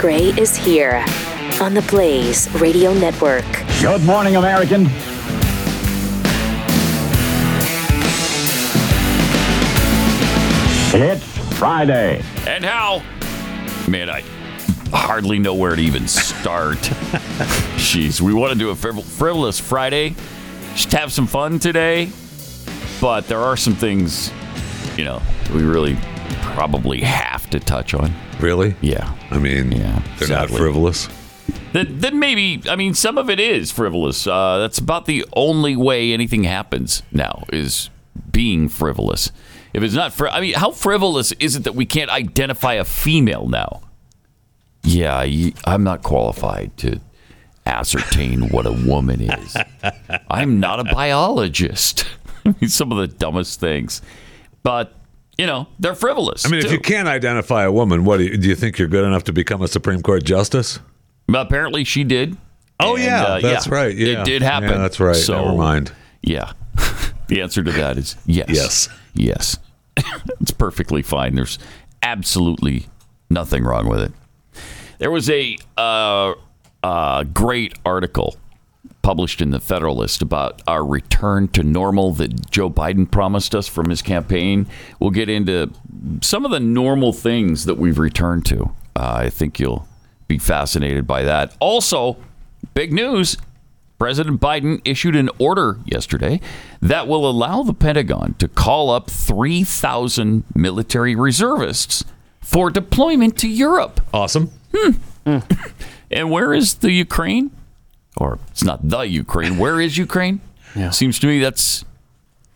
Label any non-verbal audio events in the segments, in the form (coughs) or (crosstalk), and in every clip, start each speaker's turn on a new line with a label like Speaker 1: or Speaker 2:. Speaker 1: He is here on the Blaze Radio Network.
Speaker 2: Good morning, American. It's Friday.
Speaker 3: And how? Man, I hardly know where to even
Speaker 2: (laughs)
Speaker 3: start. Jeez, we want to do a frivol- frivolous Friday, just have some fun today. But there are some things, you know, we really probably have to touch on.
Speaker 4: Really?
Speaker 3: Yeah.
Speaker 4: I mean,
Speaker 3: Yeah,
Speaker 4: they're
Speaker 3: sadly.
Speaker 4: not frivolous.
Speaker 3: That, that maybe, I mean, some of it is frivolous. Uh, that's about the only way anything happens now is being frivolous. If it's not, fri- I mean, how frivolous is it that we can't identify a female now? Yeah, you, I'm not qualified to ascertain what a woman is. (laughs) I'm not a biologist. (laughs) I mean, some of the dumbest things, but you know, they're frivolous.
Speaker 4: I mean, if
Speaker 3: too.
Speaker 4: you can't identify a woman, what do you, do you think you're good enough to become a Supreme Court justice?
Speaker 3: apparently she did.
Speaker 4: Oh
Speaker 3: And,
Speaker 4: yeah,
Speaker 3: uh,
Speaker 4: that's right. Yeah.
Speaker 3: it did happen.
Speaker 4: Yeah, that's right.
Speaker 3: So
Speaker 4: Never mind.
Speaker 3: Yeah. (laughs) the answer to that is yes.
Speaker 4: Yes.
Speaker 3: Yes. (laughs) it's perfectly fine. There's absolutely nothing wrong with it. There was a uh, uh, great article published in the Federalist about our return to normal that Joe Biden promised us from his campaign. We'll get into some of the normal things that we've returned to. Uh, I think you'll be fascinated by that. Also, big news President Biden issued an order yesterday that will allow the Pentagon to call up 3,000 military reservists for deployment to Europe. Hmm.
Speaker 4: Awesome.
Speaker 3: And where is the Ukraine? Or it's not the Ukraine. Where is Ukraine? Seems to me that's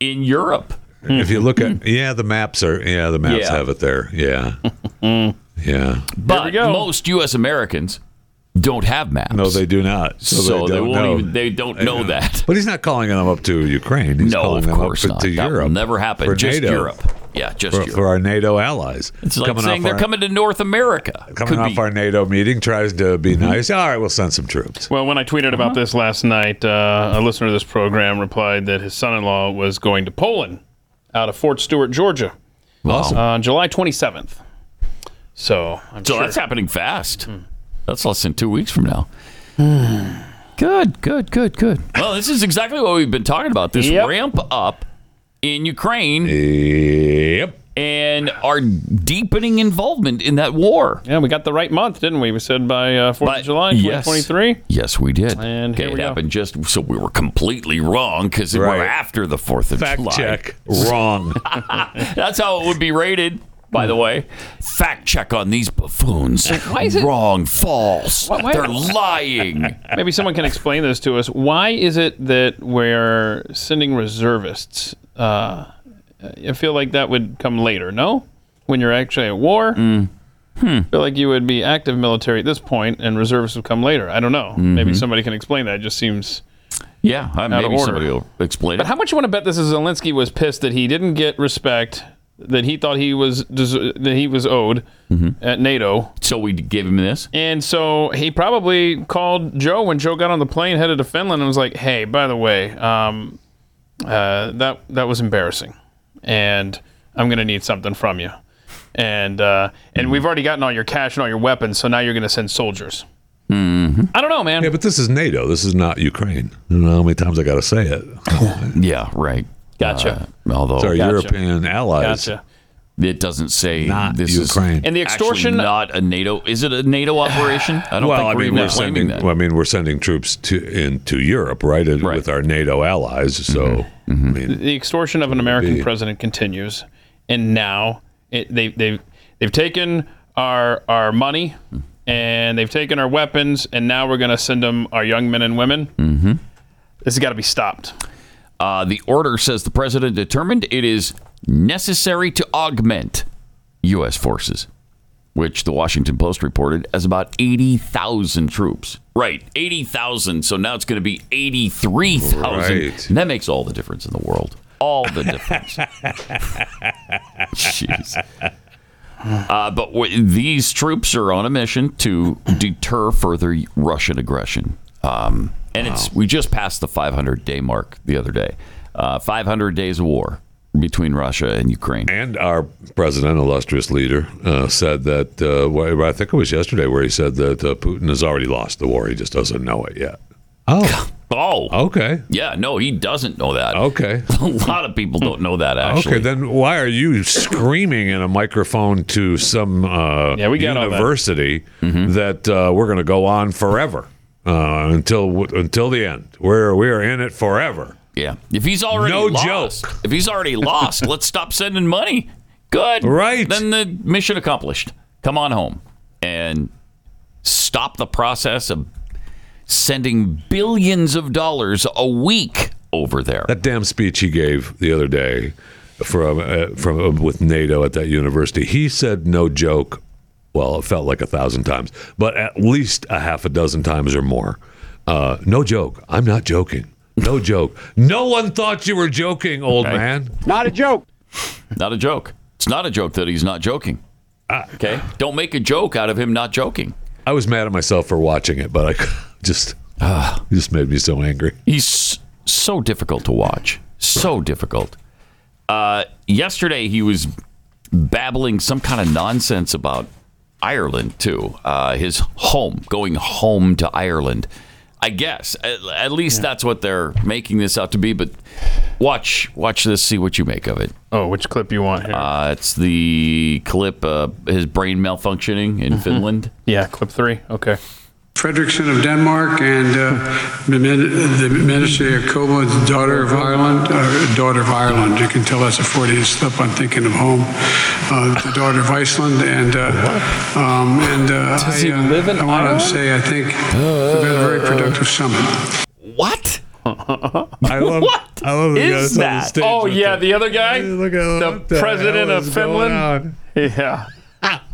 Speaker 3: in Europe.
Speaker 4: If you look at yeah, the maps are yeah, the maps
Speaker 3: Mm-hmm. Yeah. Mm-hmm.
Speaker 4: have it there. Yeah. yeah.
Speaker 3: But most U.S. Americans don't have maps.
Speaker 4: No, they do not. So,
Speaker 3: so
Speaker 4: they,
Speaker 3: they,
Speaker 4: don't
Speaker 3: won't
Speaker 4: know.
Speaker 3: even. They don't know
Speaker 4: Yeah.
Speaker 3: that.
Speaker 4: But he's not calling them up to Ukraine. He's
Speaker 3: No,
Speaker 4: calling
Speaker 3: of
Speaker 4: them
Speaker 3: course
Speaker 4: up
Speaker 3: not.
Speaker 4: to
Speaker 3: that
Speaker 4: Europe.
Speaker 3: will never happen.
Speaker 4: For
Speaker 3: Just
Speaker 4: NATO,
Speaker 3: Europe. Yeah, just
Speaker 4: For,
Speaker 3: Europe.
Speaker 4: for our NATO allies.
Speaker 3: it's like saying
Speaker 4: off
Speaker 3: they're
Speaker 4: our,
Speaker 3: coming to North America.
Speaker 4: coming
Speaker 3: Could
Speaker 4: off
Speaker 3: be- Mm-hmm.
Speaker 4: our NATO meeting, tries to be nice. All right, we'll send some troops.
Speaker 5: Well, when I tweeted about this last night, uh, a listener to this program replied that his son in law was going to Poland out of Fort Stewart, Georgia
Speaker 3: Awesome.
Speaker 5: on July 27th. So, I'm
Speaker 3: So
Speaker 5: sure.
Speaker 3: that's happening fast. That's less than two weeks from now.
Speaker 4: Hmm.
Speaker 3: good, good, good, good. Well, this is exactly what we've been talking about. This
Speaker 5: Yep.
Speaker 3: ramp up in Ukraine
Speaker 4: Yep.
Speaker 3: and our deepening involvement in that war.
Speaker 5: yeah, we got the right month, didn't we? We said by uh, 4th
Speaker 3: But-
Speaker 5: of July,
Speaker 3: yes.
Speaker 5: 2023.
Speaker 3: Yes, we did.
Speaker 5: And
Speaker 3: okay,
Speaker 5: here
Speaker 3: it
Speaker 5: we go.
Speaker 3: happened just so we were completely wrong because
Speaker 4: Right.
Speaker 3: we're after the Fourth of
Speaker 4: Fact
Speaker 3: July.
Speaker 4: check. Wrong.
Speaker 3: (laughs) That's how it would be rated. By the way, fact check on these buffoons. Why is it wrong? False.
Speaker 5: Why- why-
Speaker 3: They're lying.
Speaker 5: (laughs) Maybe someone can explain this to us. Why is it that we're sending reservists? Uh, I feel like that would come later, no? When you're actually at war?
Speaker 3: Mm. Hmm.
Speaker 5: I feel like you would be active military at this point and reservists would come later. I don't know. Maybe somebody can explain that. It just seems.
Speaker 3: Mm-hmm. Yeah, I-
Speaker 5: of
Speaker 3: Uh, maybe
Speaker 5: order.
Speaker 3: somebody will explain it.
Speaker 5: How much you want to bet this is Zelensky was pissed that he didn't get respect that he thought he was des- that he was owed at NATO?
Speaker 3: Mm-hmm. So we gave him this.
Speaker 5: And so he probably called Joe when Joe got on the plane headed to Finland and was like, "Hey, by the way, um, uh, that that was embarrassing, and I'm gonna need something from you, and uh,
Speaker 3: Mm-hmm.
Speaker 5: and we've already gotten all your cash and all your weapons, so now you're gonna send soldiers."
Speaker 3: Mm-hmm.
Speaker 5: I don't know, man.
Speaker 4: Yeah, but this is NATO. This is not Ukraine. I don't know how many times I got to say it.
Speaker 3: (laughs) Yeah, right.
Speaker 5: Gotcha.
Speaker 3: Uh, although
Speaker 4: It's our European allies.
Speaker 5: gotcha.
Speaker 3: it doesn't say
Speaker 4: Not
Speaker 3: this
Speaker 4: Ukraine.
Speaker 3: is
Speaker 5: And
Speaker 3: actually
Speaker 5: the extortion.
Speaker 3: not a NATO. Is it a NATO operation? I don't
Speaker 4: Well,
Speaker 3: think
Speaker 4: I
Speaker 3: we're
Speaker 4: mean,
Speaker 3: even
Speaker 4: we're
Speaker 3: claiming
Speaker 4: sending.
Speaker 3: that.
Speaker 4: well, I mean, we're sending troops to into Europe, right, and-
Speaker 3: Right. Mm-hmm.
Speaker 4: with our NATO allies. So, I mean,
Speaker 5: the extortion of an American president continues, and now it, they they've they've taken our our money and they've taken our weapons, and now we're going to send them our young men and women. Mm-hmm. This has got to be stopped.
Speaker 3: Uh, the order says the president determined it is necessary to augment U.S. forces, which the Washington Post reported as about 80,000 troops. Right, 80,000. So now it's going to be 83,000.
Speaker 4: Right.
Speaker 3: And that makes all the difference in the world. All
Speaker 4: (laughs)
Speaker 3: the difference. (laughs) Jeez. Uh, but w- these troops are on a mission to deter further Russian aggression. Um, and it's we just passed the 500 day mark the other day. Uh, 500 days of war between Russia and Ukraine.
Speaker 4: And our president, illustrious leader, uh, said that, uh, well, I think it was yesterday, where he said that uh, Putin has already lost the war. He just doesn't know it yet. Oh,
Speaker 3: Oh,
Speaker 4: okay.
Speaker 3: yeah. No, he doesn't know that.
Speaker 4: Okay.
Speaker 3: (laughs) A lot of people don't know that, actually.
Speaker 4: Okay, then why are you screaming in a microphone to some uh,
Speaker 5: Yeah, we got all that.
Speaker 4: university
Speaker 3: Mm-hmm.
Speaker 4: that uh, we're going to go on forever uh, until until the end? We're we are in it forever.
Speaker 3: yeah. If he's already
Speaker 4: No
Speaker 3: lost,
Speaker 4: joke.
Speaker 3: if he's already
Speaker 4: (laughs)
Speaker 3: lost, let's stop sending money. Good.
Speaker 4: Right.
Speaker 3: Then the mission accomplished. Come on home and stop the process of sending billions of dollars a week over there.
Speaker 4: That damn speech he gave the other day from uh, from uh, with NATO at that university. He said no joke. Well, it felt like a thousand times, but at least a half a dozen times or more. Uh, no joke. I'm not joking. No (laughs) joke. No one thought you were joking, old
Speaker 3: Okay.
Speaker 4: man.
Speaker 3: Not a joke. It's not a joke that he's not joking.
Speaker 4: Ah.
Speaker 3: Okay? Don't make a joke out of him not joking.
Speaker 4: I was mad at myself for watching it, but I (laughs) just it just made me so angry.
Speaker 3: Ah. He's so difficult to watch. So difficult. Uh, yesterday, he was babbling some kind of nonsense about Ireland, too. Uh, his home, going home to Ireland. I guess. At, at least that's what they're making this out to be. But watch, watch this, see what you make of it.
Speaker 5: Oh, which clip you want here?
Speaker 3: Uh, it's the clip, uh, his brain malfunctioning in Finland.
Speaker 5: Mm-hmm. yeah, clip three. Okay.
Speaker 6: Fredrickson of Denmark and uh, the min- the Minister Jacoba's daughter of Ireland, uh, daughter of Ireland. You can tell that's a 40 slip. I'm thinking of home. Uh, the daughter of Iceland and uh, um, and uh,
Speaker 5: Does
Speaker 6: I,
Speaker 5: he
Speaker 6: uh,
Speaker 5: live in
Speaker 6: I want
Speaker 5: Ireland?
Speaker 6: to say I think it's been a very productive summit.
Speaker 4: (laughs)
Speaker 3: What?
Speaker 4: I love
Speaker 3: (laughs) What
Speaker 4: I love the
Speaker 3: is
Speaker 4: guys on the
Speaker 3: that?
Speaker 4: stage
Speaker 5: Oh
Speaker 4: with
Speaker 5: yeah,
Speaker 4: the,
Speaker 5: the other guy,
Speaker 4: Look at
Speaker 5: the
Speaker 4: what hell
Speaker 5: president of
Speaker 4: is going
Speaker 5: Finland.
Speaker 4: on.
Speaker 5: Yeah.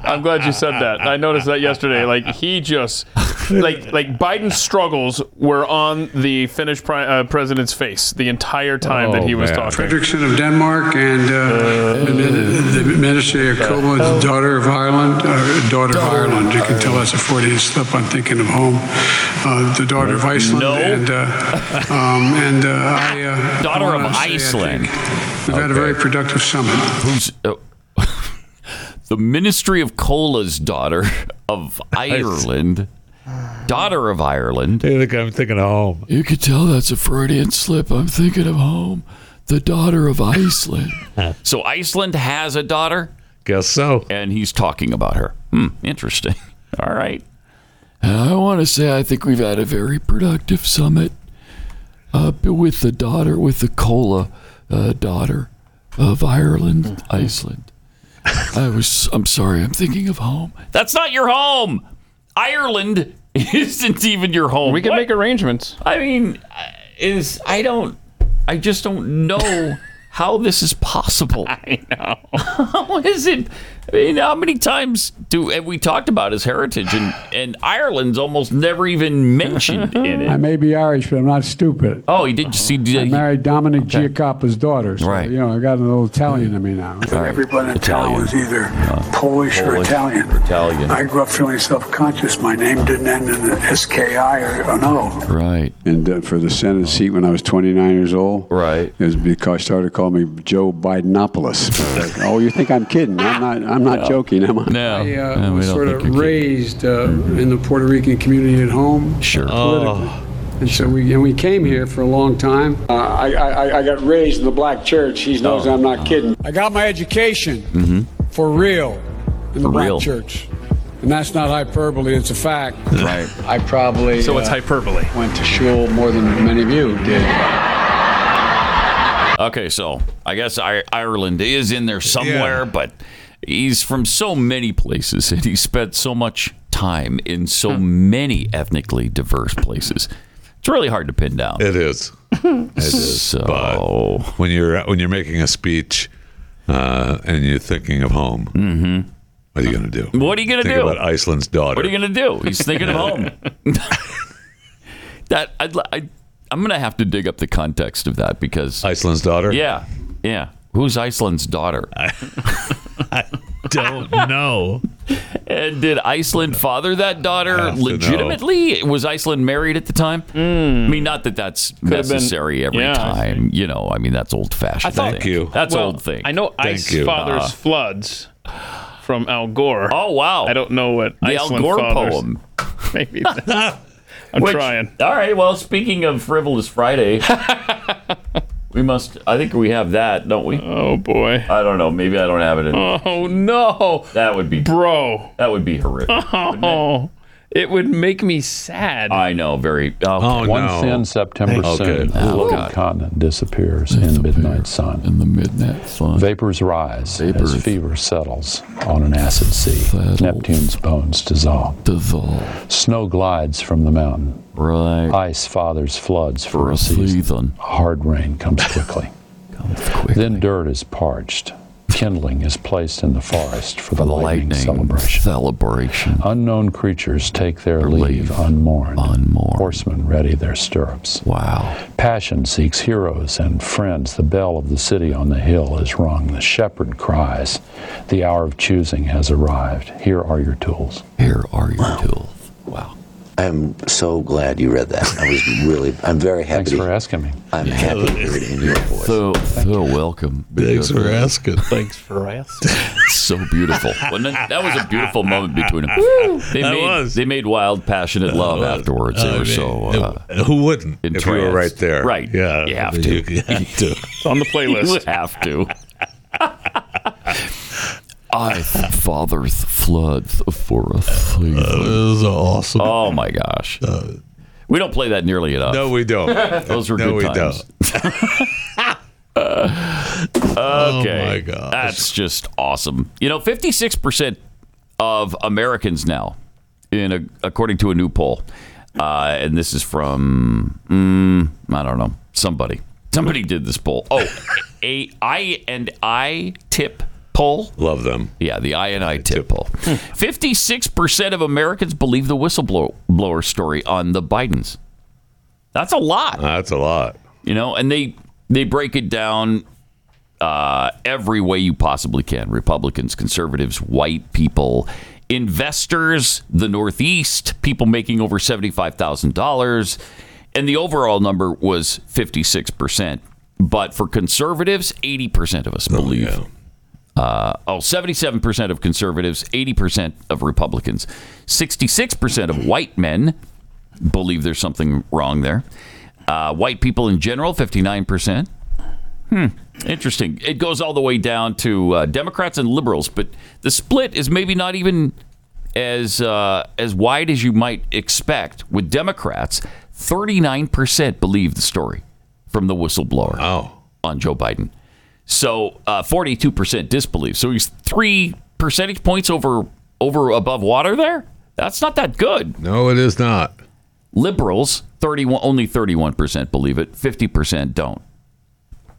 Speaker 5: I'm glad you said that. I noticed that yesterday. Like he just, like like Biden's struggles were on the Finnish pri- uh, president's face the entire time that
Speaker 4: Oh,
Speaker 5: he was
Speaker 4: man.
Speaker 5: talking.
Speaker 6: Fredrickson of Denmark and uh, the min- the Minister Jacoba's daughter of Ireland, uh, daughter of Ireland. You can tell that's a 40 slip. I'm thinking of home. Uh, the daughter of Iceland
Speaker 3: No.
Speaker 6: and uh, um, and uh, I. Uh,
Speaker 3: Daughter
Speaker 6: I wanna
Speaker 3: of
Speaker 6: say I think
Speaker 3: Iceland.
Speaker 6: We've had a very productive summit.
Speaker 3: Who's uh, (laughs) the Ministry of Cola's daughter
Speaker 4: (laughs)
Speaker 3: of Ireland, daughter of Ireland?
Speaker 4: Hey, look, I'm thinking of home.
Speaker 3: You could tell that's a Freudian slip. I'm thinking of home. The daughter of Iceland.
Speaker 4: (laughs)
Speaker 3: so Iceland has a daughter,
Speaker 4: Guess so.
Speaker 3: and he's talking about her. Hmm, interesting. (laughs) All right. I want to say I think we've had a very productive summit uh, with the daughter, with the Cola uh, daughter of
Speaker 5: Mm-hmm.
Speaker 3: Ireland, Iceland. I was. I'm sorry. I'm thinking of home. That's not your home. Ireland (laughs) isn't even your home.
Speaker 5: We can
Speaker 3: What?
Speaker 5: make arrangements.
Speaker 3: I mean, I- is I don't. I just don't
Speaker 5: (laughs)
Speaker 3: know how this is possible. I know. (laughs) how is it? I mean, how many times do have we talked about his heritage and and Ireland's almost never even
Speaker 5: (laughs)
Speaker 3: mentioned in
Speaker 7: I
Speaker 3: it.
Speaker 7: may be Irish, but I'm not stupid.
Speaker 3: Oh, he did see. Did, he-
Speaker 7: Married Dominic Giacoppa's daughter, so
Speaker 3: Right.
Speaker 7: you know I got a little Italian in me now.
Speaker 6: Everybody in town was either Polish, or
Speaker 3: Uh, Polish
Speaker 6: Italian.
Speaker 3: or Italian.
Speaker 6: I grew up feeling self-conscious. My name didn't end in an S-K-I or an O.
Speaker 3: right.
Speaker 7: And uh, for the Senate seat when I was 29 years old,
Speaker 3: Right.
Speaker 7: It was because started calling me Joe Bidenopoulos. (laughs) Like, oh, you think I'm kidding? I'm not. I'm not joking, am I?
Speaker 3: No.
Speaker 6: I uh,
Speaker 3: no, we
Speaker 6: was
Speaker 3: don't
Speaker 6: sort
Speaker 3: think
Speaker 6: of
Speaker 3: you're kidding. Mm-hmm.
Speaker 6: raised uh, in the Puerto Rican community at home.
Speaker 3: Sure. Oh.
Speaker 6: Politically. And so we and we came here for a long time.
Speaker 7: Uh, I, I I got raised in the black church. He knows I'm not kidding. I got my education for real in the
Speaker 3: For
Speaker 7: black
Speaker 3: real.
Speaker 7: church, and that's not hyperbole. It's a fact.
Speaker 3: Right.
Speaker 7: I probably uh,
Speaker 5: So it's hyperbole.
Speaker 7: went to shul more than many of you did.
Speaker 3: Okay, so I guess I- Ireland is in there somewhere, but he's from so many places and he spent so much time in so many ethnically diverse places. It's really hard to pin down.
Speaker 4: It
Speaker 3: (laughs)
Speaker 4: is. it is.
Speaker 3: so,
Speaker 4: When you're when you're making a speech uh, and you're thinking of home, mm-hmm. what are you going to do?
Speaker 3: what are you going to
Speaker 4: Think
Speaker 3: do?
Speaker 4: about Iceland's daughter.
Speaker 3: What are you going to do? He's thinking
Speaker 4: (laughs)
Speaker 3: of home. that I'd, li- I, I'm going to have to dig up the context of that because
Speaker 4: Iceland's daughter?
Speaker 3: yeah,
Speaker 4: (laughs)
Speaker 3: yeah. Who's Iceland's daughter?
Speaker 4: Don't know.
Speaker 3: And did Iceland father that daughter
Speaker 4: Have to know.
Speaker 3: legitimately? Was Iceland married at the time? I mean, not that that's
Speaker 5: Hmm. have been-
Speaker 3: necessary every
Speaker 5: Yeah, I
Speaker 3: time. You know, I mean, that's old fashioned.
Speaker 5: thought-
Speaker 4: Thank you.
Speaker 3: That's
Speaker 5: Well,
Speaker 3: old thing.
Speaker 5: I know Ice
Speaker 4: you. Ah.
Speaker 5: Father's
Speaker 3: Uh,
Speaker 5: Floods from Al Gore.
Speaker 3: Oh, wow.
Speaker 5: I don't know what
Speaker 3: The
Speaker 5: Iceland
Speaker 3: Al Gore
Speaker 5: Fathers-
Speaker 3: poem.
Speaker 5: (laughs)
Speaker 3: (laughs)
Speaker 5: Maybe. I'm
Speaker 3: Which-
Speaker 5: trying.
Speaker 3: All right. Well, speaking of frivolous
Speaker 5: (laughs)
Speaker 3: Friday, we must. I think we have that, don't we?
Speaker 5: Oh boy.
Speaker 3: I don't know. Maybe I don't have it. In,
Speaker 5: Oh no,
Speaker 3: that would be
Speaker 5: bro.
Speaker 3: that would be horrific. wouldn't it?
Speaker 5: Oh, it would make me sad.
Speaker 3: I know. Very. Oh,
Speaker 4: Oh,
Speaker 8: One
Speaker 4: no. Oh,
Speaker 8: thin September
Speaker 4: Okay.
Speaker 8: soon, the
Speaker 3: God.
Speaker 8: loaded continent disappears in midnight sun.
Speaker 3: in the midnight sun.
Speaker 8: Vapors rise
Speaker 3: Vapors.
Speaker 8: as fever settles on an acid sea. Neptune's bones dissolve.
Speaker 3: dissolve.
Speaker 8: Snow glides from the mountain.
Speaker 3: Right.
Speaker 8: Ice fathers floods for a season. Hard rain comes
Speaker 3: (laughs)
Speaker 8: quickly. Then dirt is parched. Kindling is placed in the forest for the, lightning, celebration.
Speaker 3: celebration.
Speaker 8: Unknown creatures take their leave
Speaker 3: leave
Speaker 8: unmourned.
Speaker 3: unmourned.
Speaker 8: Horsemen ready their stirrups.
Speaker 3: Wow.
Speaker 8: Passion seeks heroes and friends. The bell of the city on the hill is rung. The shepherd cries. The hour of choosing has arrived. Here are your tools.
Speaker 3: Here are your tools. Wow.
Speaker 9: I'm so glad you read that. I was really, I'm very happy.
Speaker 8: Thanks for
Speaker 9: To,
Speaker 8: asking me.
Speaker 9: I'm happy to hear it in your voice.
Speaker 3: So, so welcome.
Speaker 4: Thanks for asking.
Speaker 5: Thanks for asking.
Speaker 3: So
Speaker 4: (laughs)
Speaker 3: beautiful. Wasn't it? that was a beautiful moment between them. They
Speaker 4: That
Speaker 3: made,
Speaker 4: was.
Speaker 3: They made wild, passionate love afterwards. They were so. Uh,
Speaker 4: Who wouldn't?
Speaker 3: in
Speaker 4: If you were
Speaker 3: trance.
Speaker 4: right there.
Speaker 3: Right.
Speaker 4: Yeah.
Speaker 3: You have to.
Speaker 4: You (laughs) have to.
Speaker 5: It's on the
Speaker 3: (laughs) you
Speaker 5: playlist.
Speaker 3: have to. I father's floods for a season.
Speaker 4: was awesome. Uh,
Speaker 3: Oh my gosh. we don't play that nearly enough.
Speaker 4: No, we don't.
Speaker 3: Those were
Speaker 4: no,
Speaker 3: good
Speaker 4: we
Speaker 3: times. Okay.
Speaker 4: Oh my gosh.
Speaker 3: That's just awesome. You know, 56% of Americans now, in a, according to a new poll, uh, and this is from, mm, I don't know, somebody. Somebody did this poll. Oh, (laughs) (laughs) a I and I tip poll.
Speaker 4: Love them.
Speaker 3: Yeah, the I and I tip poll. 56% of Americans believe the whistleblower story on the Bidens. That's a lot
Speaker 4: That's a lot.
Speaker 3: you know and they they break it down uh, every way you possibly can republicans conservatives white people investors the northeast people making over $75000 and the overall number was 56% but for conservatives 80% of us believe
Speaker 4: yeah.
Speaker 3: Oh, 77% of conservatives, 80% of Republicans, 66% of white men believe there's something wrong there. Uh, white people in general, 59%. Hmm, interesting. It goes all the way down to uh, Democrats and liberals, but the split is maybe not even as uh, as wide as you might expect. With Democrats, 39% believe the story from the whistleblower
Speaker 4: Oh.
Speaker 3: on Joe Biden. So uh, 42% disbelief. So he's three percentage points over over above water there. That's not that good.
Speaker 4: No, it is not.
Speaker 3: Liberals 31 only 31% believe it. 50% don't.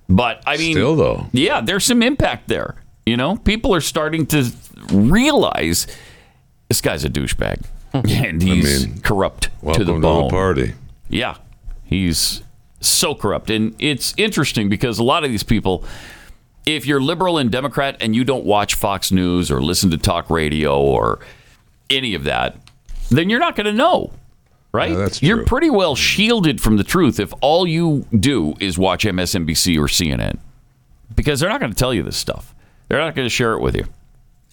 Speaker 3: But I mean
Speaker 4: Still, though.
Speaker 3: yeah, there's some impact there. You know, people are starting to realize this guy's
Speaker 4: (laughs)
Speaker 3: a douchebag and he's
Speaker 4: mean,
Speaker 3: corrupt to
Speaker 4: Welcome
Speaker 3: the
Speaker 4: to
Speaker 3: bone.
Speaker 4: the party.
Speaker 3: Yeah, he's so corrupt, and it's interesting because a lot of these people, if you're liberal and Democrat and you don't watch Fox News or listen to talk radio or any of that, then you're not going to know, right?
Speaker 4: Yeah, that's
Speaker 3: You're
Speaker 4: true.
Speaker 3: pretty well shielded from the truth if all you do is watch MSNBC or CNN, because they're not going to tell you this stuff. They're not going to share it with you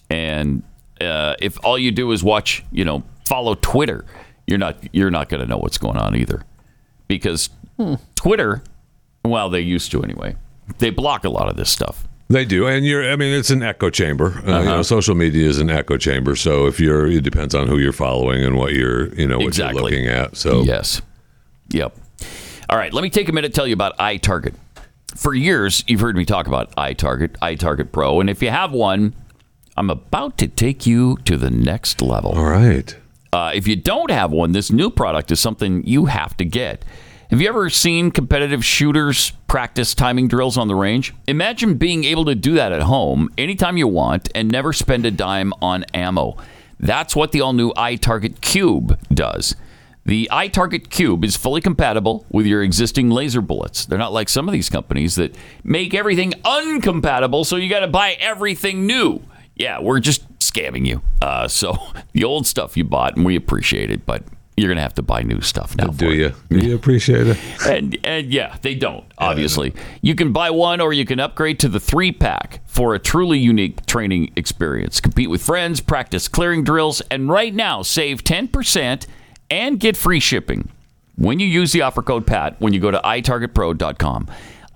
Speaker 3: and uh, if all you do is watch, you know, follow Twitter, you're not you're not going to know what's going on either, because
Speaker 5: Hmm.
Speaker 3: Twitter, well, they used to anyway. They block a lot of this stuff.
Speaker 4: They do, and you're. I mean, it's an echo chamber. Uh,
Speaker 3: Uh-huh.
Speaker 4: you know, social media is an echo chamber. So if you're, it depends on who you're following and what you're, you know, what
Speaker 3: Exactly.
Speaker 4: you're looking at. So
Speaker 3: Yes. Yep. All right. Let me take a minute to tell you about iTarget. For years, you've heard me talk about iTarget, iTarget Pro, and if you have one, I'm about to take you to the next level.
Speaker 4: all right.
Speaker 3: Uh, if you don't have one, this new product is something you have to get. Have you ever seen competitive shooters practice timing drills on the range? Imagine being able to do that at home anytime you want and never spend a dime on ammo. That's what the all new iTarget Cube does. The iTarget Cube is fully compatible with your existing laser bullets. They're not like some of these companies that make everything uncompatible, so you got to buy everything new. Yeah, we're just scamming you. Uh, so (laughs) the old stuff you bought, and we appreciate it, but you're going to have to buy new stuff now.
Speaker 4: Do you? Do you appreciate it?
Speaker 3: and and yeah, they don't. Obviously, you can buy one or you can upgrade to the three pack for a truly unique training experience. Compete with friends, practice clearing drills, and right now save ten percent and get free shipping when you use the offer code PAT when you go to itargetpro.com.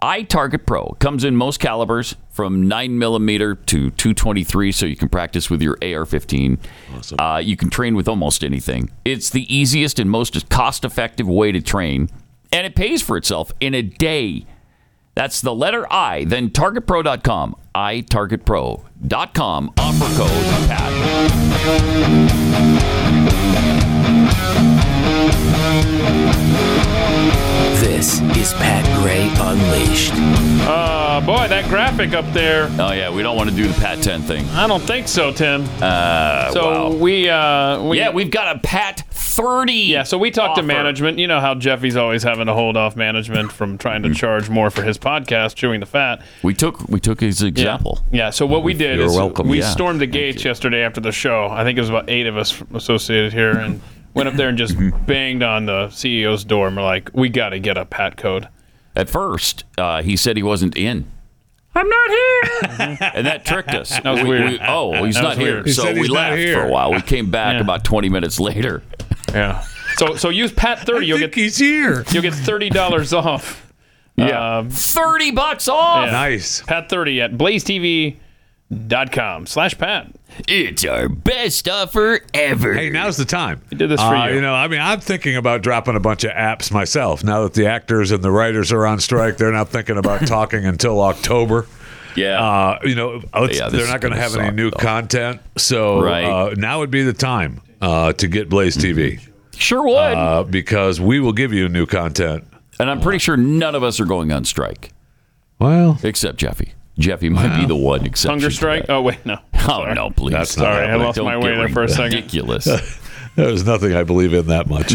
Speaker 3: iTarget Pro comes in most calibers from 9mm to 223, so you can practice with your AR 15. Uh, you can train with almost anything. It's the easiest and most cost effective way to train, and it pays for itself in a day. That's the letter I, then targetpro.com. itargetpro.com. Offer code PAT.
Speaker 10: This is Pat Gray Unleashed.
Speaker 5: Uh, boy, that graphic up there.
Speaker 3: Oh, yeah, we don't want to do the PAT 10 thing.
Speaker 5: I don't think so, Tim.
Speaker 3: Uh,
Speaker 5: so
Speaker 3: wow.
Speaker 5: we, uh, we,
Speaker 3: Yeah, we've got a Pat 30.
Speaker 5: yeah. So we talked to
Speaker 3: offer.
Speaker 5: management. You know how Jeffy's always having to hold off management from trying
Speaker 3: Hmm.
Speaker 5: to charge more for his podcast, chewing the fat.
Speaker 3: We took we took his example.
Speaker 5: Yeah. So what we did
Speaker 3: You're
Speaker 5: is
Speaker 3: welcome,
Speaker 5: we
Speaker 3: yeah.
Speaker 5: stormed the
Speaker 3: Thank
Speaker 5: gates yesterday after the show. I think it was about eight of us associated here, and went up there and just
Speaker 3: Mm-hmm.
Speaker 5: banged on the CEO's door. And we're like, we got to get a pat code.
Speaker 3: At first, uh, he said he wasn't in,
Speaker 5: I'm not here. (laughs)
Speaker 3: and that tricked us.
Speaker 5: was
Speaker 3: We-
Speaker 5: weird.
Speaker 3: we- oh, he's
Speaker 5: That
Speaker 3: not
Speaker 5: was
Speaker 3: here.
Speaker 5: weird. He
Speaker 3: so
Speaker 4: said
Speaker 3: we
Speaker 4: he's not
Speaker 3: laughed
Speaker 4: here.
Speaker 3: for a while. We came back
Speaker 5: Yeah.
Speaker 3: about 20 minutes later.
Speaker 5: Yeah. So so use pat thirty. You'll get
Speaker 4: he's here.
Speaker 5: you'll get thirty dollars off.
Speaker 3: Yeah,
Speaker 5: Um,
Speaker 3: thirty bucks off.
Speaker 5: Yeah.
Speaker 4: Nice.
Speaker 5: Pat thirty at blazetv.com slash pat.
Speaker 3: It's our best offer ever.
Speaker 4: Hey, now's the time. Uh, You
Speaker 5: did this for you.
Speaker 4: You know, I mean, I'm thinking about dropping a bunch of apps myself. Now that the actors and the writers are on strike, they're not thinking
Speaker 3: (laughs)
Speaker 4: about talking until October.
Speaker 3: yeah,
Speaker 4: Uh, you know, let's,
Speaker 3: Yeah, this
Speaker 4: they're
Speaker 3: is
Speaker 4: not going to
Speaker 3: gonna
Speaker 4: have any
Speaker 3: suck,
Speaker 4: new
Speaker 3: though.
Speaker 4: content. So
Speaker 3: Right. Mm-hmm.
Speaker 4: uh, now would be the time uh, to get Blaze TV
Speaker 3: sure would.
Speaker 4: uh, because we will give you new content.
Speaker 3: and I'm pretty sure none of us are going on strike
Speaker 4: Well,
Speaker 3: except Jeffy. Jeffy might be the one exception.
Speaker 5: Hunger
Speaker 3: to
Speaker 5: strike.
Speaker 3: that.
Speaker 5: Oh wait, no.
Speaker 3: Oh no, please.
Speaker 4: That's not Sorry, I happening.
Speaker 5: lost my way there for a second.
Speaker 3: (laughs) Ridiculous.
Speaker 4: (laughs) there's nothing I believe in that
Speaker 3: (laughs)
Speaker 4: much.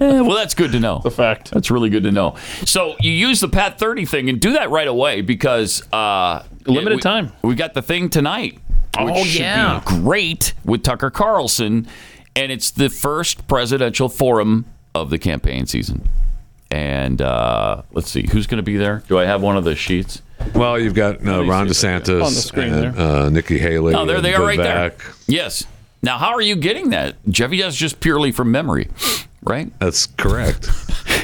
Speaker 3: Eh, well, that's good to know.
Speaker 5: The fact.
Speaker 3: That's really good to know. So you use the Pat thirty thing and do that right away because uh,
Speaker 5: Limited
Speaker 3: it- we-
Speaker 5: time.
Speaker 3: We got the thing tonight. Which
Speaker 5: Oh,
Speaker 3: should
Speaker 5: yeah.
Speaker 3: be great with Tucker Carlson, and it's the first presidential forum of the campaign season. And uh, let's see who's going to be there. Do I have one of the sheets?
Speaker 4: well, you've got uh, Ron
Speaker 3: see that.
Speaker 4: DeSantis
Speaker 5: On the screen
Speaker 4: and
Speaker 5: there.
Speaker 4: Uh, Nikki Haley.
Speaker 3: Oh, there
Speaker 4: and
Speaker 3: they are, right there.
Speaker 4: Vivek.
Speaker 3: Yes. Now, how are you getting that? Jeffy that's just purely from memory, right?
Speaker 4: That's correct.
Speaker 3: (laughs)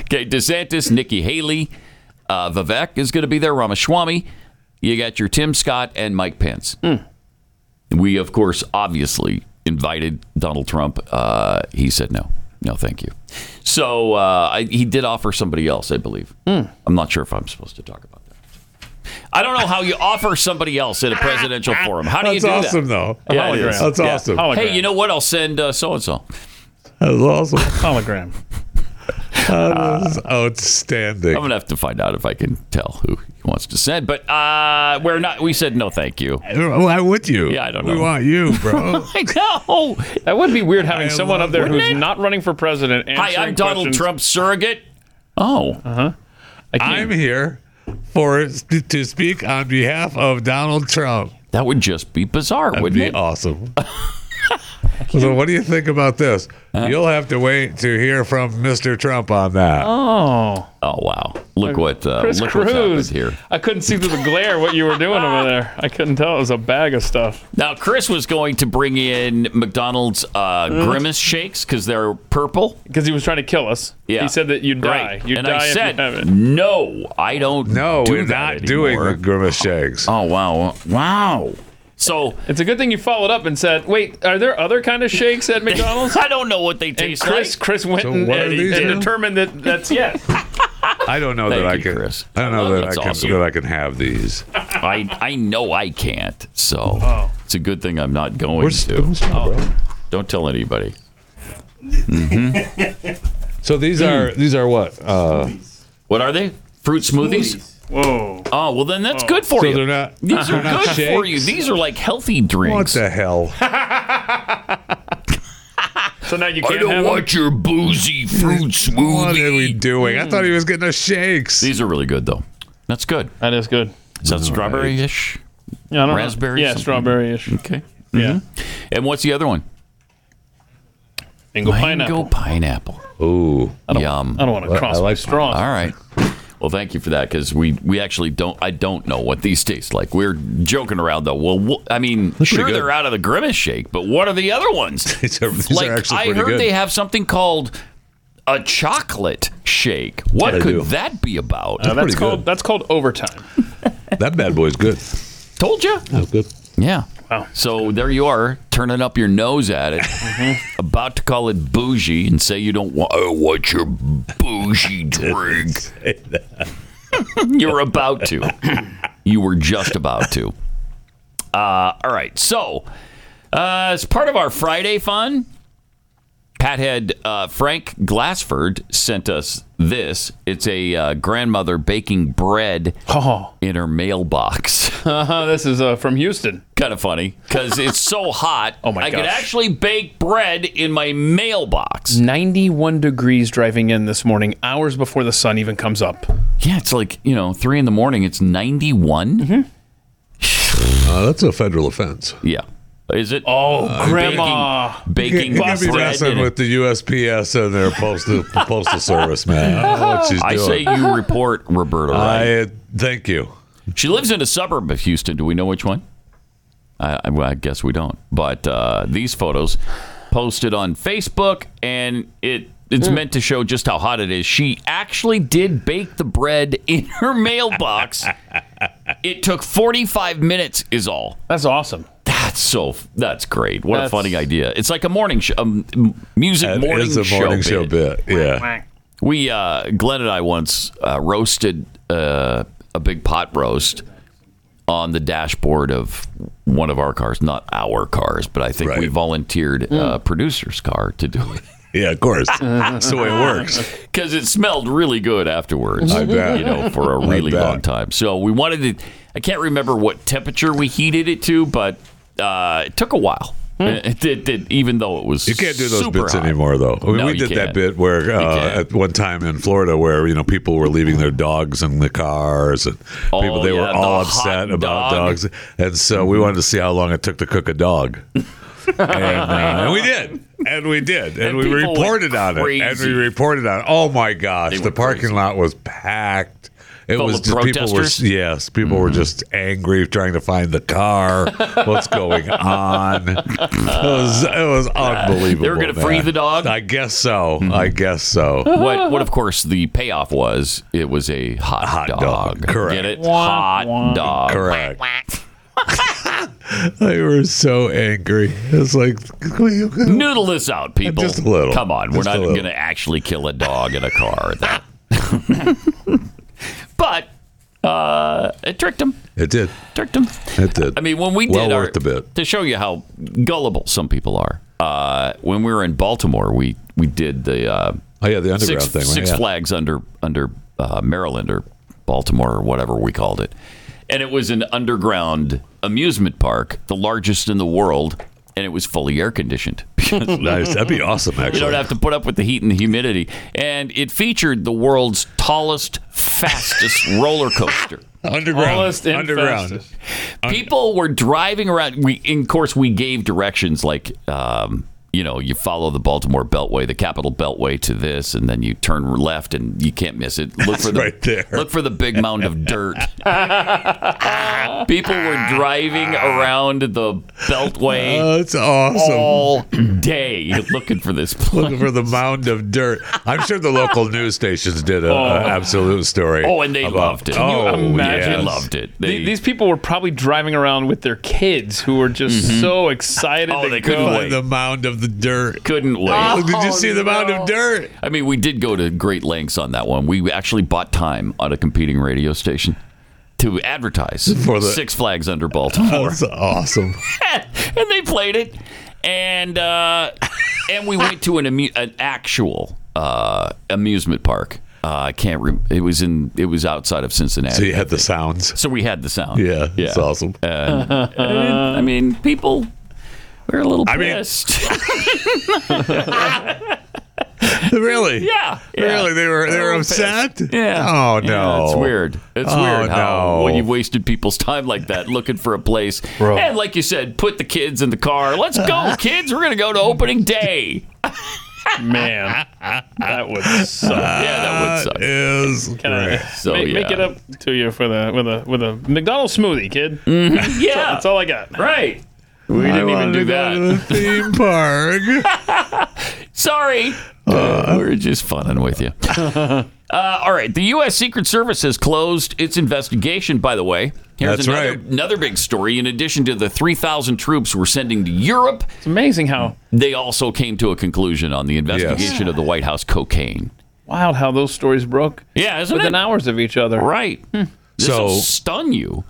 Speaker 3: Okay, DeSantis, Nikki Haley, uh, Vivek is going to be there, Ramaswamy. You got your Tim Scott and Mike Pence. We, of course, obviously invited Donald Trump. Uh, he said no. No, thank you. So uh, I, he did offer somebody else, I believe.
Speaker 5: Mm.
Speaker 3: I'm not sure if I'm supposed to talk about that. I don't know how you offer somebody else at a presidential forum. How do
Speaker 4: That's
Speaker 3: you do
Speaker 4: awesome,
Speaker 3: that?
Speaker 4: though.
Speaker 3: Yeah, it is.
Speaker 4: That's
Speaker 3: Yeah.
Speaker 4: awesome.
Speaker 5: Hologram.
Speaker 3: Hey, you know what? I'll send uh, so and so.
Speaker 4: That's awesome.
Speaker 5: hologram.
Speaker 4: outstanding.
Speaker 3: I'm gonna have to find out if I can tell who he wants to send. But uh, we're not. We said no, thank you.
Speaker 4: Why would you?
Speaker 3: Yeah, I don't
Speaker 4: We
Speaker 3: know.
Speaker 4: want you,
Speaker 3: (laughs)
Speaker 4: bro.
Speaker 3: I know.
Speaker 5: That would be weird having
Speaker 4: I
Speaker 5: someone
Speaker 4: love
Speaker 5: up there
Speaker 4: wouldn't
Speaker 5: who's
Speaker 3: it?
Speaker 5: not running for president.
Speaker 3: Hi, I'm
Speaker 5: answering
Speaker 3: Donald
Speaker 5: questions.
Speaker 3: Trump surrogate. Oh,
Speaker 5: Uh-huh. I can't-
Speaker 4: I'm here for to speak on behalf of Donald Trump.
Speaker 3: that would just be bizarre,
Speaker 4: That'd
Speaker 3: wouldn't
Speaker 4: be
Speaker 3: it?
Speaker 4: awesome.
Speaker 3: (laughs)
Speaker 4: so, what do you think about this? You'll have to wait to hear from Mr. Trump on that.
Speaker 5: oh,
Speaker 3: Oh wow! Look what uh,
Speaker 5: Chris
Speaker 3: look what's happened
Speaker 5: Cruz
Speaker 3: here.
Speaker 5: I couldn't see through the glare what you were doing over there. I couldn't tell. It was a bag of stuff.
Speaker 3: Now, Chris was going to bring in McDonald's uh, grimace shakes because they're purple.
Speaker 5: Because Mm-hmm. he was trying to kill us.
Speaker 3: Yeah,
Speaker 5: He said that you'd die.
Speaker 3: Right.
Speaker 5: You'd
Speaker 3: and
Speaker 5: die
Speaker 3: I
Speaker 5: if
Speaker 3: said,
Speaker 5: you have it.
Speaker 3: no, I don't.
Speaker 4: no,
Speaker 3: do
Speaker 4: we're
Speaker 3: that
Speaker 4: not doing
Speaker 3: anymore."
Speaker 4: the grimace shakes.
Speaker 3: Oh wow! Wow! So
Speaker 5: It's a good thing you followed up and said, "Wait, are there other kind of shakes at McDonald's?"
Speaker 3: (laughs) I don't know what they
Speaker 5: and
Speaker 3: taste
Speaker 5: Chris,
Speaker 3: like.
Speaker 5: Chris went
Speaker 4: So
Speaker 5: and,
Speaker 4: what are
Speaker 5: and-
Speaker 4: these
Speaker 5: and
Speaker 4: now?
Speaker 5: determined that that's yes.
Speaker 4: I don't know
Speaker 3: Thank
Speaker 4: that I
Speaker 3: you,
Speaker 4: can.
Speaker 3: Chris.
Speaker 4: I don't know that
Speaker 3: That's
Speaker 4: I can
Speaker 3: awesome.
Speaker 4: that I can have these.
Speaker 3: (laughs) I I know I can't. So
Speaker 5: Oh.
Speaker 3: it's a good thing I'm not going to. Oh. Don't tell anybody. (laughs)
Speaker 4: Mm-hmm. So these are these are what? Uh,
Speaker 3: What are they? Fruit smoothies?
Speaker 5: Whoa.
Speaker 3: Oh well, then that's good for
Speaker 4: so
Speaker 3: you.
Speaker 4: they're not.
Speaker 3: These
Speaker 4: they're
Speaker 3: are
Speaker 4: not
Speaker 3: good for
Speaker 4: shakes?
Speaker 3: you. These are like healthy
Speaker 4: What
Speaker 3: drinks.
Speaker 4: the hell?
Speaker 5: So now you can't have them?
Speaker 3: your boozy fruit
Speaker 4: What are we doing? I thought he was getting us shakes.
Speaker 3: These are really good though. That's good.
Speaker 5: That is good.
Speaker 3: Is that strawberry ish?
Speaker 5: Yeah, I don't know.
Speaker 3: raspberry.
Speaker 5: Yeah,
Speaker 3: something?
Speaker 5: strawberry-ish.
Speaker 3: (laughs) Okay. Yeah. Mm-hmm. And what's the other one?
Speaker 5: Mango
Speaker 3: Mango pineapple.
Speaker 4: Ooh,
Speaker 3: yum!
Speaker 5: I don't wanna cross I like my straws.
Speaker 3: All right. Well, thank you for that because we we actually don't. I don't know what these taste like. We're joking around though. Well, wh- I mean,
Speaker 4: That's pretty
Speaker 3: sure
Speaker 4: good.
Speaker 3: they're out of the grimace shake, but what are the other
Speaker 4: (laughs)
Speaker 3: ones?
Speaker 4: These are, these
Speaker 3: like
Speaker 4: are actually
Speaker 3: I
Speaker 4: pretty
Speaker 3: heard
Speaker 4: good.
Speaker 3: they have something called a chocolate shake. What
Speaker 4: Yeah, they
Speaker 3: could
Speaker 4: do.
Speaker 3: that be about?
Speaker 5: Uh, that's called that's called overtime.
Speaker 4: (laughs) that bad boy's good.
Speaker 3: Told you.
Speaker 4: That's good.
Speaker 3: Yeah. So there you are, turning up your nose at it,
Speaker 5: Mm-hmm.
Speaker 3: about to call it bougie and say you don't want. I want
Speaker 4: (laughs)
Speaker 3: your bougie drink. (laughs) You're about to.
Speaker 4: (laughs)
Speaker 3: you were just about (laughs) to. Uh, all right. So uh, as part of our Friday fun, Pathead uh, Frank Glassford sent us this. It's a uh, grandmother baking bread in her mailbox. (laughs)
Speaker 5: Oh. this is uh, from Houston.
Speaker 3: kind of funny because it's so hot.
Speaker 5: (laughs) Oh my
Speaker 3: I could
Speaker 5: gosh.
Speaker 3: actually bake bread in my mailbox.
Speaker 5: 91 degrees driving in this morning, hours before the sun even comes up.
Speaker 3: Yeah, it's like you know, three in the morning. It's ninety-one.
Speaker 5: Mm-hmm.
Speaker 4: Uh, that's a federal offense.
Speaker 3: Yeah, is it?
Speaker 5: (laughs) Oh,
Speaker 3: Uh,
Speaker 5: grandma.
Speaker 4: You
Speaker 3: baking, baking
Speaker 4: gotta be
Speaker 3: bread.
Speaker 4: messing
Speaker 3: in
Speaker 4: with
Speaker 3: it.
Speaker 4: the USPS and their postal postal service,
Speaker 3: (laughs)
Speaker 4: man. I (laughs) don't know what she's
Speaker 3: I say
Speaker 4: doing.
Speaker 3: you report Roberta. Right?
Speaker 4: I uh, thank you.
Speaker 3: she lives in a suburb of Houston. Do we know which one? I, I, well, I guess we don't. But uh, these photos posted on Facebook, and it it's
Speaker 5: Hmm.
Speaker 3: meant to show just how hot it is. She actually did bake the bread in (laughs) her mailbox. it took 45 minutes, is all.
Speaker 5: That's awesome.
Speaker 3: That's so. That's great. What
Speaker 5: That's-
Speaker 3: a funny idea! It's like a morning show, um, m- music
Speaker 4: That
Speaker 3: morning,
Speaker 4: is a morning
Speaker 3: show.
Speaker 4: show
Speaker 3: bit.
Speaker 4: bit. Yeah.
Speaker 3: We uh, Glenn and I once uh, roasted uh, a big pot roast on the dashboard of one of our cars, not our cars, but I think we
Speaker 4: Right.
Speaker 3: volunteered a producer's car to do it
Speaker 4: (laughs) Yeah, of course. That's the way it
Speaker 3: (laughs)
Speaker 4: works.
Speaker 3: because it smelled really good afterwards.
Speaker 4: I bet.
Speaker 3: you know for a
Speaker 4: I
Speaker 3: really
Speaker 4: bet.
Speaker 3: long time. So we wanted to. I can't remember what temperature we heated it to, but uh, it took a while. It did, did, even though it was
Speaker 4: You can't do those
Speaker 3: super
Speaker 4: bits
Speaker 3: hot.
Speaker 4: anymore, though. I mean,
Speaker 3: No,
Speaker 4: we
Speaker 3: you
Speaker 4: did
Speaker 3: can't.
Speaker 4: that bit where
Speaker 3: can't.
Speaker 4: uh, at one time in Florida, where you know people were leaving their dogs in the cars, and
Speaker 3: Oh,
Speaker 4: people they
Speaker 3: yeah,
Speaker 4: were
Speaker 3: the
Speaker 4: all
Speaker 3: hot
Speaker 4: upset about
Speaker 3: dog.
Speaker 4: dogs, and so we wanted to see how long it took to cook a
Speaker 3: (laughs)
Speaker 4: dog, and, uh, and we did. And we did, and,
Speaker 3: And
Speaker 4: we
Speaker 3: people went
Speaker 4: reported on it, and
Speaker 3: crazy.
Speaker 4: we reported on. it. Oh my gosh,
Speaker 3: They
Speaker 4: the
Speaker 3: were
Speaker 4: parking
Speaker 3: crazy.
Speaker 4: lot was packed. It
Speaker 3: Full
Speaker 4: was
Speaker 3: of
Speaker 4: just, people were
Speaker 3: protesters? Mm-hmm.
Speaker 4: yes, people were just angry trying to find the
Speaker 3: (laughs)
Speaker 4: car. What's going on? (laughs) It was it was unbelievable.
Speaker 3: They were gonna
Speaker 4: man.
Speaker 3: free the dog?
Speaker 4: I guess so. I guess so.
Speaker 3: what, what, of course, the payoff was it was a hot,
Speaker 4: Hot
Speaker 3: dog.
Speaker 4: dog, correct.
Speaker 3: Get it? hot dog.
Speaker 4: Correct. (laughs) they were so angry. It's like
Speaker 3: Noodle this out, people.
Speaker 4: Just a little.
Speaker 3: Come on,
Speaker 4: Just
Speaker 3: we're
Speaker 4: a
Speaker 3: not
Speaker 4: little.
Speaker 3: going to actually kill a dog in a car. That.
Speaker 4: (laughs)
Speaker 3: but uh, it tricked him.
Speaker 4: it did.
Speaker 3: Tricked him.
Speaker 4: It did.
Speaker 3: I mean, when we did
Speaker 4: well
Speaker 3: our,
Speaker 4: worth the bit.
Speaker 3: to show you how gullible some people are. Uh, when we were in Baltimore, we we did the uh,
Speaker 4: Oh yeah, the underground
Speaker 3: six,
Speaker 4: thing. right?
Speaker 3: Six
Speaker 4: yeah.
Speaker 3: Flags under under uh, Maryland or Baltimore or whatever we called it, and it was an underground amusement park, the largest in the world, and it was fully air conditioned. (laughs)
Speaker 4: nice. That'd be awesome. Actually,
Speaker 3: You don't have to put up with the heat and the humidity. And it featured the world's tallest, fastest (laughs) roller coaster.
Speaker 4: underground.
Speaker 5: Tallest and
Speaker 4: underground.
Speaker 5: fastest.
Speaker 3: People were driving around. We, and of course, we gave directions like, um, you know, you follow the Baltimore Beltway, the Capital Beltway to this, and then you turn left, and you can't miss it. Look for the
Speaker 4: right there.
Speaker 3: look for the big mound of
Speaker 5: (laughs)
Speaker 3: dirt. Uh, People were driving around the Beltway
Speaker 4: (laughs) Oh, that's awesome.
Speaker 3: all day looking for
Speaker 4: (laughs)
Speaker 3: this place.
Speaker 4: Looking for the mound of dirt. I'm sure the
Speaker 3: (laughs)
Speaker 4: local news stations did an absolute story.
Speaker 3: Oh, and they
Speaker 4: about-
Speaker 3: loved it.
Speaker 4: Oh,
Speaker 5: Can you imagine?
Speaker 3: They
Speaker 4: yes.
Speaker 3: loved it.
Speaker 5: The-
Speaker 3: They,
Speaker 5: These people were probably driving around with their kids who were just so excited.
Speaker 3: Mm-hmm. Oh,
Speaker 5: to
Speaker 3: they
Speaker 5: go.
Speaker 3: couldn't
Speaker 4: Find
Speaker 3: wait.
Speaker 4: the mound of the dirt.
Speaker 3: couldn't wait.
Speaker 4: Oh, did you see the mound of
Speaker 5: (laughs)
Speaker 4: dirt?
Speaker 3: I mean, we did go to great lengths on that one. We actually bought time on a competing radio station to advertise
Speaker 4: For the-
Speaker 3: Six Flags Under Baltimore,
Speaker 4: That's awesome.
Speaker 3: and they played it, and uh, and we (laughs) went to an amu- an actual uh, amusement park. Uh, I can't. Rem- it was in. It was outside of Cincinnati.
Speaker 4: So you had the sounds.
Speaker 3: So we had the sound.
Speaker 4: Yeah,
Speaker 3: yeah.
Speaker 4: it's awesome.
Speaker 3: Uh, I mean, people. We're a little
Speaker 4: I mean-
Speaker 3: pissed.
Speaker 4: (laughs) really?
Speaker 3: Yeah, yeah.
Speaker 4: Really? They were they
Speaker 3: They
Speaker 4: were
Speaker 3: were
Speaker 4: upset?
Speaker 3: Yeah.
Speaker 4: Oh no.
Speaker 3: Yeah, it's weird. It's
Speaker 4: Oh,
Speaker 3: weird how
Speaker 4: no.
Speaker 3: when you've wasted people's time like that looking for a place.
Speaker 4: Bro.
Speaker 3: And like you said, put the kids in the car. Let's go, kids. We're gonna go to opening day.
Speaker 5: Man, that would suck.
Speaker 3: yeah, that would suck.
Speaker 4: Is
Speaker 5: Can I
Speaker 3: So,
Speaker 5: make, make
Speaker 3: yeah.
Speaker 5: it up to you for the with a with a McDonald's smoothie, kid? That's all-
Speaker 3: Mm-hmm. Yeah.
Speaker 5: that's all I got.
Speaker 3: Right. We didn't even do that.
Speaker 4: theme park. (laughs)
Speaker 3: (laughs) Sorry. Uh, we're just funning with
Speaker 5: (laughs)
Speaker 3: you. Uh, all right. The U.S. Secret Service has closed its investigation, by the way. Here's
Speaker 4: That's
Speaker 3: another,
Speaker 4: right.
Speaker 3: another big story. In addition to the 3,000 troops we're sending to Europe,
Speaker 5: It's amazing how
Speaker 3: they also came to a conclusion on the investigation of the White House cocaine.
Speaker 5: wild how those stories broke
Speaker 3: Yeah, isn't
Speaker 5: within
Speaker 3: it?
Speaker 5: hours Hmm. of each other.
Speaker 3: Right. This will
Speaker 4: So-
Speaker 3: stun you.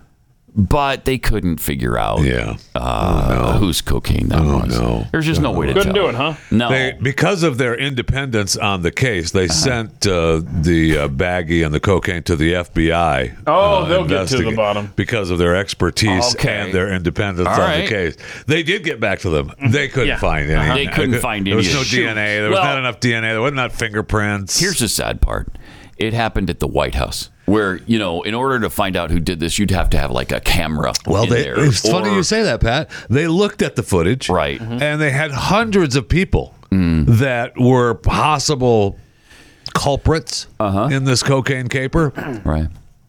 Speaker 3: But they couldn't figure out
Speaker 4: Yeah. Oh,
Speaker 3: uh, whose cocaine that was.
Speaker 4: no.
Speaker 3: There's just no way to
Speaker 5: Couldn't
Speaker 3: tell.
Speaker 5: do it, huh?
Speaker 3: No. Uh-huh.
Speaker 4: They, because of their independence on the case, they sent uh, the uh, baggie and the cocaine to the FBI.
Speaker 5: Oh,
Speaker 4: uh,
Speaker 5: they'll get to the
Speaker 4: investigate-
Speaker 5: bottom.
Speaker 4: because of their expertise
Speaker 3: Okay.
Speaker 4: and their independence
Speaker 3: All
Speaker 4: on
Speaker 3: right. Uh-huh.
Speaker 4: the case. They did get back to them. They couldn't
Speaker 5: Mm-hmm. Yeah.
Speaker 4: find any.
Speaker 3: They couldn't find
Speaker 4: There was
Speaker 3: any.
Speaker 4: no
Speaker 3: Shoot.
Speaker 4: DNA. There was
Speaker 3: Well-
Speaker 4: not enough DNA. There was not fingerprints.
Speaker 3: Here's the sad part. It happened at the White House, where you know, in order to find out who did this, you'd have to have like a camera.
Speaker 4: Well,
Speaker 3: in
Speaker 4: they,
Speaker 3: there,
Speaker 4: it's funny
Speaker 3: or-
Speaker 4: you say that, Pat. They looked at the footage,
Speaker 3: Right.
Speaker 5: Mm-hmm.
Speaker 3: Mm. Mhm.
Speaker 4: And they had hundreds of people that were possible culprits
Speaker 3: Uh-huh.
Speaker 4: in this cocaine caper.
Speaker 3: right?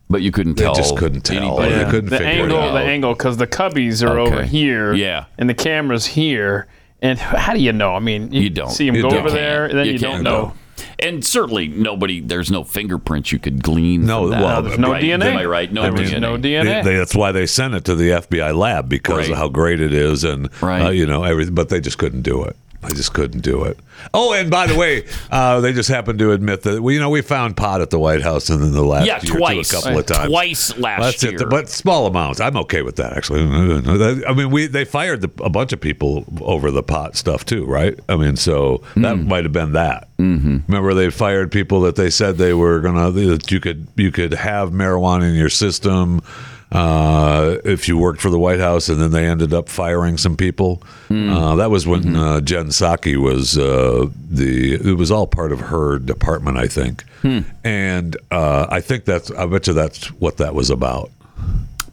Speaker 3: But you couldn't
Speaker 4: They
Speaker 3: tell.
Speaker 4: just couldn't tell.
Speaker 3: anybody.
Speaker 4: They couldn't
Speaker 5: the
Speaker 4: figure
Speaker 5: angle,
Speaker 4: it
Speaker 5: the
Speaker 4: out.
Speaker 5: angle, because the cubbies are
Speaker 3: Okay.
Speaker 5: over here,
Speaker 3: Yeah.
Speaker 5: and the camera's here. And how do you know? I mean,
Speaker 3: You don't
Speaker 5: see them
Speaker 4: You
Speaker 5: go
Speaker 4: don't.
Speaker 5: over there, and then you, don't
Speaker 3: can't
Speaker 5: know.
Speaker 3: And certainly, nobody. The's no fingerprints you could glean.
Speaker 4: No,
Speaker 3: from that.
Speaker 4: well, No, there's no
Speaker 3: right?
Speaker 5: DNA.
Speaker 3: Am I right? No
Speaker 5: There was
Speaker 3: DNA.
Speaker 5: no
Speaker 4: They-
Speaker 5: DNA.
Speaker 4: they- that's why they sent it to the FBI lab because
Speaker 3: Right.
Speaker 4: of how great it is and
Speaker 3: Right.
Speaker 4: uh, you know everything. But they just couldn't do it. They just couldn't do it. Oh, and by the way, (laughs) uh, they just happened to admit that well, you know we found pot at the White House in the last
Speaker 3: Yeah,
Speaker 4: year too,
Speaker 3: twice.
Speaker 4: a couple of times.
Speaker 3: Twice last
Speaker 4: That's
Speaker 3: year.
Speaker 4: it, but small amounts. I'm okay with that actually. I mean, we they fired the, a bunch of people over the pot stuff too, right? I mean, so that might have been that. Mm-hmm. Remember, they fired people that they said they were gonna that you could you could have marijuana in your system uh, if you worked for the White House, and then they ended up firing some people. Uh, that was when uh, Jen Psaki was uh, the. It was all part of her department, I think. And uh, I think that's. I bet you that's what that was about.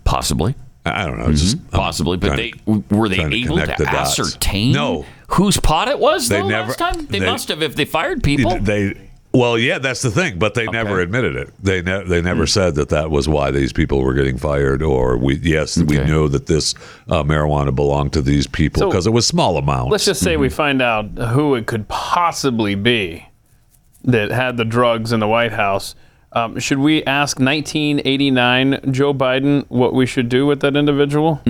Speaker 3: possibly, Mm-hmm.
Speaker 4: I I don't know. it's Just I'm
Speaker 3: possibly. But
Speaker 4: trying
Speaker 3: they
Speaker 4: to-
Speaker 3: were they
Speaker 4: trying
Speaker 3: able to,
Speaker 4: connect the dots.
Speaker 3: ascertain
Speaker 4: No,
Speaker 3: whose pot it was
Speaker 4: They
Speaker 3: though,
Speaker 4: never-
Speaker 3: last time? They,
Speaker 4: they-
Speaker 3: must have if they fired people.
Speaker 4: they. Well, yeah, that's the thing. But they never admitted it. They ne- they
Speaker 3: Mm.
Speaker 4: never said that that was why these people were getting fired, or we yes, we
Speaker 3: Okay.
Speaker 4: know that this uh, marijuana belonged to these people
Speaker 5: So-
Speaker 4: because it was small amounts.
Speaker 5: Let's just say
Speaker 4: Hmm.
Speaker 5: we find out who it could possibly be that had the drugs in the White House. Um, should we ask 1989 Joe Biden what we should do with that individual?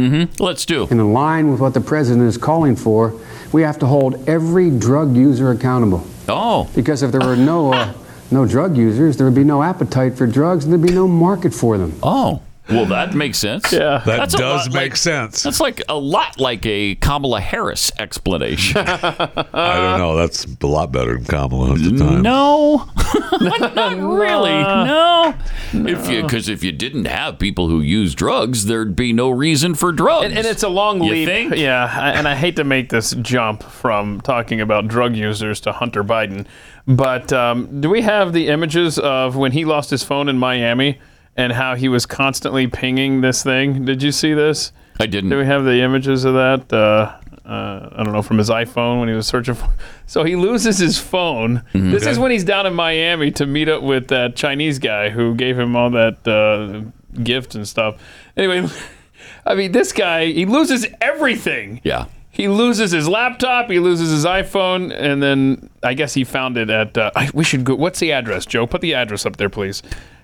Speaker 4: (laughs)
Speaker 3: Let's
Speaker 5: (laughs)
Speaker 3: do.
Speaker 11: And in line with what the president is calling for, we have to hold every drug user accountable.
Speaker 3: Oh,
Speaker 11: Because if there were no, uh, no drug users, there would be no appetite for drugs and there'd be no market for them.
Speaker 3: oh. Well, that makes sense.
Speaker 5: Yeah.
Speaker 4: that
Speaker 3: That's a
Speaker 4: does
Speaker 3: lot
Speaker 4: make
Speaker 3: like-
Speaker 4: sense.
Speaker 3: That's like a lot like a Kamala Harris
Speaker 4: (laughs)
Speaker 3: explanation.
Speaker 4: I don't know. That's a lot better than Kamala at the time.
Speaker 5: (laughs)
Speaker 3: no, not really. No, if you because if you didn't have people who use drugs, there'd be no reason for drugs.
Speaker 5: And, and it's a long
Speaker 3: You
Speaker 5: leap.
Speaker 3: think?
Speaker 5: Yeah, I- and I hate to make this jump from talking about drug users to Hunter Biden, but um, do we have the images of when he lost his phone in Miami and how he was constantly pinging this thing? Did you see this?
Speaker 3: I didn't.
Speaker 5: Do we have the images of that? Uh, uh, I don't know from his iPhone when he was searching for. (laughs) So he loses his phone.
Speaker 3: Mm-hmm.
Speaker 5: This is when he's down in Miami to meet up with that Chinese guy who gave him all that uh, gift and stuff. Anyway, I mean, this guy he loses everything.
Speaker 3: yeah.
Speaker 5: He loses his laptop. He loses his iPhone, and then I guess he found it at. Uh, I, we should go. What's the address, Joe? Put the address up there, please,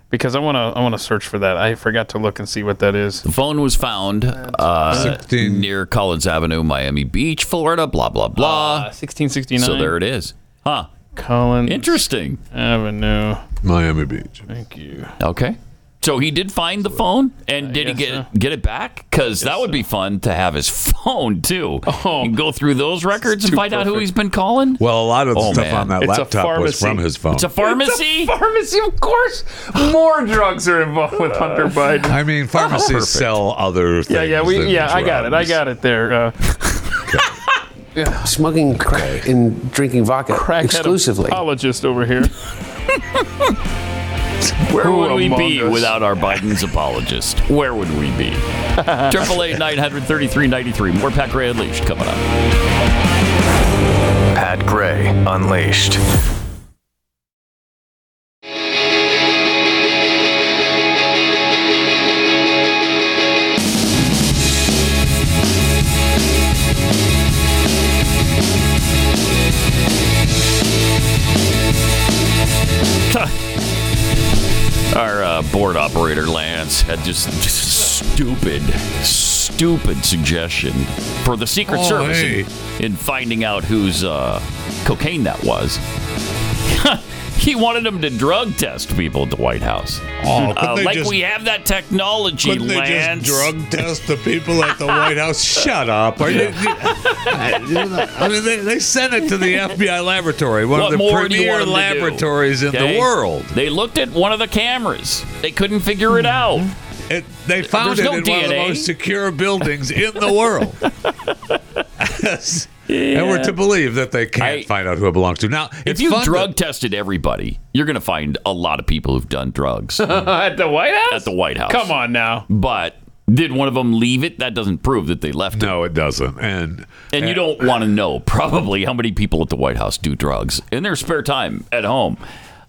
Speaker 5: because I wanna I wanna search for that. I forgot to look and see what that is.
Speaker 3: The phone was found uh, near Collins Avenue, Miami Beach, Florida. Blah blah blah.
Speaker 5: 1669.
Speaker 3: so there it is. Huh.
Speaker 5: Uh, Collins
Speaker 3: Interesting.
Speaker 5: Avenue.
Speaker 4: Miami Beach.
Speaker 5: Thank you.
Speaker 3: Okay. So he did find the phone, and did he
Speaker 5: guess
Speaker 3: get get it back? Because that would be fun to have his (laughs) phone too.
Speaker 5: Oh.
Speaker 3: and go through those records and
Speaker 5: too
Speaker 3: find out who
Speaker 5: perfect.
Speaker 3: he's been calling.
Speaker 4: Well, a lot of the
Speaker 3: Oh,
Speaker 4: stuff
Speaker 3: man.
Speaker 4: on that
Speaker 5: It's a
Speaker 4: laptop was
Speaker 5: pharmacy.
Speaker 4: from his phone.
Speaker 3: Oh. it's a
Speaker 5: (laughs)
Speaker 3: pharmacy.
Speaker 5: Pharmacy, of course. More drugs are involved with Hunter
Speaker 3: Uh,
Speaker 5: Biden.
Speaker 4: I mean, pharmacies sell other things.
Speaker 5: Yeah, yeah, we, yeah. I got it. I got it there. Uh,
Speaker 11: smuggling crack and drinking vodka
Speaker 5: Crackhead Oh.
Speaker 11: exclusively.
Speaker 5: apologist over here.
Speaker 3: Where would we
Speaker 5: among
Speaker 3: be
Speaker 5: us?
Speaker 3: without our Biden's apologist? Where would we be? Triple eight nine hundred thirty three ninety three. More Pat Gray Unleashed coming up.
Speaker 12: Pat Gray Unleashed.
Speaker 5: (laughs)
Speaker 3: Our uh, board operator Lance had just, just stupid, stupid suggestion for the Secret
Speaker 4: Oh,
Speaker 3: Service
Speaker 4: hey.
Speaker 3: in, in finding out whose uh, cocaine that was. (laughs) he wanted them to drug test people at the White House.
Speaker 4: Oh,
Speaker 3: Uh,
Speaker 4: couldn't they
Speaker 3: like
Speaker 4: just-
Speaker 3: we have that technology,
Speaker 4: Couldn't they
Speaker 3: Lance.
Speaker 4: just
Speaker 3: (laughs)
Speaker 4: drug test the people at the White House? Shut up! Are you- (laughs) I mean, they, they sent it to the FBI laboratory, one
Speaker 3: What
Speaker 4: of the
Speaker 3: more do you
Speaker 4: premier
Speaker 3: want 'em to do?
Speaker 4: laboratories in
Speaker 3: Okay?
Speaker 4: the world.
Speaker 3: They looked at one of the cameras. They couldn't figure it out.
Speaker 4: they found
Speaker 3: There's
Speaker 4: it
Speaker 3: no
Speaker 4: in one of the
Speaker 3: DNA.
Speaker 4: most secure buildings in
Speaker 3: (laughs)
Speaker 4: the world. And we're to believe that they can't find out who it belongs to. Now,
Speaker 3: if
Speaker 4: it's
Speaker 3: you
Speaker 4: fun to-
Speaker 3: drug tested everybody, you're going to find a lot of people who've done drugs at
Speaker 5: (laughs) At the White House?
Speaker 3: the White House.
Speaker 5: Come on now.
Speaker 3: But did one of them leave it? That doesn't prove that they left.
Speaker 4: No, it doesn't. And
Speaker 3: and you don't want to know probably how many people at the White House do drugs in their spare time at home,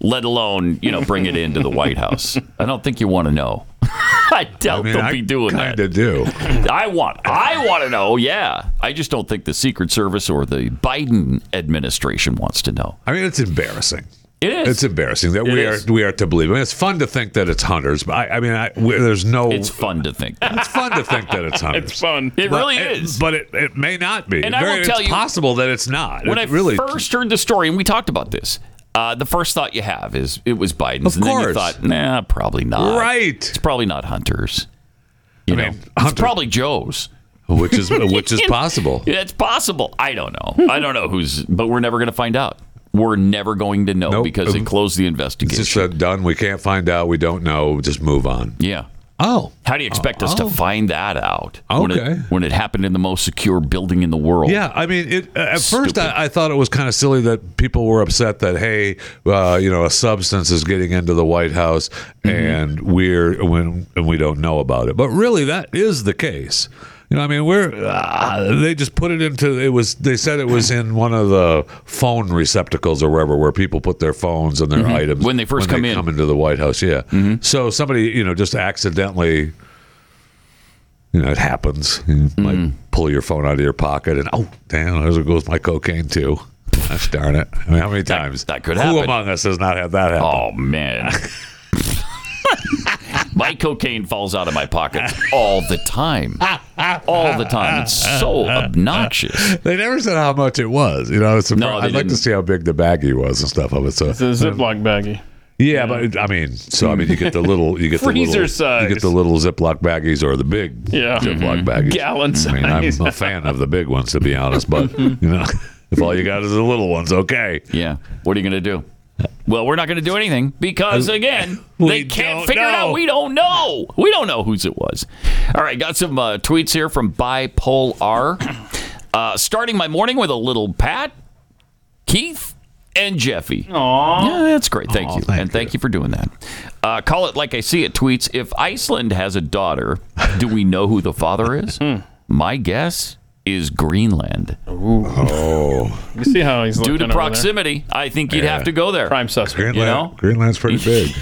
Speaker 3: let alone you know bring it into the White House. I don't think you want to know. (laughs) I doubt
Speaker 4: mean,
Speaker 3: they'll
Speaker 4: I
Speaker 3: be doing that.
Speaker 4: kinda do.
Speaker 3: I want. I want to know. Yeah, I just don't think the Secret Service or the Biden administration wants to know.
Speaker 4: I mean, it's embarrassing.
Speaker 3: It is.
Speaker 4: It's embarrassing that we
Speaker 3: It
Speaker 4: are
Speaker 3: is.
Speaker 4: we are to believe. I mean, it's fun to think that it's hunters, but I, I mean, I, we, there's no.
Speaker 3: It's fun to think.
Speaker 4: It's (laughs) fun to think that it's hunters.
Speaker 5: It's (laughs) fun.
Speaker 3: It
Speaker 4: But
Speaker 3: really
Speaker 4: it-
Speaker 3: is.
Speaker 4: but it, it may not be.
Speaker 3: And I will
Speaker 4: Very-
Speaker 3: tell
Speaker 4: it's
Speaker 3: you-
Speaker 4: possible that it's not.
Speaker 3: When
Speaker 4: It
Speaker 3: I
Speaker 4: really
Speaker 3: first heard the story, and we talked about this, uh, the first thought you have is it was Biden's.
Speaker 4: Of
Speaker 3: and then you
Speaker 4: course.
Speaker 3: thought, nah, probably not.
Speaker 4: Right.
Speaker 3: It's probably not Hunter's. You know, it's probably Joe's.
Speaker 4: which
Speaker 3: (laughs)
Speaker 4: is which is possible.
Speaker 3: Yeah, It's possible. I don't know. I don't know who's, but we're never going to find out. We're never going to know because they closed the
Speaker 4: It's
Speaker 3: investigation.
Speaker 4: just uh, done. We can't find out. We don't know. Just move on.
Speaker 3: Yeah.
Speaker 4: Oh.
Speaker 3: How do you expect us to find that out when it,
Speaker 4: Okay.
Speaker 3: when it happened in the most secure building in the world?
Speaker 4: Yeah, I mean, it, uh, at first I, I thought it was kind of silly that people were upset that hey, uh, you know, a substance is getting into the White House
Speaker 3: Mm-hmm.
Speaker 4: and we're when and we don't know about it. But really, that is the case. You know, I mean, we're uh, they just put it into it was they said it was in one of the phone receptacles or wherever where people put their phones and their
Speaker 3: Mhm.
Speaker 4: items
Speaker 3: When they first come in. Mm-hmm.
Speaker 4: come into the White House. Yeah, so somebody you know just accidentally you know, it happens. You
Speaker 3: Mm.
Speaker 4: might pull your phone out of your pocket and oh damn, there goes my cocaine too. Gosh darn it. I mean how many times that,
Speaker 3: could
Speaker 4: Who
Speaker 3: happen.
Speaker 4: among us has not had that happen? (laughs)
Speaker 3: Oh man. my cocaine falls out of my pockets all the time. All the time. It's
Speaker 4: (laughs)
Speaker 3: so obnoxious.
Speaker 4: They never said how much it was. You know, it's I'd
Speaker 3: No, they
Speaker 4: like to
Speaker 3: didn't.
Speaker 4: see how big the baggie was and stuff of it. So
Speaker 5: It's a Ziploc baggie.
Speaker 4: yeah, but I mean, so I mean, you get the little, you get the
Speaker 5: Freezer
Speaker 4: little, you
Speaker 5: size.
Speaker 4: get the little Ziploc baggies or the big
Speaker 5: Yeah.
Speaker 4: Ziploc
Speaker 3: Mm-hmm.
Speaker 4: baggies.
Speaker 5: Gallon
Speaker 4: I mean,
Speaker 5: size.
Speaker 4: I'm
Speaker 3: (laughs)
Speaker 4: a fan of the big ones to be honest, but you know, (laughs) if all you got is the little ones, okay.
Speaker 3: Yeah. What are you going to do? Well, we're not going to do anything because, again, they can't
Speaker 4: Uh, don't
Speaker 3: figure it out.
Speaker 4: know.
Speaker 3: We don't know. We don't know whose it was. All right, got some uh, tweets here from Bipolar. (clears throat) Uh, starting my morning with a little Pat, Keith, and Jeffy. Aww. Yeah, that's great. Thank you. and thank you for doing that. Uh, call it like I see it tweets. If Iceland has a daughter, do we know who the father
Speaker 5: (laughs)
Speaker 3: is?
Speaker 5: Hmm.
Speaker 3: My guess is Greenland.
Speaker 4: Oh,
Speaker 5: (laughs) You see how he's
Speaker 3: Due
Speaker 5: looking
Speaker 3: to
Speaker 5: over there?
Speaker 3: proximity, I think you'd
Speaker 4: Yeah.
Speaker 3: have to go there.
Speaker 5: Prime suspect.
Speaker 4: Greenland,
Speaker 3: You know?
Speaker 4: Greenland's
Speaker 3: (laughs)
Speaker 4: pretty big.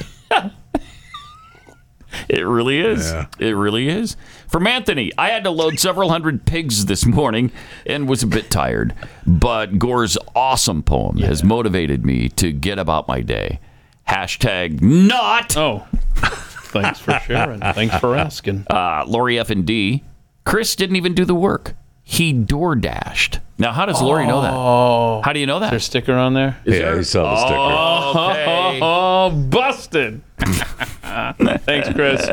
Speaker 3: It really is. It really is. From Anthony, I had to load several hundred pigs this morning and was a bit tired. But Gore's awesome poem has motivated me to get about my day. Hashtag not.
Speaker 5: Oh, thanks for sharing. thanks for asking.
Speaker 3: Uh, Lori F and D. Chris didn't even do the work. He door dashed. Now, how does Lori know
Speaker 5: Oh.
Speaker 3: that? How do you know Oh. that?
Speaker 5: There's sticker on there.
Speaker 4: yeah, he saw the sticker.
Speaker 3: Okay. (laughs)
Speaker 5: Oh, busted. Thanks, Chris.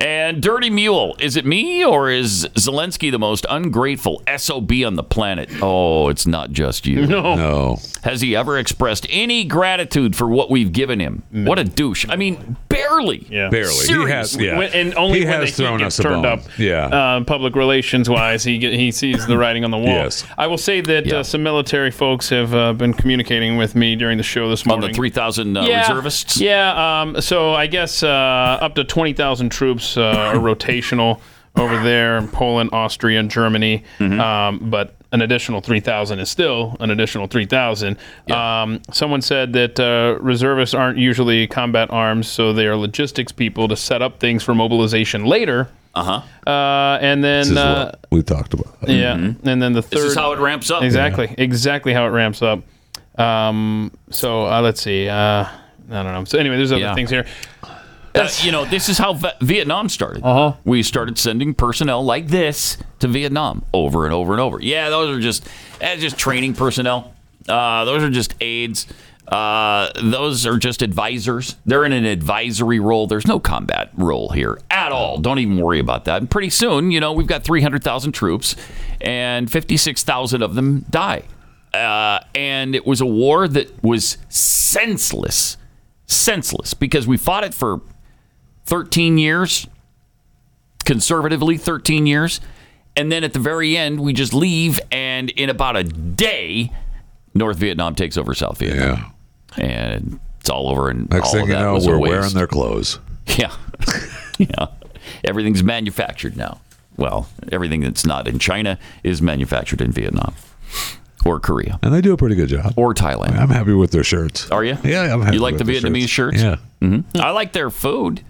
Speaker 3: and Dirty Mule, is it me or is Zelensky the most ungrateful SOB on the planet? Oh, it's not just you.
Speaker 5: No.
Speaker 3: no. Has he ever expressed any gratitude for what we've given him? What a douche. I mean, barely.
Speaker 5: Yeah.
Speaker 4: Barely. He has,
Speaker 5: Seriously.
Speaker 4: yeah.
Speaker 5: When- and only
Speaker 4: he
Speaker 5: when
Speaker 4: has
Speaker 5: the heat
Speaker 4: thrown us
Speaker 5: gets
Speaker 4: a
Speaker 5: turned
Speaker 4: bone.
Speaker 5: up.
Speaker 4: Yeah.
Speaker 5: Uh, public relations wise, he get, he sees the writing on the wall.
Speaker 4: Yes.
Speaker 5: I will say that uh, some military folks have uh, been communicating with me during the show this morning.
Speaker 3: On the 3,000 uh,
Speaker 5: yeah,
Speaker 3: reservists?
Speaker 5: Yeah. Um, so I guess uh, up to 20,000 troops uh, are rotational over there in Poland, Austria, and Germany. Um, but an additional 3,000 is still an additional 3,000. Um, someone said that uh, reservists aren't usually combat arms, so they are logistics people to set up things for mobilization later.
Speaker 3: Uh-huh.
Speaker 5: Uh, and
Speaker 4: This
Speaker 5: then
Speaker 4: is
Speaker 5: uh,
Speaker 4: what we talked about. Mm-hmm.
Speaker 5: yeah,
Speaker 3: Mm-hmm.
Speaker 5: and then the third.
Speaker 3: This is how it ramps up.
Speaker 5: Exactly, exactly how it ramps up. Um, so uh, let's see. Uh, I don't know. So anyway, there's other
Speaker 3: Yeah.
Speaker 5: things here.
Speaker 3: Uh, you know, this is how v- Vietnam started. Uh-huh. We started sending personnel like this to Vietnam over and over and over. Yeah, those are just that's just training personnel. Uh, those are just aides. Uh, those are just advisors. They're in an advisory role. There's no combat role here at all. Don't even worry about that. And pretty soon, you know, we've got 300,000 troops, and 56,000 of them die. Uh, and it was a war that was senseless, senseless, because we fought it for 13 years, conservatively 13 years. And then at the very end, we just leave, and in about a day, North Vietnam takes over South Vietnam. Yeah. And it's all over. And
Speaker 4: Next
Speaker 3: all
Speaker 4: thing
Speaker 3: of
Speaker 4: you
Speaker 3: that
Speaker 4: know,
Speaker 3: was a
Speaker 4: we're
Speaker 3: waste.
Speaker 4: wearing their clothes.
Speaker 3: (laughs) Yeah. yeah. Everything's manufactured now. Well, everything that's not in China is manufactured in Vietnam or Korea.
Speaker 4: And they do a pretty good job.
Speaker 3: Or Thailand.
Speaker 4: I'm happy with their shirts.
Speaker 3: Are you?
Speaker 4: Yeah, I'm happy
Speaker 3: You like
Speaker 4: with
Speaker 3: the
Speaker 4: their
Speaker 3: Vietnamese shirts?
Speaker 4: Yeah.
Speaker 3: hmm I like their food.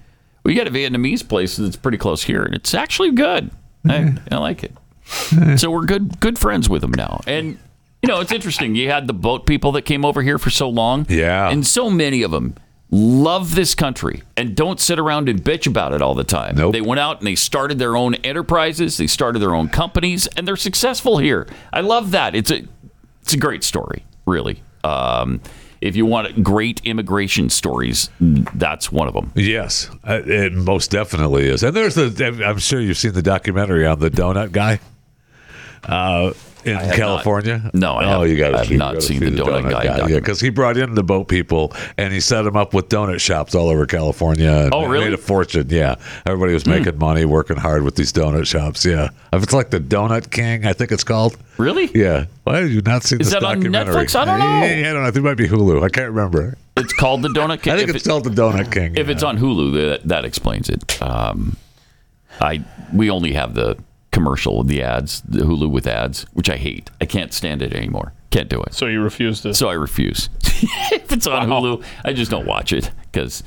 Speaker 3: We got a Vietnamese place that's pretty close here, and it's actually good. I, I like it. So we're good good friends with them now. And you know, it's interesting. You had the boat people that came over here for so long. Yeah. And so many of them love this country and don't sit around and bitch about it all the time. Nope. They went out and they started their own enterprises, they started their own companies, and they're successful here. I love that. It's a it's a great story, really. Um, if you want great immigration stories, that's one of them.
Speaker 4: Yes, uh, it most definitely is. And there's the, I'm sure you've seen the documentary on the donut guy uh, in
Speaker 3: have
Speaker 4: California.
Speaker 3: not. No, I
Speaker 4: oh,
Speaker 3: haven't.
Speaker 4: you got
Speaker 3: I've not seen the donut guy
Speaker 4: Yeah,
Speaker 3: documentary.
Speaker 4: because he brought in the boat people and he set them up with donut shops all over California. and
Speaker 3: Oh, really? Hmm.
Speaker 4: Made a fortune. Yeah, everybody was making money, working hard with these donut shops. Yeah, if it's like the Donut King, I think it's called.
Speaker 3: Really?
Speaker 4: Yeah. Why have you not seen
Speaker 3: Is
Speaker 4: this
Speaker 3: that on
Speaker 4: documentary?
Speaker 3: Netflix? I don't know.
Speaker 4: Yeah, I don't know. I think it might be Hulu. I can't remember.
Speaker 3: It's called the Donut King.
Speaker 4: I think (laughs)
Speaker 3: If
Speaker 4: it's
Speaker 3: it-
Speaker 4: called the
Speaker 3: (laughs)
Speaker 4: Donut King.
Speaker 3: If it's on Hulu, that, that explains it. Um, I we only have the commercial, the ads, the Hulu with ads, which I hate. I can't stand it anymore. Can't do it.
Speaker 5: So you refuse to.
Speaker 3: So I refuse. (laughs) if it's on Hulu, I just don't watch it because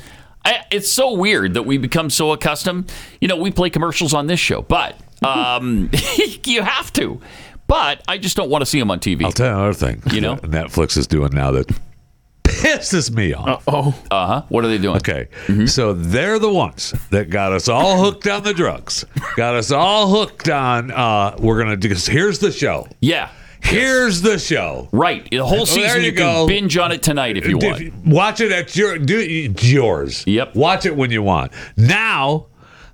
Speaker 3: it's so weird that we become so accustomed. You know, we play commercials on this show,
Speaker 5: (laughs)
Speaker 3: but um, (laughs) you have to. But I just don't want to see them on TV.
Speaker 4: I'll tell you another thing.
Speaker 3: You know?
Speaker 4: that Netflix is doing now that (laughs) pisses me off.
Speaker 5: Oh,
Speaker 3: uh huh. What are they doing?
Speaker 4: Okay,
Speaker 3: Mm-hmm.
Speaker 4: so they're the ones that got us all hooked on the drugs, got us all hooked on. uh We're gonna do. Here's the show.
Speaker 3: Yeah.
Speaker 4: Here's the show.
Speaker 3: Right. The
Speaker 4: Well,
Speaker 3: whole season
Speaker 4: Oh, there
Speaker 3: you,
Speaker 4: you
Speaker 3: can
Speaker 4: go.
Speaker 3: binge on it tonight if you
Speaker 4: If-
Speaker 3: want.
Speaker 4: Watch it at your do it's yours.
Speaker 3: Yep.
Speaker 4: Watch it when you want. Now,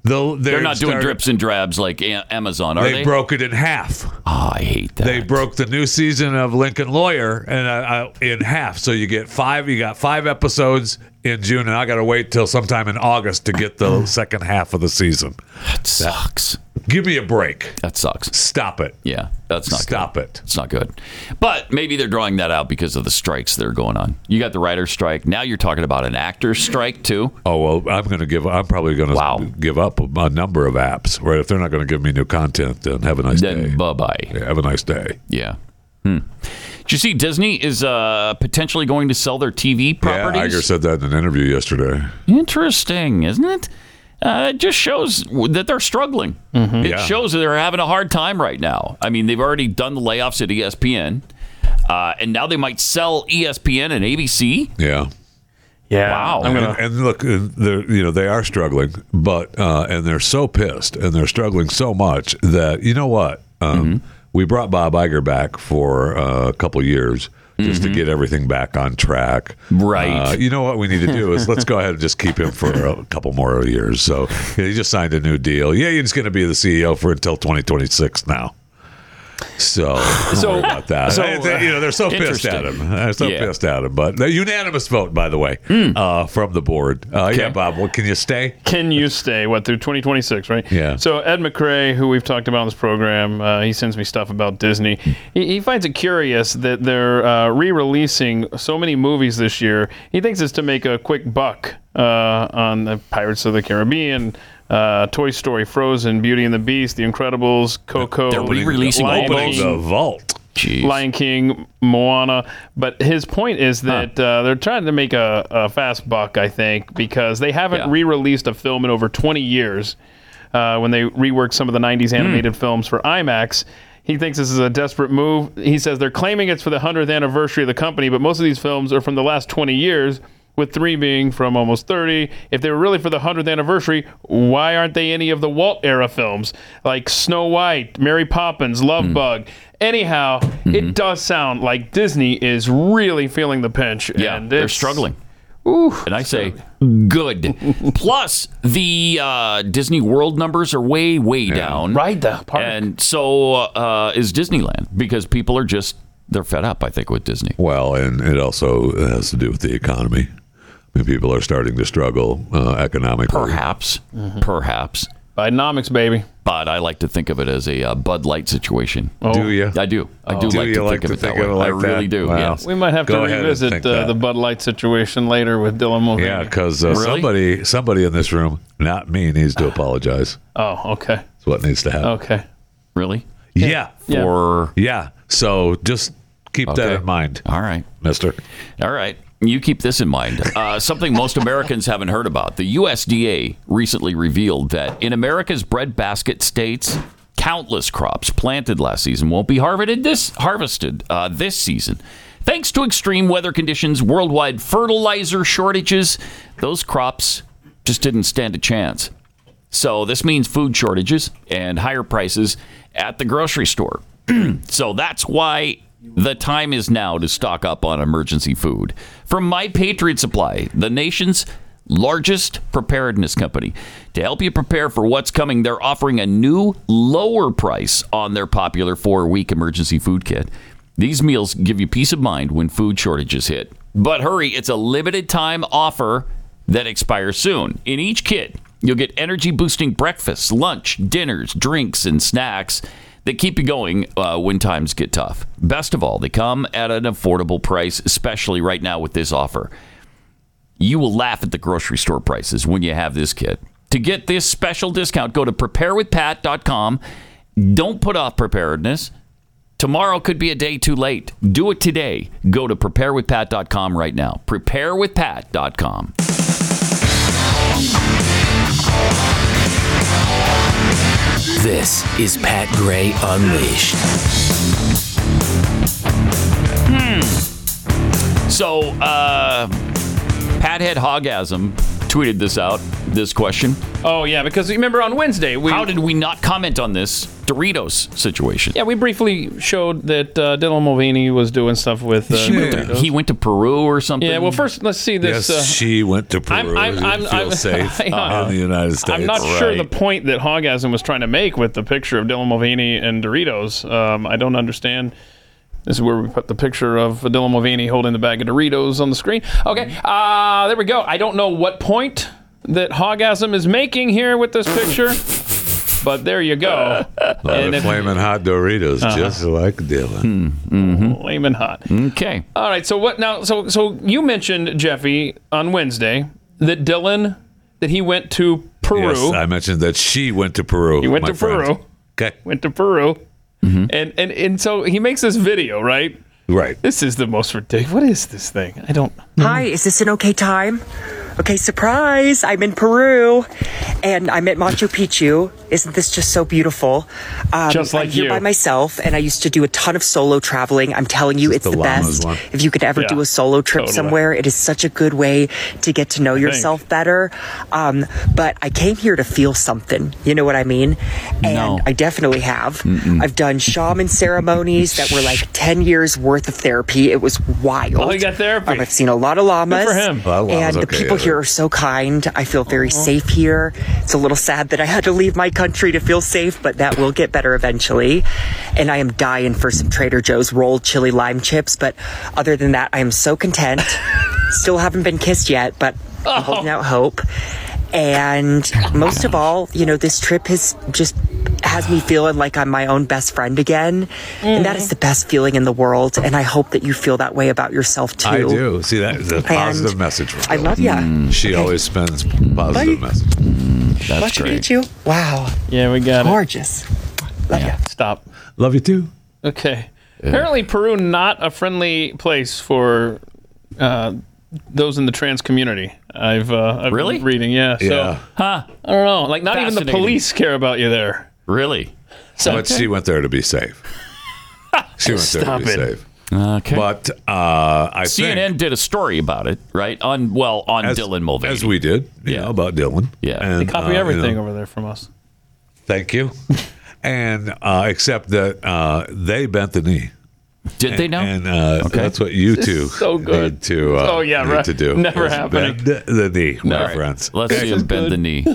Speaker 4: the,
Speaker 3: They're, not doing
Speaker 4: starting-
Speaker 3: drips and drabs like A- Amazon, are they?
Speaker 4: they broke it in half.
Speaker 3: Oh, I hate that.
Speaker 4: They broke the new season of Lincoln Lawyer and uh, uh, in half, so you get five. You got five episodes in June, and I got to wait till sometime in August to get
Speaker 3: (clears throat)
Speaker 4: the second half of the season.
Speaker 3: That sucks.
Speaker 4: Give me a break.
Speaker 3: That sucks.
Speaker 4: Stop it.
Speaker 3: Yeah, that's not
Speaker 4: Stop
Speaker 3: good.
Speaker 4: it.
Speaker 3: It's not good. But maybe they're drawing that out because of the strikes that are going on. You got the writer's strike. Now you're talking about an actor's strike too.
Speaker 4: Oh well, I'm going to give. I'm probably going to give up a, a number of apps. Right? If they're not going to give me new content, then have a nice
Speaker 3: Then
Speaker 4: day.
Speaker 3: Bye bye.
Speaker 4: Yeah, have a nice day.
Speaker 3: Yeah. Hmm. Did you see Disney is uh, potentially going to sell their TV
Speaker 4: Yeah,
Speaker 3: properties?
Speaker 4: Iger said that in an interview yesterday.
Speaker 3: Interesting, isn't it? Uh, it just shows that they're struggling. It
Speaker 4: Yeah.
Speaker 3: shows that they're having a hard time right now. I mean, they've already done the layoffs at E ESPN, uh, and now they might sell E ESPN and ABC.
Speaker 4: Yeah.
Speaker 5: Yeah.
Speaker 3: Wow.
Speaker 5: I'm gonna-
Speaker 4: and, and look, uh, they're you know they are struggling, but uh, and they're so pissed and they're struggling so much
Speaker 3: Mm-hmm.
Speaker 4: that you know what? Um, We brought Bob Iger back for uh, a couple years just to get everything back on track.
Speaker 3: Mm-hmm. Right.
Speaker 4: Uh, you know what we need to do is let's go ahead and just keep him for
Speaker 3: (laughs)
Speaker 4: a couple more years. So yeah, he just signed a new deal. Yeah, he's going to be the CEO for until 2026 now. So, don't
Speaker 13: So-
Speaker 4: worry about that.
Speaker 13: so,
Speaker 4: I- they- you know, they're so pissed at
Speaker 13: interesting.
Speaker 4: him. They're so
Speaker 13: Yeah.
Speaker 4: pissed at him. But the unanimous vote, by the way,
Speaker 3: Hmm.
Speaker 4: uh, from the board. Uh, Yeah, Bob, what, can you stay?
Speaker 5: Can you stay? What through 2026, right?
Speaker 4: Yeah.
Speaker 5: So Ed McRae, who we've talked about on this program, uh, he sends me stuff about Disney. He, he finds it curious that they're uh, re-releasing so many movies this year. He thinks it's to make a quick buck uh, on the Pirates of the Caribbean. Uh, Toy Story, Frozen, Beauty and the Beast, The Incredibles, Coco.
Speaker 3: They're re-releasing all
Speaker 5: Lion
Speaker 3: those.
Speaker 5: King.
Speaker 3: The vault. Jeez.
Speaker 5: Lion King, Moana. But his point is that uh, they're trying to make a, a fast buck, I think, because they haven't re released a film in over 20 years uh, when they reworked some of the 90s animated films for IMAX. He thinks this is a desperate move. He says they're claiming it's for the 100th anniversary of the company, but most of these films are from the last 20 years. With three being from almost 30. If they were really for the 100th anniversary, why aren't they any of the Walt era films like Snow White, Mary Poppins, Love
Speaker 3: Hmm.
Speaker 5: Bug? Anyhow,
Speaker 3: Mm-hmm.
Speaker 5: it does sound like Disney is really feeling the pinch. Yeah, and
Speaker 3: They're
Speaker 5: it's-
Speaker 3: struggling. and I say,
Speaker 5: (laughs)
Speaker 3: good. Plus, the uh, Disney World numbers are way, way down.
Speaker 5: Right, the park.
Speaker 3: And so uh, is Disneyland because people are just, they're fed up, I think, with Disney.
Speaker 4: Well, and it also has to do with the economy. I mean, people are starting to struggle uh, economically.
Speaker 3: Perhaps. Perhaps.
Speaker 5: Bidenomics, baby.
Speaker 3: But I like to think of it as a uh, Bud Light situation.
Speaker 5: Oh. Do
Speaker 4: you?
Speaker 3: I do. I do
Speaker 4: Do
Speaker 3: like
Speaker 4: you
Speaker 3: to
Speaker 4: like
Speaker 3: think of
Speaker 4: to
Speaker 3: it that
Speaker 4: think
Speaker 3: way.
Speaker 4: of it like
Speaker 3: I really
Speaker 4: that?
Speaker 3: do.
Speaker 4: Wow.
Speaker 3: Yes.
Speaker 5: We might have
Speaker 4: Go
Speaker 5: to
Speaker 4: ahead and
Speaker 5: revisit
Speaker 4: think
Speaker 5: uh,
Speaker 4: that.
Speaker 5: the Bud Light situation later with Dylan Mulvaney.
Speaker 4: Yeah, because uh,
Speaker 5: Really?
Speaker 4: somebody somebody in this room, not me, needs to apologize.
Speaker 5: Oh, okay.
Speaker 4: That's what needs to happen.
Speaker 5: Okay.
Speaker 3: Oh, Really?
Speaker 4: Yeah.
Speaker 5: Yeah.
Speaker 3: For
Speaker 4: yeah. So just keep that
Speaker 3: Okay.
Speaker 4: in mind.
Speaker 3: All right,
Speaker 4: Mister.
Speaker 3: All right. You keep this in mind. Uh, something most Americans haven't heard about. The USDA recently revealed that in America's breadbasket states, countless crops planted last season won't be harvested this harvested uh, this season. Thanks to extreme weather conditions, worldwide fertilizer shortages, those crops just didn't stand a chance. So this means food shortages and higher prices at the grocery store. (clears throat) so that's why the time is now to stock up on emergency food from My Patriot Supply, the nation's largest preparedness company. To help you prepare for what's coming, they're offering a new lower price on their popular 4-week emergency food kit. These meals give you peace of mind when food shortages hit. But hurry, it's a limited time offer that expires soon. In each kit, you'll get energy boosting breakfasts, lunch, dinners, drinks, and snacks that keep you going uh, when times get tough. Best of all, they come at an affordable price, especially right now with this offer. You will laugh at the grocery store prices when you have this kit. To get this special discount, go to preparewithpat.com. Don't put off preparedness. Tomorrow could be a day too late. Do it today. Go to preparewithpat.com right now. Preparewithpat.com.
Speaker 10: This is Pat Gray Unleashed.
Speaker 3: Hmm. So, uh, Pathead Hogasm tweeted this out, this question.
Speaker 5: Oh, yeah, because remember on Wednesday, we.
Speaker 3: How did we not comment on this Doritos situation?
Speaker 5: Yeah, we briefly showed that uh, Dylan Mulvaney was doing stuff with. Uh,
Speaker 3: She went to-
Speaker 5: Doritos.
Speaker 3: he went to Peru or something.
Speaker 5: Yeah, well, first, let's see this. uh,
Speaker 4: Yes, she went to Peru.
Speaker 5: I'm- I'm-
Speaker 4: and
Speaker 5: I'm-
Speaker 4: feels
Speaker 5: (laughs) I'm-
Speaker 4: safe uh,
Speaker 5: hang on.
Speaker 4: in the United States.
Speaker 5: I'm not sure the point that Hogasm was trying to make with the picture of Dylan Mulvaney and Doritos. Um, I don't understand. This is where we put the picture of Dylan Mulvaney holding the bag of Doritos on the screen. Okay, uh, there we go. I don't know what point that Hogasm is making here with this picture, but there you go. (laughs)
Speaker 4: Lot of flaming hot Doritos,
Speaker 5: Uh-huh. Hmm, mm-hmm.
Speaker 4: just like Dylan.
Speaker 5: Flaming hot.
Speaker 3: Okay.
Speaker 5: All right. So what now? So so you mentioned Jeffy on Wednesday that Dylan that he went to Peru.
Speaker 4: Yes, I mentioned that she went to Peru.
Speaker 5: He went
Speaker 4: my
Speaker 5: to
Speaker 4: friends.
Speaker 5: Peru.
Speaker 4: Okay. Mm-hmm.
Speaker 5: Went to Peru. And, and and so he makes this video, right?
Speaker 4: Right.
Speaker 5: This is the most ridiculous. What is this thing? I don't.
Speaker 14: Hi, is this an okay time? Okay, surprise! I'm in Peru, and I'm at Machu Picchu. Isn't this just so beautiful? Um,
Speaker 5: Just like
Speaker 14: I'm here
Speaker 5: you.
Speaker 14: by myself, and I used to do a ton of solo traveling. I'm telling you, it's
Speaker 5: the
Speaker 14: the,
Speaker 5: llamas
Speaker 14: best.
Speaker 5: one.
Speaker 14: If you could ever
Speaker 5: Yeah,
Speaker 14: do a solo trip
Speaker 5: totally.
Speaker 14: somewhere, it is such a good way to get to know
Speaker 5: think.
Speaker 14: yourself better. Um, but I came here to feel something. You know what I mean? And
Speaker 15: No.
Speaker 14: I definitely have.
Speaker 15: Mm-mm.
Speaker 14: I've done shaman ceremonies that were like ten years worth of therapy. It was wild.
Speaker 5: Oh, you got therapy.
Speaker 14: Um, I've seen a lot of llamas. uh,
Speaker 5: Good for him. A lot of llamas,
Speaker 14: and the
Speaker 5: okay,
Speaker 14: people
Speaker 5: yeah.
Speaker 14: here are so kind. I feel very safe here. It's a little sad that I had to leave my country to feel safe, but that will get better eventually. And I am dying for some Trader Joe's rolled chili lime chips. But other than that, I am so
Speaker 5: (laughs)
Speaker 14: content. Still haven't been kissed yet, but
Speaker 5: Oh.
Speaker 14: I'm holding out hope. And most of all, you know, this trip has just has me feeling like I'm my own best friend again. And
Speaker 5: Mm.
Speaker 14: that is the best feeling in the world. And I hope that you feel that way about yourself too.
Speaker 4: I do. See, that is a positive message.
Speaker 14: I love ya.
Speaker 5: Hmm.
Speaker 14: Mm.
Speaker 4: She always spends positive message.
Speaker 14: That's Machu Picchu. Wow.
Speaker 5: Yeah, we got
Speaker 14: Gorgeous. Love ya.
Speaker 5: Stop.
Speaker 4: Love you too.
Speaker 5: Okay. Apparently, Peru not a friendly place for uh, those in the trans community. I've uh, I've
Speaker 3: Really?
Speaker 5: been reading, yeah.
Speaker 4: Yeah.
Speaker 5: So, huh? I don't know. Like, not even the
Speaker 3: Fascinating.
Speaker 5: police care about you there.
Speaker 3: Really?
Speaker 5: So-
Speaker 4: But she went there to be
Speaker 5: (laughs)
Speaker 4: safe. She went there to
Speaker 3: Stop
Speaker 4: be
Speaker 3: it.
Speaker 4: safe.
Speaker 3: Okay.
Speaker 4: But uh, I
Speaker 3: CNN
Speaker 4: think,
Speaker 3: did a story about it, right? On well, on Dylan Mulvaney,
Speaker 4: as we did, you know, about Dylan.
Speaker 3: Yeah,
Speaker 5: They
Speaker 4: and, uh,
Speaker 5: copy
Speaker 4: you know,
Speaker 5: everything over there from us.
Speaker 4: Thank
Speaker 5: (laughs)
Speaker 4: you. and uh, except that uh, they bent the knee.
Speaker 3: Did they now?
Speaker 4: And uh,
Speaker 3: Okay.
Speaker 4: that's what you
Speaker 3: This
Speaker 4: two
Speaker 3: is so good.
Speaker 4: need to uh,
Speaker 3: Oh, yeah,
Speaker 4: need
Speaker 3: right.
Speaker 4: to do.
Speaker 3: Never
Speaker 4: is
Speaker 3: happening.
Speaker 4: Bend the knee,
Speaker 3: All
Speaker 4: my
Speaker 3: right.
Speaker 4: friends.
Speaker 3: Let's see him bend the knee.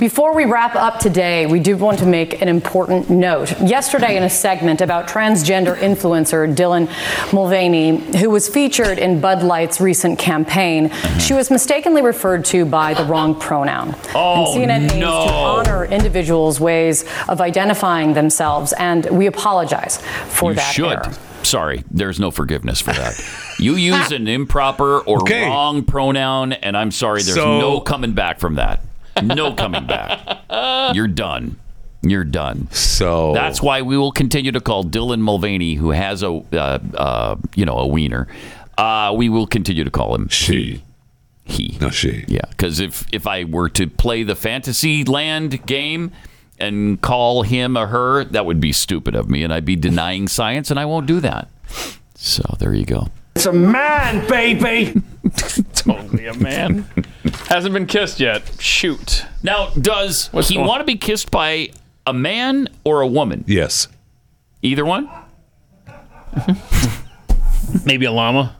Speaker 16: Before we wrap up today, we do want to make an important note. Yesterday, in a segment about transgender influencer Dylan Mulvaney, who was featured in Bud Light's recent campaign, she was mistakenly referred to by the wrong pronoun.
Speaker 17: Oh,
Speaker 16: and CNN aims to
Speaker 17: no.
Speaker 16: honor individuals' ways of identifying themselves, and we apologize for
Speaker 3: you
Speaker 16: that
Speaker 3: should.
Speaker 16: error.
Speaker 3: Sorry, there's no forgiveness for that.
Speaker 16: (laughs)
Speaker 3: you use an improper or
Speaker 4: Okay.
Speaker 3: wrong pronoun, and I'm sorry, there's
Speaker 4: So-
Speaker 3: no coming back from that. No coming
Speaker 4: (laughs)
Speaker 3: back. You're done. You're done.
Speaker 4: So
Speaker 3: that's why we will continue to call Dylan Mulvaney, who has a uh, uh, you know a wiener. Uh, we will continue to call him she. He.
Speaker 4: No, she.
Speaker 3: Yeah, because if if I were to play the fantasy land game and call him a her, that would be stupid of me, and I'd be denying science, and I won't do that. So there you go.
Speaker 5: It's a man, baby. (laughs) totally
Speaker 4: (laughs)
Speaker 5: a man. Hasn't been kissed yet. Shoot.
Speaker 3: Now, does
Speaker 5: What's
Speaker 3: he
Speaker 5: going-
Speaker 3: want to be kissed by a man or a woman?
Speaker 4: Yes.
Speaker 3: Either one.
Speaker 5: (laughs) Maybe a llama.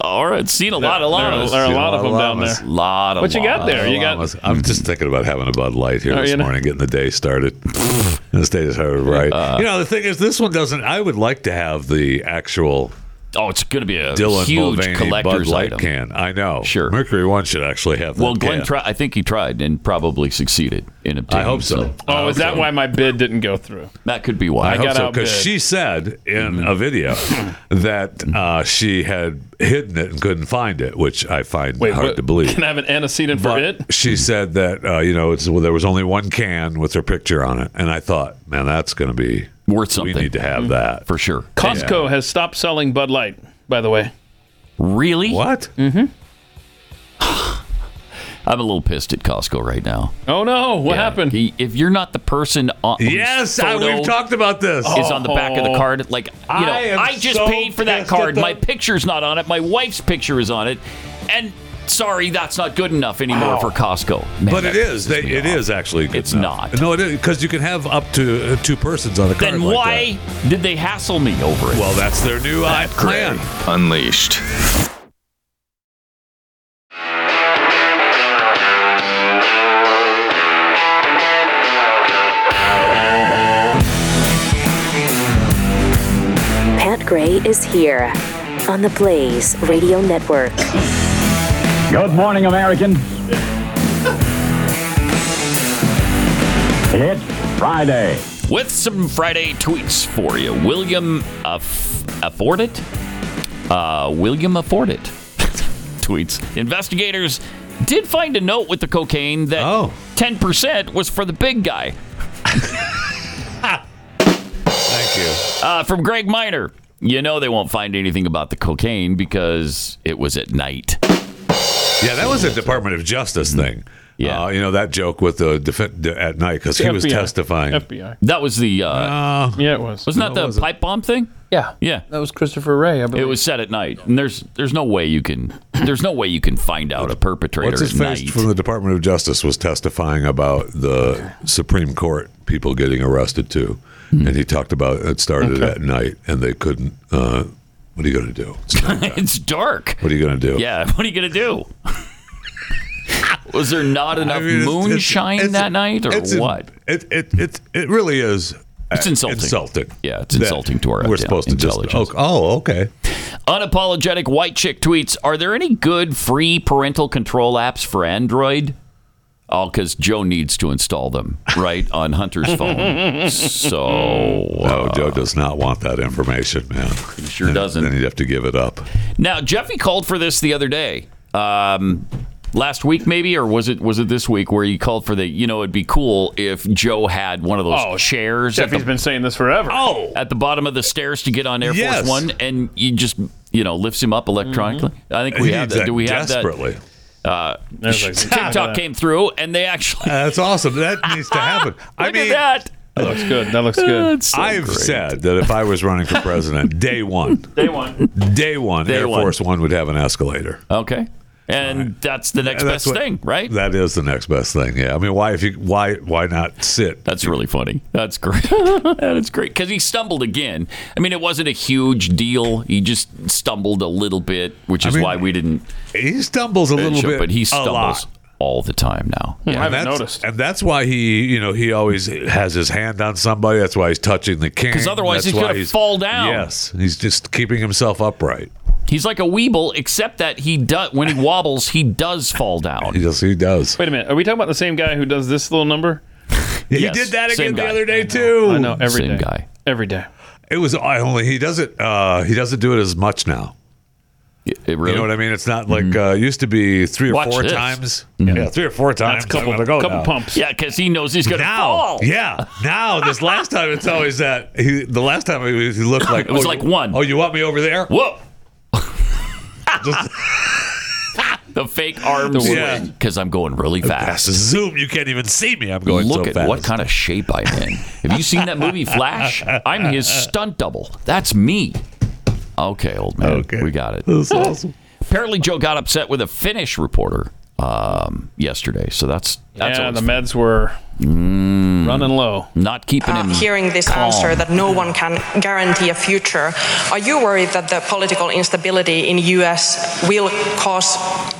Speaker 3: All right, seen a lot of
Speaker 5: There- there are-
Speaker 3: llamas.
Speaker 5: there are a lot of them down there.
Speaker 3: Lot Mm-hmm. of
Speaker 5: What you got there? You got-
Speaker 4: I'm just thinking about having a Bud Light here
Speaker 5: Oh,
Speaker 4: this
Speaker 5: you know.
Speaker 4: morning, getting the day
Speaker 5: (laughs)
Speaker 4: started. this day started right.
Speaker 3: Uh,
Speaker 4: you know, the thing is, this one doesn't. I would like to have the actual.
Speaker 3: Oh, it's going to be a
Speaker 4: Dylan
Speaker 3: huge
Speaker 4: Mulvaney Bud
Speaker 3: collector's
Speaker 4: Light
Speaker 3: item.
Speaker 4: can. I know. Sure. Mercury One should actually have. That
Speaker 3: Well, Glenn,
Speaker 4: can.
Speaker 3: tri- I think he tried and probably succeeded in obtaining.
Speaker 4: hope so.
Speaker 3: some.
Speaker 4: I
Speaker 5: Oh, is that why my bid didn't go through?
Speaker 3: That could be why.
Speaker 4: I, hope
Speaker 5: got
Speaker 4: so because
Speaker 5: outbid.
Speaker 4: she said in a
Speaker 3: Mm-hmm. (laughs)
Speaker 4: video that uh, she had hidden it and couldn't find it, which I find hard
Speaker 5: what-
Speaker 4: to believe.
Speaker 5: Can I have an antecedent for it?
Speaker 3: Hmm.
Speaker 4: She said that uh, you know it's, well, there was only one can with her picture on it, and I thought, man, that's going to be
Speaker 3: worth something. Hmm.
Speaker 4: We need to have that
Speaker 3: for sure.
Speaker 5: Costco has stopped selling Bud Light, by the way.
Speaker 3: Really?
Speaker 4: What?
Speaker 5: Mm-hmm.
Speaker 3: (sighs) I'm a little pissed at Costco right now.
Speaker 5: Oh no! What happened?
Speaker 3: if you're not the person on whose
Speaker 4: Yes, I-
Speaker 3: photo
Speaker 4: we've talked about this.
Speaker 3: Is on the back of the
Speaker 4: Oh.
Speaker 3: card. Like you
Speaker 4: I
Speaker 3: know,
Speaker 4: am
Speaker 3: I just
Speaker 4: so
Speaker 3: paid for that
Speaker 4: pissed at
Speaker 3: card.
Speaker 4: the-
Speaker 3: My picture's not on it. My wife's picture is on it. And sorry, that's not good enough anymore
Speaker 4: Wow.
Speaker 3: for Costco. Man,
Speaker 4: but
Speaker 3: that
Speaker 4: it is.
Speaker 3: pisses
Speaker 4: They,
Speaker 3: me
Speaker 4: it
Speaker 3: off.
Speaker 4: is actually. Good
Speaker 3: It's
Speaker 4: enough. No, it is because you can have up to uh, two persons on a card.
Speaker 3: Then
Speaker 4: like
Speaker 3: why did they hassle me over it?
Speaker 4: Well, that's their new uh, plan.
Speaker 3: Unleashed.
Speaker 1: Pat Gray is here on the Blaze Radio Network.
Speaker 2: Good morning, American. It's Friday.
Speaker 3: with some Friday tweets for you. William Aff- afford it? Uh, William afford it? (laughs) tweets. Investigators did find a note with the cocaine that
Speaker 4: Oh.
Speaker 3: ten percent was for the big guy.
Speaker 4: Thank you.
Speaker 3: Uh, from Greg Miner. You know they won't find anything about the cocaine because it was at night.
Speaker 4: Yeah, that was a Department of Justice thing. Yeah, uh, you know that joke with the defen- de- at night because he was
Speaker 5: FBI.
Speaker 4: testifying.
Speaker 5: FBI.
Speaker 3: That was the. Uh,
Speaker 5: yeah, it was.
Speaker 3: Wasn't that the pipe bomb thing?
Speaker 5: Yeah.
Speaker 3: Yeah.
Speaker 5: That was Christopher Ray. I believe.
Speaker 3: It was set at night, and there's there's no way you can there's no way you can find out a perpetrator
Speaker 4: What's his
Speaker 3: at
Speaker 4: face (laughs)
Speaker 3: night.
Speaker 4: from the Department of Justice was testifying about the Supreme Court people getting arrested too,
Speaker 3: Hmm.
Speaker 4: and he talked about it started
Speaker 3: Okay.
Speaker 4: at night and they couldn't. Uh, what are you going to do?
Speaker 3: it's dark.
Speaker 4: What are you going to do?
Speaker 3: Yeah, what are you gonna do? (laughs) Was there not enough moonshine that night, or
Speaker 4: it's-
Speaker 3: what?
Speaker 4: It it it it really is.
Speaker 3: It's
Speaker 4: uh,
Speaker 3: insulting.
Speaker 4: Insulting.
Speaker 3: Yeah, it's
Speaker 4: That
Speaker 3: insulting to our
Speaker 4: We're
Speaker 3: yeah,
Speaker 4: supposed to just.
Speaker 3: intelligence.
Speaker 4: Oh, okay.
Speaker 3: Unapologetic white chick tweets. Are there any good free parental control apps for Android? Oh, because Joe needs to install them right on
Speaker 4: (laughs)
Speaker 3: Hunter's phone. So uh,
Speaker 4: no, Joe does not want that information, man. He
Speaker 3: sure doesn't.
Speaker 4: Then he'd have to give it up.
Speaker 3: Now, Jeffy called for this the other day. Um, last week, maybe, or was it was it this week where he called for the? You know, it'd be cool if Joe had one of those
Speaker 5: Oh,
Speaker 3: chairs.
Speaker 5: Jeffy's been saying this forever.
Speaker 3: Oh, at the bottom of the stairs to get on Air
Speaker 5: Yes.
Speaker 3: Force One, and you just you know lifts him up electronically. I think we
Speaker 4: Mm-hmm. He
Speaker 3: have
Speaker 4: needs
Speaker 3: that. Do we have
Speaker 4: desperately.
Speaker 3: that? Uh,
Speaker 4: There's
Speaker 3: (laughs)
Speaker 4: like-
Speaker 3: TikTok came through, and they actually.
Speaker 4: Uh, that's
Speaker 3: (laughs)
Speaker 4: awesome. That needs to happen. I
Speaker 3: Look
Speaker 4: mean-
Speaker 3: at that.
Speaker 5: That looks good. That looks good.
Speaker 4: I've said that if I was running
Speaker 3: (laughs)
Speaker 4: for president, day one,
Speaker 5: Day one.
Speaker 4: day one,
Speaker 3: Day
Speaker 4: Air
Speaker 3: one.
Speaker 4: Force One would have an escalator.
Speaker 3: Okay, and that's the next best thing, right?
Speaker 4: That is the next best thing. Yeah. I mean, why if you why why not sit?
Speaker 3: That's really funny. That's great. (laughs) That's great because he stumbled again. I mean, it wasn't a huge deal. He just stumbled a little bit, which
Speaker 4: I
Speaker 3: is
Speaker 4: mean,
Speaker 3: why we didn't.
Speaker 4: He stumbles a
Speaker 3: bench
Speaker 4: little
Speaker 3: him,
Speaker 4: bit,
Speaker 3: but he
Speaker 4: a
Speaker 3: stumbles
Speaker 4: lot.
Speaker 3: all the time now.
Speaker 5: Hmm,
Speaker 4: Yeah, and
Speaker 3: And that's-
Speaker 4: that's, and that's why he, you know, he always has his hand on somebody. That's why he's touching the cane.
Speaker 3: 'Cause otherwise
Speaker 4: That's
Speaker 3: he's
Speaker 4: why
Speaker 3: gonna fall down.
Speaker 4: Yes, he's just keeping himself upright.
Speaker 3: He's like a weeble, except that he does when he wobbles, he does
Speaker 4: (laughs)
Speaker 3: fall down.
Speaker 4: He does. He does.
Speaker 5: Wait a minute. Are we talking about the same guy who does this little number?
Speaker 4: He
Speaker 3: Yes,
Speaker 4: did that
Speaker 3: same
Speaker 4: again the
Speaker 3: guy.
Speaker 4: other day too.
Speaker 5: I know. every day.
Speaker 3: Same guy.
Speaker 5: Every day.
Speaker 4: It was I only he doesn't uh, he doesn't do it as much now.
Speaker 3: really? Mm-hmm.
Speaker 4: You know what I mean? It's not like uh, it used to be three or
Speaker 3: Watch
Speaker 4: four
Speaker 3: this.
Speaker 4: times.
Speaker 3: Mhm.
Speaker 4: Yeah, three or four times.
Speaker 5: That's a couple,
Speaker 4: I'm gonna go
Speaker 5: couple
Speaker 4: now.
Speaker 5: pumps.
Speaker 3: Yeah, because he knows he's gonna
Speaker 4: Now,
Speaker 3: fall.
Speaker 4: yeah. Now this last time it's always that he, the last time he, was- he
Speaker 3: (coughs)
Speaker 4: looked like
Speaker 3: It was
Speaker 4: oh,
Speaker 3: like
Speaker 4: you-
Speaker 3: one.
Speaker 4: Oh, you want me over there?
Speaker 3: (laughs) Whoa. The fake arm
Speaker 4: The
Speaker 3: swing
Speaker 4: wind.
Speaker 3: because I'm going really
Speaker 4: That's
Speaker 3: fast.
Speaker 4: a zoom. You can't even see me. I'm going
Speaker 3: Look
Speaker 4: so
Speaker 3: at
Speaker 4: fast.
Speaker 3: what kind of shape I'm in. Have you seen that movie Flash? I'm his stunt double. That's me. Okay, old man. Okay. We got it.
Speaker 4: That's awesome.
Speaker 3: Apparently, Joe got upset with a Finnish reporter um, yesterday. So that's that's
Speaker 5: yeah,
Speaker 3: always Mm.
Speaker 5: the meds were running low.
Speaker 3: not keeping him.
Speaker 15: Uh, Ah, Hearing this
Speaker 3: calm.
Speaker 15: answer that no one can guarantee a future, are you worried that the political instability in US will cause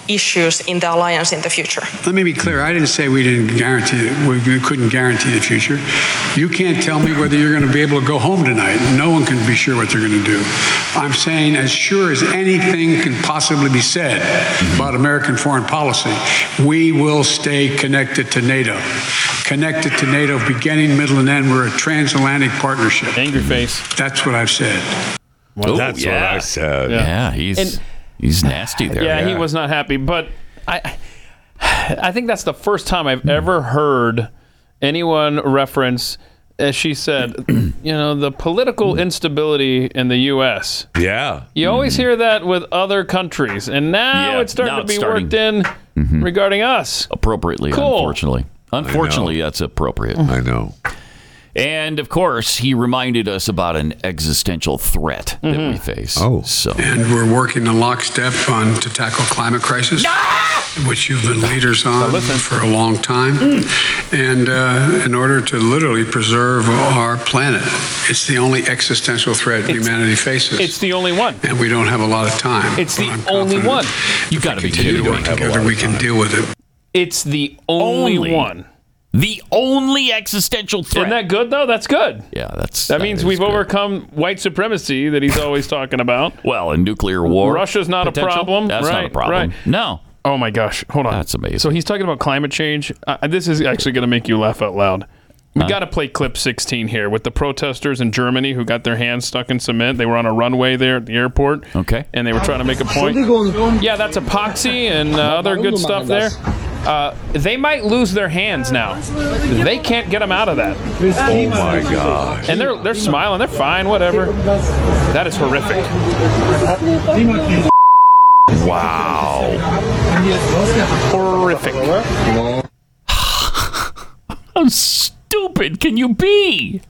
Speaker 15: issues in the alliance in the future?
Speaker 6: Let me be clear. I didn't say we didn't guarantee it. We, we couldn't guarantee the future. You can't tell me whether you're going to be able to go home tonight. No one can be sure what they're going to do. I'm saying, as sure as anything can possibly be said about American foreign policy, we will stay connected to NATO. Connected to NATO, beginning, middle, and end. We're a transatlantic partnership.
Speaker 5: Angry face.
Speaker 6: That's what I've said.
Speaker 3: Oh,
Speaker 4: That's
Speaker 3: yeah.
Speaker 4: what I said.
Speaker 3: Yeah, he's
Speaker 5: And-
Speaker 3: he's nasty there.
Speaker 5: Yeah, he was not happy. But I, I think that's the first time I've ever heard anyone reference, as she said, (clears throat) you know, the political instability in the U.S.
Speaker 4: Yeah.
Speaker 5: You always hear that with other countries, and now
Speaker 3: Mm-hmm. Yeah,
Speaker 5: it's starting
Speaker 3: now
Speaker 5: to
Speaker 3: it's
Speaker 5: be
Speaker 3: starting- Mm-hmm.
Speaker 5: worked in regarding us.
Speaker 3: appropriately.
Speaker 5: Cool.
Speaker 3: Unfortunately, unfortunately, that's appropriate.
Speaker 4: I know.
Speaker 3: And of course, he reminded us about an existential threat
Speaker 5: Mm-hmm.
Speaker 3: that we face. Oh, so
Speaker 6: And we're working in lockstep on to tackle climate crisis, which you've been leaders on for a long time.
Speaker 5: Mm.
Speaker 6: And uh, in order to literally preserve our planet, it's the only existential threat humanity faces.
Speaker 5: It's the only one.
Speaker 6: and we don't have a lot of time.
Speaker 5: It's the only one.
Speaker 3: you got to be
Speaker 6: Continue
Speaker 3: kidding
Speaker 6: to
Speaker 3: me.
Speaker 6: work together, we can deal with it.
Speaker 5: It's the only,
Speaker 3: Only.
Speaker 5: one.
Speaker 3: The only existential threat.
Speaker 5: Isn't that good though? That's good.
Speaker 3: yeah, that's
Speaker 5: That, means
Speaker 3: is
Speaker 5: we've
Speaker 3: good.
Speaker 5: overcome white supremacy that he's always talking
Speaker 3: (laughs)
Speaker 5: about.
Speaker 3: well, and nuclear war.
Speaker 5: Russia's not
Speaker 3: potential?
Speaker 5: a problem.
Speaker 3: That's not a
Speaker 5: Right,
Speaker 3: problem.
Speaker 5: right.
Speaker 3: No,
Speaker 5: Oh my gosh! Hold on.
Speaker 3: that's amazing.
Speaker 5: So he's talking about climate change. Uh, this is actually going to make you laugh out loud. We got to play clip 16 here with the protesters in Germany who got their hands stuck in cement. They were on a runway there at the airport.
Speaker 3: Okay.
Speaker 5: And they were trying to make a point. Yeah, that's epoxy and uh, other good stuff there. Uh, they might lose their hands now. They can't get them out of that.
Speaker 4: Oh my gosh.
Speaker 5: And they're they're smiling. They're fine. Whatever. That is horrific.
Speaker 3: Wow.
Speaker 5: Horrific.
Speaker 4: Uh-huh.
Speaker 3: How stupid can you be?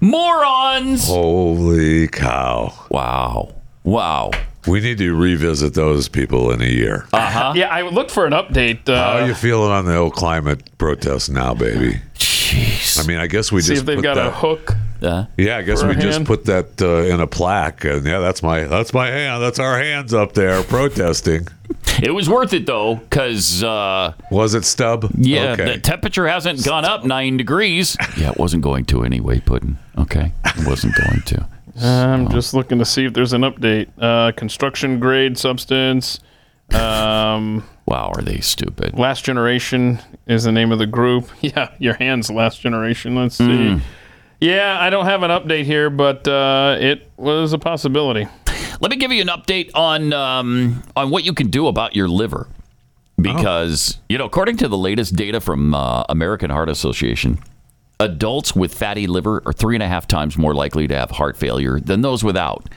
Speaker 3: Morons!
Speaker 4: Holy cow.
Speaker 3: Wow. Wow.
Speaker 4: We need to revisit those people in a year.
Speaker 3: Uh-huh.
Speaker 5: Yeah, I looked for an update. Uh,
Speaker 4: How are you feeling on the old climate protest now, baby?
Speaker 3: Jeez.
Speaker 4: I mean, I guess we
Speaker 5: see
Speaker 4: just
Speaker 5: if they've
Speaker 4: put
Speaker 5: got
Speaker 4: that,
Speaker 5: a hook.
Speaker 4: Yeah, I guess
Speaker 5: for a
Speaker 4: we just
Speaker 5: hand.
Speaker 4: put that uh, in a plaque, and yeah, that's my that's my hand. That's our hands up there protesting.
Speaker 3: It was worth it though, because uh,
Speaker 4: was it stub?
Speaker 3: Yeah,
Speaker 4: Okay.
Speaker 3: the temperature hasn't gone up nine degrees. Yeah, it wasn't going to anyway, Puddin. Okay, it wasn't going to.
Speaker 5: I'm just looking to see if there's an update. Uh, construction grade substance. Um,
Speaker 3: wow, are they stupid?
Speaker 5: Last Generation is the name of the group. (laughs) Yeah, your hands, Last Generation. Let's see.
Speaker 4: Hmm.
Speaker 3: Mm.
Speaker 5: Yeah, I don't have an update here, but uh, it was a possibility.
Speaker 3: Let me give you an update on um, on what you can do about your liver, because you know, according to the latest data from uh, American Heart Association, adults with fatty liver are three and a half times more likely to have heart failure than those without.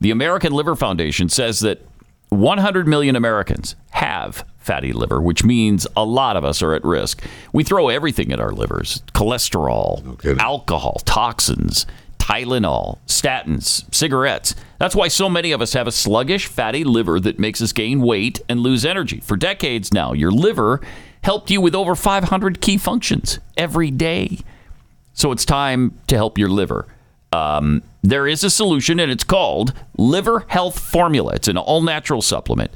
Speaker 3: The American Liver Foundation says that 100 million Americans have fatty liver, which means a lot of us are at risk. We throw everything at our livers cholesterol, alcohol, toxins, Tylenol, statins, cigarettes. That's why so many of us have a sluggish, fatty liver that makes us gain weight and lose energy. For decades now, your liver helped you with over 500 key functions every day. So it's time to help your liver. Um, there is a solution, and it's called Liver Health Formula. It's an all natural supplement.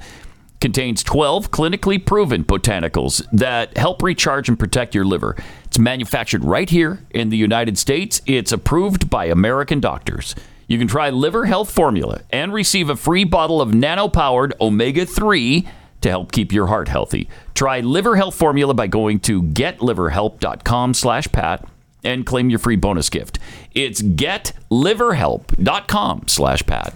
Speaker 3: Contains 12 clinically proven botanicals that help recharge and protect your liver. It's manufactured right here in the United States. It's approved by American doctors. You can try Liver Health Formula and receive a free bottle of nano powered omega 3 to help keep your heart healthy. Try Liver Health Formula by going to getliverhelp.com slash pat and claim your free bonus gift. It's getliverhelp.com slash pat.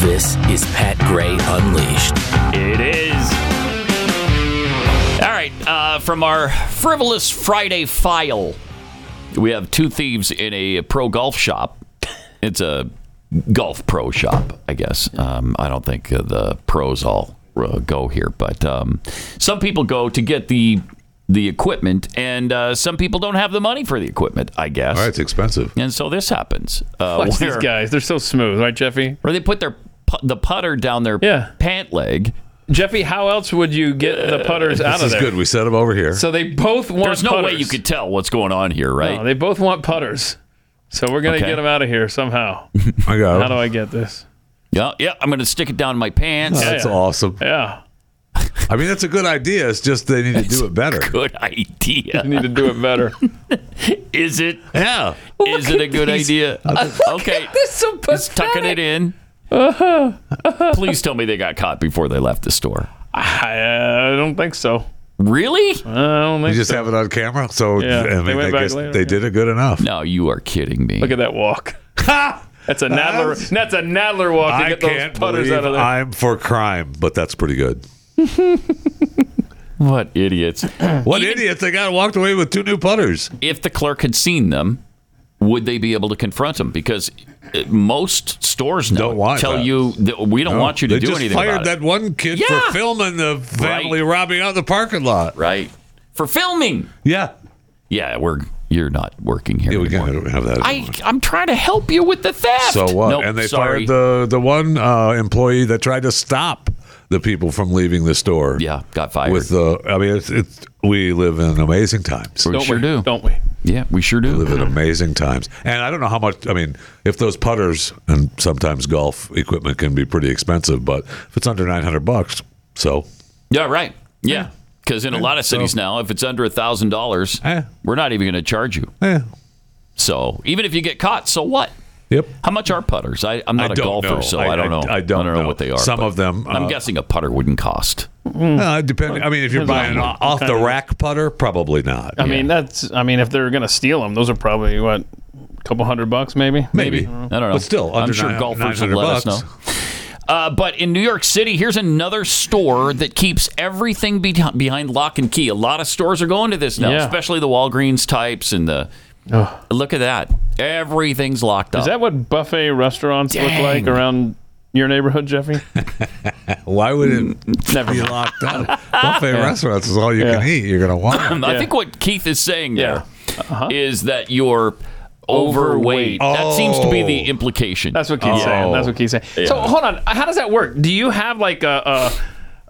Speaker 18: This is Pat Gray Unleashed.
Speaker 3: It is. All right, uh, from our frivolous Friday file, we have two thieves in a pro golf shop. It's a golf pro shop, I guess. Um, I don't think uh, the pros all uh, go here, but um, some people go to get the the equipment, and uh, some people don't have the money for the equipment. I guess. All right,
Speaker 4: it's expensive,
Speaker 3: and so this happens. Uh,
Speaker 5: Watch these
Speaker 3: where-
Speaker 5: guys. They're so smooth, right, Jeffy?
Speaker 3: Where they put their put- the putter down their pant leg.
Speaker 5: Jeffy, how else would you get the putters out
Speaker 4: this
Speaker 5: of
Speaker 4: is
Speaker 5: there?
Speaker 4: good. We set them over here.
Speaker 5: So they both want.
Speaker 3: Uh, There's no way you
Speaker 5: putters.
Speaker 3: could tell what's going on here, right?
Speaker 5: No, they both want putters. So we're gonna
Speaker 3: Okay.
Speaker 5: get them out of here somehow.
Speaker 4: I got 'em.
Speaker 5: How do I get this?
Speaker 3: Yeah, yeah. I'm gonna stick it down my pants.
Speaker 4: Oh, that's awesome.
Speaker 5: Yeah.
Speaker 4: I mean, that's a good idea. It's just they need to do it better.
Speaker 3: Good idea.
Speaker 5: You need to do it better.
Speaker 3: Is it?
Speaker 4: (laughs) Yeah.
Speaker 3: Is it a good
Speaker 5: (laughs)
Speaker 3: idea? okay.
Speaker 5: This is so Uh-huh.
Speaker 3: Just tucking it in. (laughs) Please tell me they got caught before they left the store.
Speaker 5: I, uh, I don't think so.
Speaker 3: Really?
Speaker 5: I don't think
Speaker 4: You just
Speaker 5: so.
Speaker 4: have it on camera, so
Speaker 5: Yeah,
Speaker 4: I mean,
Speaker 5: they went
Speaker 4: I
Speaker 5: back
Speaker 4: guess
Speaker 5: later,
Speaker 4: they
Speaker 5: yeah.
Speaker 4: did it good enough.
Speaker 3: No, you are kidding me.
Speaker 5: Look at (laughs) that walk. that's a Nadler. That's, a Nadler walk to
Speaker 4: I
Speaker 5: get those
Speaker 4: can't
Speaker 5: putters out
Speaker 4: believe
Speaker 5: of there.
Speaker 4: I'm for crime, but that's pretty good.
Speaker 3: (laughs) What idiots?
Speaker 4: (clears throat) What idiots? They got walked away with two new putters.
Speaker 3: If the clerk had seen them, would they be able to confront them? Because uh, most stores now
Speaker 4: Don't want
Speaker 3: tell
Speaker 4: that.
Speaker 3: you that we don't
Speaker 4: No,
Speaker 3: want you to
Speaker 4: they
Speaker 3: do
Speaker 4: just
Speaker 3: anything
Speaker 4: Fired
Speaker 3: about
Speaker 4: that
Speaker 3: it.
Speaker 4: one kid
Speaker 3: Yeah.
Speaker 4: for filming the family robbing out the parking lot.
Speaker 3: Right. For filming.
Speaker 4: Yeah.
Speaker 3: Yeah, we're you're not working here.
Speaker 4: Yeah, we gotta- we don't have that.
Speaker 3: I I'm trying to help you with the theft.
Speaker 4: so what?
Speaker 3: Nope,
Speaker 4: and they
Speaker 3: sorry.
Speaker 4: fired the the one uh, employee that tried to stop the people from leaving the store.
Speaker 3: Yeah, got fired.
Speaker 4: With the, I mean, it's, it's we live in amazing times.
Speaker 3: We Don't sure we? do.
Speaker 5: Don't we?
Speaker 3: Yeah, we sure do.
Speaker 4: We live in amazing times. And I don't know how much, I mean, if those putters and sometimes golf equipment can be pretty expensive, but if it's under 900 bucks, so
Speaker 3: Yeah, right. Yeah, because in a lot of cities now, if it's under a thousand dollars, we're not even going to charge you.
Speaker 4: Yeah.
Speaker 3: So even if you get caught, so what?
Speaker 4: Yep.
Speaker 3: How much are putters? I, I'm not
Speaker 4: I
Speaker 3: a
Speaker 4: don't
Speaker 3: golfer,
Speaker 4: know.
Speaker 3: so
Speaker 4: I-
Speaker 3: I, don't
Speaker 4: I-
Speaker 3: know.
Speaker 4: I don't
Speaker 3: know.
Speaker 4: know.
Speaker 3: what they are.
Speaker 4: Some
Speaker 3: but
Speaker 4: of them,
Speaker 3: I'm
Speaker 4: uh,
Speaker 3: guessing a putter wouldn't cost.
Speaker 4: uh, depending. I mean, if you're buying an
Speaker 5: Depends on what
Speaker 4: off
Speaker 5: Mm-hmm. kind
Speaker 4: the
Speaker 5: of-
Speaker 4: rack putter, probably not.
Speaker 5: I mean, that's. I mean, if they're gonna steal them, those are probably what, a couple hundred bucks, maybe.
Speaker 4: Maybe.
Speaker 3: I don't know.
Speaker 4: But still,
Speaker 3: I'm
Speaker 4: under
Speaker 3: sure
Speaker 4: nine-
Speaker 3: golfers would
Speaker 4: 900
Speaker 3: let us
Speaker 4: bucks.
Speaker 3: know. (laughs) Uh, but in New York City, here's another store that keeps everything be- behind lock and key. A lot of stores are going to this now,
Speaker 5: Yeah.
Speaker 3: especially the Walgreens types and the. Look at that. Everything's locked up.
Speaker 5: Is that what buffet restaurants look like around your
Speaker 13: (laughs)
Speaker 5: neighborhood, Jeffy?
Speaker 13: Why would
Speaker 5: Mm.
Speaker 13: it
Speaker 5: never
Speaker 13: be locked up?
Speaker 5: (laughs)
Speaker 13: Buffet restaurants is all you can eat. You're gonna want.
Speaker 3: (coughs) I think what Keith is saying there is
Speaker 5: Uh-huh.
Speaker 3: that you're overweight. That seems to be the implication.
Speaker 5: Oh. That's what Keith's saying. That's what Keith's saying. So hold on, how does that work? Do you have like a,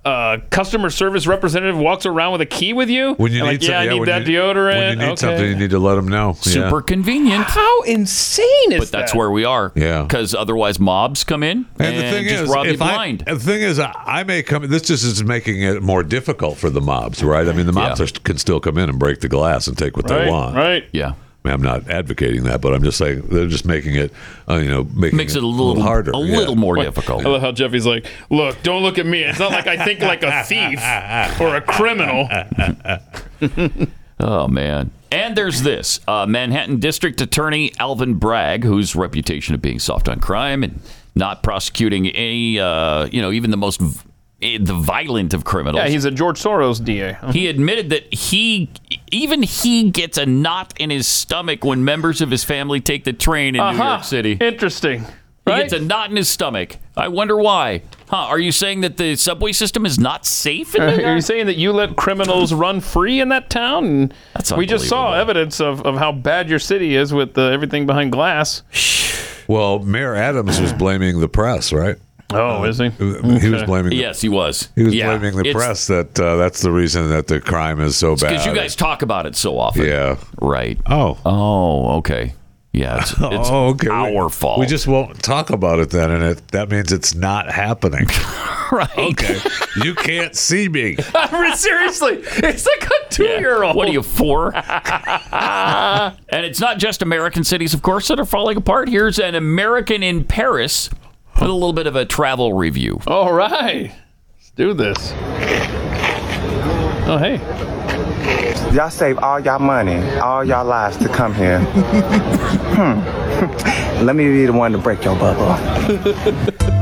Speaker 5: a, a customer service representative walks around with a key with you?
Speaker 13: When you
Speaker 5: And,
Speaker 13: need
Speaker 5: like, yeah,
Speaker 13: some-
Speaker 5: I
Speaker 13: yeah,
Speaker 5: need
Speaker 13: when
Speaker 5: that
Speaker 13: you-
Speaker 5: deodorant.
Speaker 13: When you need
Speaker 5: okay.
Speaker 13: something, you need to let them know.
Speaker 3: Super convenient.
Speaker 5: How insane is
Speaker 3: But that's where we are. Yeah. Because otherwise, mobs come in and,
Speaker 13: And the thing
Speaker 3: just
Speaker 13: is,
Speaker 3: rob you
Speaker 13: if
Speaker 3: blind.
Speaker 13: I, the thing is, I, I may come. This just is making it more difficult for the mobs, right? I mean, the mobs are, can still come in and break the glass and take what
Speaker 3: Right,
Speaker 13: they want,
Speaker 5: right?
Speaker 3: Yeah.
Speaker 13: I mean, I'm not advocating that, but I'm just saying they're just making it, uh, you know, making
Speaker 3: Makes it a little-
Speaker 13: harder,
Speaker 3: a little more
Speaker 13: Wait,
Speaker 5: I love how Jeffy's like, look, don't look at me. It's not like I think like a thief or a criminal.
Speaker 3: (laughs) oh man. And there's this uh, Manhattan District Attorney Alvin Bragg, whose reputation of being soft on crime and not prosecuting any, uh, you know, even the most v- eh, the violent of criminals.
Speaker 5: Yeah, he's a George Soros DA.
Speaker 3: he admitted that he, even he, gets a knot in his stomach when members of his family take the train in New
Speaker 5: Uh-huh.
Speaker 3: York City.
Speaker 5: Interesting.
Speaker 3: He gets a knot in his stomach. I wonder why. Huh? Are you saying that the subway system is not safe in New
Speaker 5: Are you
Speaker 3: York?
Speaker 5: saying that you let criminals run free in that town? And
Speaker 3: That's
Speaker 5: we just saw evidence of, of how bad your city is with uh, everything behind glass.
Speaker 13: Well, Mayor Adams was blaming the press, right?
Speaker 5: Oh, is he?
Speaker 13: Uh, He was
Speaker 5: Okay.
Speaker 13: blaming.
Speaker 3: Yes, he was.
Speaker 13: He was
Speaker 3: Yeah,
Speaker 13: blaming the
Speaker 3: it's-
Speaker 13: press that uh, that's the reason that the crime is so bad.
Speaker 3: Because you guys talk about it so often.
Speaker 13: yeah.
Speaker 3: Right.
Speaker 13: Oh.
Speaker 3: Oh. Okay. Yeah.
Speaker 13: (laughs)
Speaker 3: It's, it's
Speaker 13: oh, okay.
Speaker 3: our fault.
Speaker 13: We just won't talk about it then, and it, that means it's not happening.
Speaker 5: (laughs)
Speaker 3: right.
Speaker 13: Okay. you can't see me.
Speaker 5: Seriously, it's like a two-year-old.
Speaker 3: What are you
Speaker 5: (laughs)
Speaker 3: for? (laughs) and it's not just American cities, of course, that are falling apart. Here's an American in Paris with a little bit of a travel review.
Speaker 5: All right. Let's do this. Oh, hey.
Speaker 17: Y'all save all y'all money, all y'all lives to come here. hmm. Let me be the one to break your
Speaker 5: (laughs)
Speaker 17: bubble.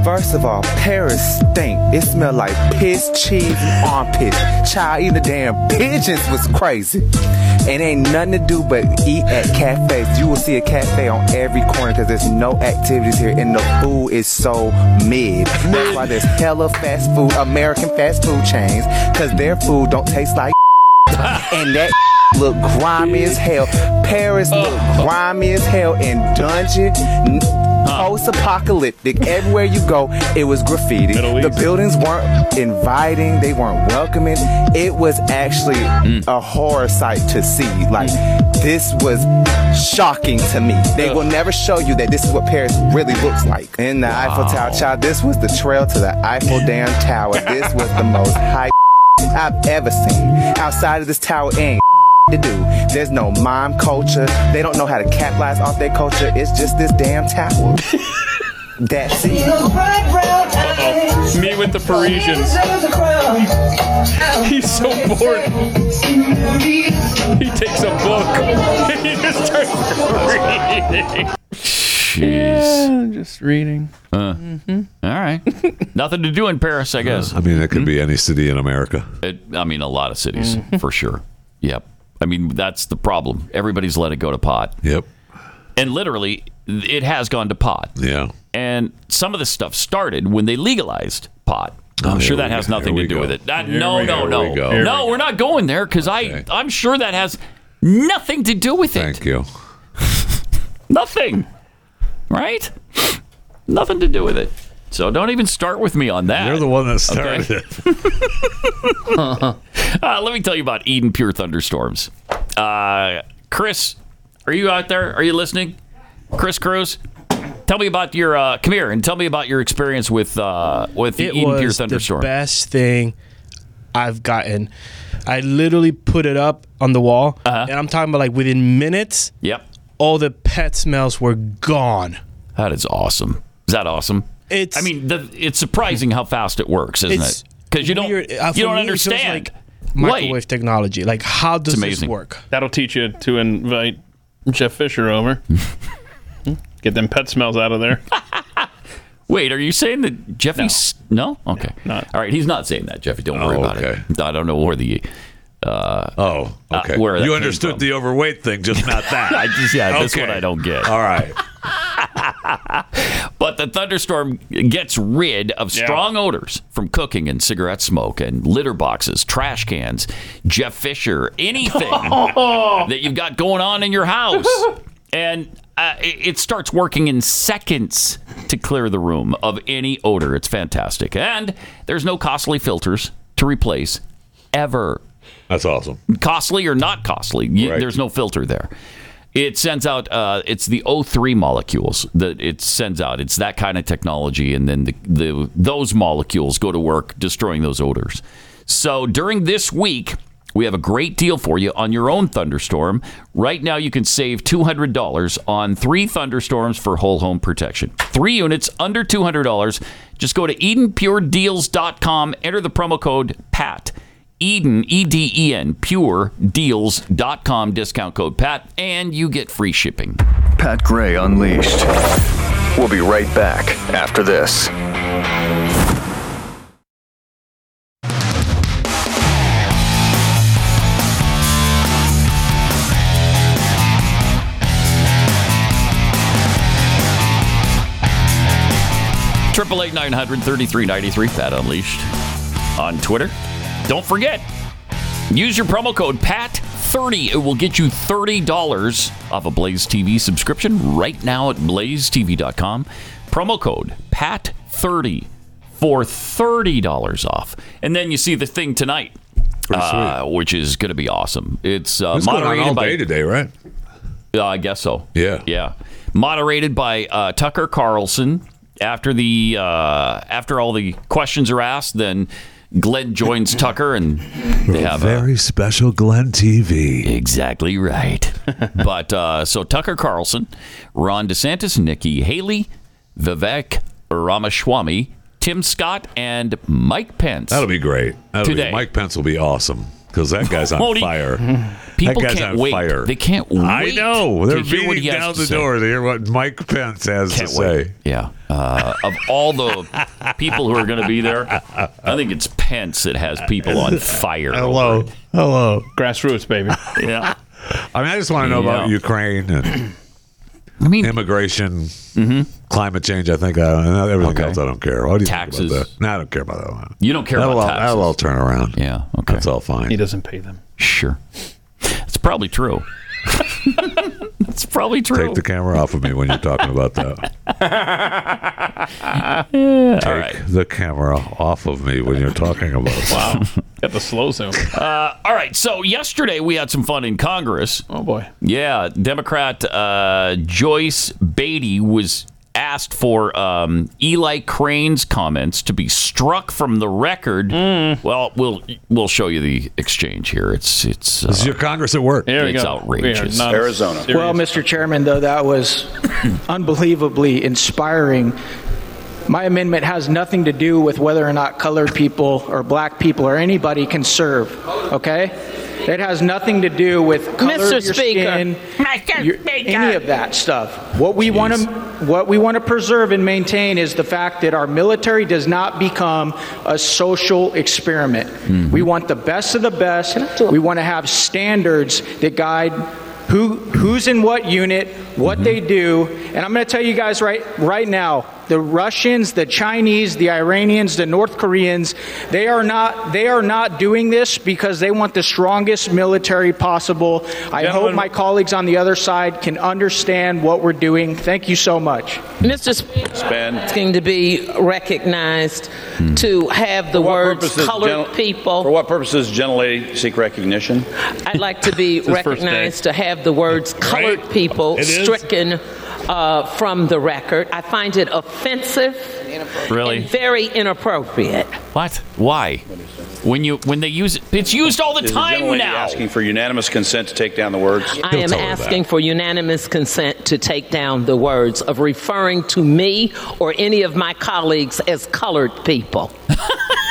Speaker 17: First of all, Paris stink. It smelled like piss, cheese, and armpit. Child eating the damn pigeons was crazy. And ain't nothing to do but eat at cafes. You will see a cafe on every corner because there's no activities here and the food is so mid. That's why there's hella fast food, American fast food chains, because their food don't taste like and that (laughs) look grimy as hell. Paris look grimy as hell and dungeon. n- Post-apocalyptic. Everywhere you go, it was graffiti. The buildings weren't inviting. They weren't welcoming. It was actually a horror sight to see. Like this was shocking to me. They will never show you that this is what Paris really looks like. In the Eiffel Tower, child, this was the trail to the Eiffel damn tower. This was the most high. I've ever seen. Outside of this tower ain't to do. There's no mom culture. They don't know how to capitalize off their culture. It's just this damn tower. (laughs) That's it.
Speaker 5: Uh-oh. Me with the Parisians. He's so bored. He takes a book. (laughs) he just starts reading.
Speaker 3: Jeez.
Speaker 5: just reading.
Speaker 3: Uh,
Speaker 13: (laughs)
Speaker 3: all right. Nothing to do in Paris, I guess. Hmm?
Speaker 13: I mean, it could be any city in America.
Speaker 3: It, I mean, a lot of cities
Speaker 13: Mm.
Speaker 3: for sure. Yep. I mean, that's the problem. Everybody's let it go to pot.
Speaker 13: Yep.
Speaker 3: And literally, it has gone to pot.
Speaker 13: Yeah.
Speaker 3: And some of this stuff started when they legalized pot. I'm
Speaker 13: Oh, here
Speaker 3: sure that
Speaker 13: we
Speaker 3: has
Speaker 13: go.
Speaker 3: nothing
Speaker 13: Here we
Speaker 3: to do
Speaker 13: go.
Speaker 3: with it. That,
Speaker 13: Here
Speaker 3: no,
Speaker 13: we
Speaker 3: no,
Speaker 13: go.
Speaker 3: no,
Speaker 13: Here we go. Here
Speaker 3: no.
Speaker 13: we
Speaker 3: We're not going there because I, I'm sure that has nothing to do with it.
Speaker 13: Thank you.
Speaker 3: (laughs) Nothing. Right? Nothing to do with it. So don't even start with me on that. You're the
Speaker 13: one that
Speaker 3: started
Speaker 4: (laughs)
Speaker 3: it. (laughs) uh, let me tell you about Eden Pure Thunderstorms. Uh, Chris, are you out there? Are you listening? Chris Cruz, tell me about your. Uh, come here and tell me about your experience with uh, with the
Speaker 19: it
Speaker 3: Eden Pure
Speaker 19: was
Speaker 3: Thunderstorm.
Speaker 19: the best thing I've gotten. I literally put it up on the wall, and I'm talking about like within minutes.
Speaker 3: Uh-huh. Yep.
Speaker 19: All the pet smells were gone.
Speaker 3: That is awesome. Is that awesome?
Speaker 19: It's.
Speaker 3: I mean, the, it's surprising how fast it works, isn't
Speaker 19: It's
Speaker 3: it? Because you don't
Speaker 19: Uh, for
Speaker 3: you don't
Speaker 19: me, it feels
Speaker 3: understand.
Speaker 19: like microwave technology. Like, how does this
Speaker 5: amazing.
Speaker 19: work?
Speaker 5: That'll teach you to invite Jeff
Speaker 3: (laughs)
Speaker 5: Fisher over. Get them pet smells out of there.
Speaker 3: Wait, are you saying that Jeffy's no? Okay, all right. He's not saying that, Jeffy. Don't worry about it. I don't know where the Uh, oh,
Speaker 4: okay. you understood the overweight thing, just
Speaker 3: (laughs)
Speaker 4: not that.
Speaker 3: I just yeah, this
Speaker 4: Okay.
Speaker 3: one I don't get.
Speaker 4: All right.
Speaker 3: (laughs) but the thunderstorm gets rid of strong odors from cooking and cigarette smoke and litter boxes, trash cans, Jeff Fisher, anything that you've got going on in your house. And uh, it it starts working in seconds to clear the room of any odor. It's fantastic. And there's no costly filters to replace ever.
Speaker 4: That's awesome.
Speaker 3: Costly or not costly, you, there's no filter there. It sends out. Uh, it's the O3 molecules that it sends out. It's that kind of technology, and then the, the those molecules go to work destroying those odors. So during this week, we have a great deal for you on your own thunderstorm. Right now, you can save two hundred dollars on three thunderstorms for whole home protection. Three units under two hundred dollars. Just go to EdenPureDeals.com. Enter the promo code Pat. Eden, E D E N, puredeals.com, discount code PAT, and you get free shipping.
Speaker 20: Pat Gray Unleashed. We'll be right back after this.
Speaker 3: Triple eight nine hundred thirty three ninety three Pat Unleashed on Twitter. Don't forget, use your promo code PAT30. It will get you $30 off a Blaze TV subscription right now at blazetv.com. Promo code PAT30 for $30 off. And then you see the thing tonight, uh, which is going to be awesome. It's uh,
Speaker 4: It's going on
Speaker 3: moderated
Speaker 4: all
Speaker 3: by
Speaker 4: day today, right?
Speaker 3: Uh, I guess so. Yeah. Yeah. Moderated by uh, Tucker Carlson. After the uh, after all the questions are asked, then Glenn
Speaker 4: (laughs)
Speaker 3: joins Tucker, and (laughs) they have a,
Speaker 4: Very special Glenn TV.
Speaker 3: Exactly right. (laughs) but uh, so Tucker Carlson, Ron DeSantis, Nikki Haley, Vivek Ramaswamy, Tim Scott, and Mike Pence.
Speaker 4: That'll be great. That'll
Speaker 3: Today.
Speaker 4: Be, Mike Pence will be awesome because that guy's on
Speaker 3: Won't he- (laughs)
Speaker 4: fire.
Speaker 3: People
Speaker 4: that guy's
Speaker 3: can't
Speaker 4: on
Speaker 3: wait.
Speaker 4: fire.
Speaker 3: They can't
Speaker 4: I
Speaker 3: wait
Speaker 4: know.
Speaker 3: to
Speaker 4: They're
Speaker 3: hear what
Speaker 4: beating
Speaker 3: he has
Speaker 4: down
Speaker 3: to
Speaker 4: the
Speaker 3: say.
Speaker 4: door to hear what Mike Pence has
Speaker 3: Can't
Speaker 4: to
Speaker 3: wait.
Speaker 4: say.
Speaker 3: Yeah. Uh, of all the people who are going to be there, I think it's Pence that has people
Speaker 4: (laughs)
Speaker 3: on fire.
Speaker 4: Hello. Hello.
Speaker 5: Grassroots, baby.
Speaker 3: yeah.
Speaker 4: I mean, I just want to know about
Speaker 3: Yeah.
Speaker 4: Ukraine and
Speaker 3: I mean,
Speaker 4: immigration,
Speaker 3: Mm-hmm.
Speaker 4: climate change. I think I don't, everything else. I don't care. What do you Taxes. Think about that? No, I don't care about that one.
Speaker 3: You don't care
Speaker 4: that'll
Speaker 3: about
Speaker 4: all,
Speaker 3: taxes.
Speaker 4: That'll all turn around.
Speaker 3: Yeah. Okay.
Speaker 4: That's all fine.
Speaker 5: He doesn't pay them.
Speaker 3: Sure. It's probably
Speaker 5: (laughs)
Speaker 3: true. It's probably true.
Speaker 4: Take the camera off of me when you're talking about
Speaker 3: (laughs)
Speaker 4: that.
Speaker 3: Yeah.
Speaker 4: Take
Speaker 3: All right.
Speaker 4: the camera off of me when you're talking about
Speaker 5: Wow. Got the slow zoom.
Speaker 3: Uh, all right. So yesterday we had some fun in Congress.
Speaker 5: Oh boy.
Speaker 3: Yeah, Democrat uh, Joyce Beatty was asked for um, Eli Crane's comments to be struck from the record.
Speaker 5: Mm.
Speaker 3: Well, we'll we'll show you the exchange here. It's it's uh,
Speaker 4: This is your Congress at work.
Speaker 5: Here we
Speaker 3: it's
Speaker 5: go.
Speaker 3: outrageous.
Speaker 5: We are not Arizona. serious.
Speaker 21: Well, Mr. Chairman, though that was unbelievably inspiring, my amendment has nothing to do with whether or not colored people or black people or anybody can serve, okay? It has nothing to do with color of
Speaker 18: Mr.
Speaker 21: your
Speaker 18: Speaker.
Speaker 21: skin,
Speaker 18: Mr.
Speaker 21: your- any of that stuff. What we want to what we want to preserve and maintain is the fact that our military does not become a social experiment. We want the best of the best. We want to have standards that guide who who's in what unit, what they do. And I'm going to tell you guys right right now, the Russians, the Chinese, the Iranians, the North Koreans, they are not they are not doing this because they want the strongest military possible. I hope
Speaker 18: Gentlemen.
Speaker 21: my colleagues on the other side can understand what we're doing. Thank you so much.
Speaker 18: Mr. Sp- asking to be recognized to have the words
Speaker 22: purposes,
Speaker 18: colored
Speaker 22: gen-
Speaker 18: people.
Speaker 22: For what purposes, gentle lady, seek recognition?
Speaker 18: I'd like to
Speaker 22: (laughs)
Speaker 18: be
Speaker 22: This is first
Speaker 18: recognized to have the words colored people
Speaker 22: It is.
Speaker 18: stricken uh, from the record. I find it offensive.
Speaker 3: Really?
Speaker 18: and very inappropriate.
Speaker 3: What? Why? When you when they use it, it's used all the
Speaker 22: Is
Speaker 3: time
Speaker 22: gentle lady
Speaker 3: now.
Speaker 22: asking for unanimous consent to take down the words?
Speaker 18: I am asking for unanimous consent to take down the words of referring to me or any of my colleagues as colored people.
Speaker 4: (laughs)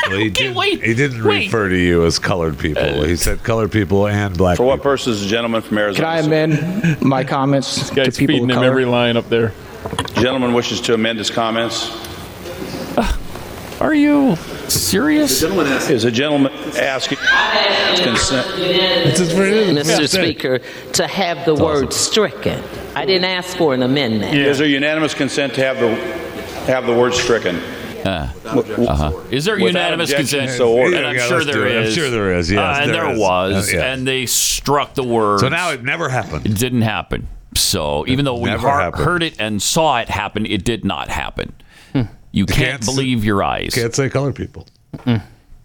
Speaker 4: Well, he, didn't,
Speaker 18: wait,
Speaker 4: he didn't
Speaker 18: wait.
Speaker 4: refer to you as colored
Speaker 3: Uh,
Speaker 4: people. He said colored people and black
Speaker 22: For what purposes, the gentleman from
Speaker 21: Can
Speaker 22: Arizona?
Speaker 21: I amend my comments to people
Speaker 22: feeding
Speaker 21: of
Speaker 22: him
Speaker 21: color?
Speaker 22: every
Speaker 5: line up there.
Speaker 22: Gentleman wishes to amend his comments.
Speaker 3: Are you serious?
Speaker 21: Is a gentleman asking consent?
Speaker 18: Mr. Speaker, to have the word stricken. I didn't ask for an amendment.
Speaker 21: Is there unanimous consent to have the, have the word stricken?
Speaker 3: Uh, uh-huh. Is there
Speaker 21: Without
Speaker 3: unanimous
Speaker 21: objection,
Speaker 3: consent?
Speaker 21: so ordered.
Speaker 3: and I'm
Speaker 21: Yeah,
Speaker 3: sure
Speaker 21: let's do
Speaker 3: there
Speaker 21: it. I'm
Speaker 3: is.
Speaker 21: sure there is,
Speaker 3: Uh,
Speaker 21: yes,
Speaker 3: and
Speaker 21: there
Speaker 3: there
Speaker 21: is.
Speaker 3: was.
Speaker 21: Uh, yeah.
Speaker 3: And they struck the word.
Speaker 21: So now
Speaker 3: it never happened. It didn't happen. So even though we
Speaker 4: never
Speaker 3: har-
Speaker 4: happened.
Speaker 3: heard it and saw it happen, it did not happen.
Speaker 18: Hmm.
Speaker 3: You can't,
Speaker 4: Can't s-
Speaker 3: believe your eyes.
Speaker 4: Can't say colored people.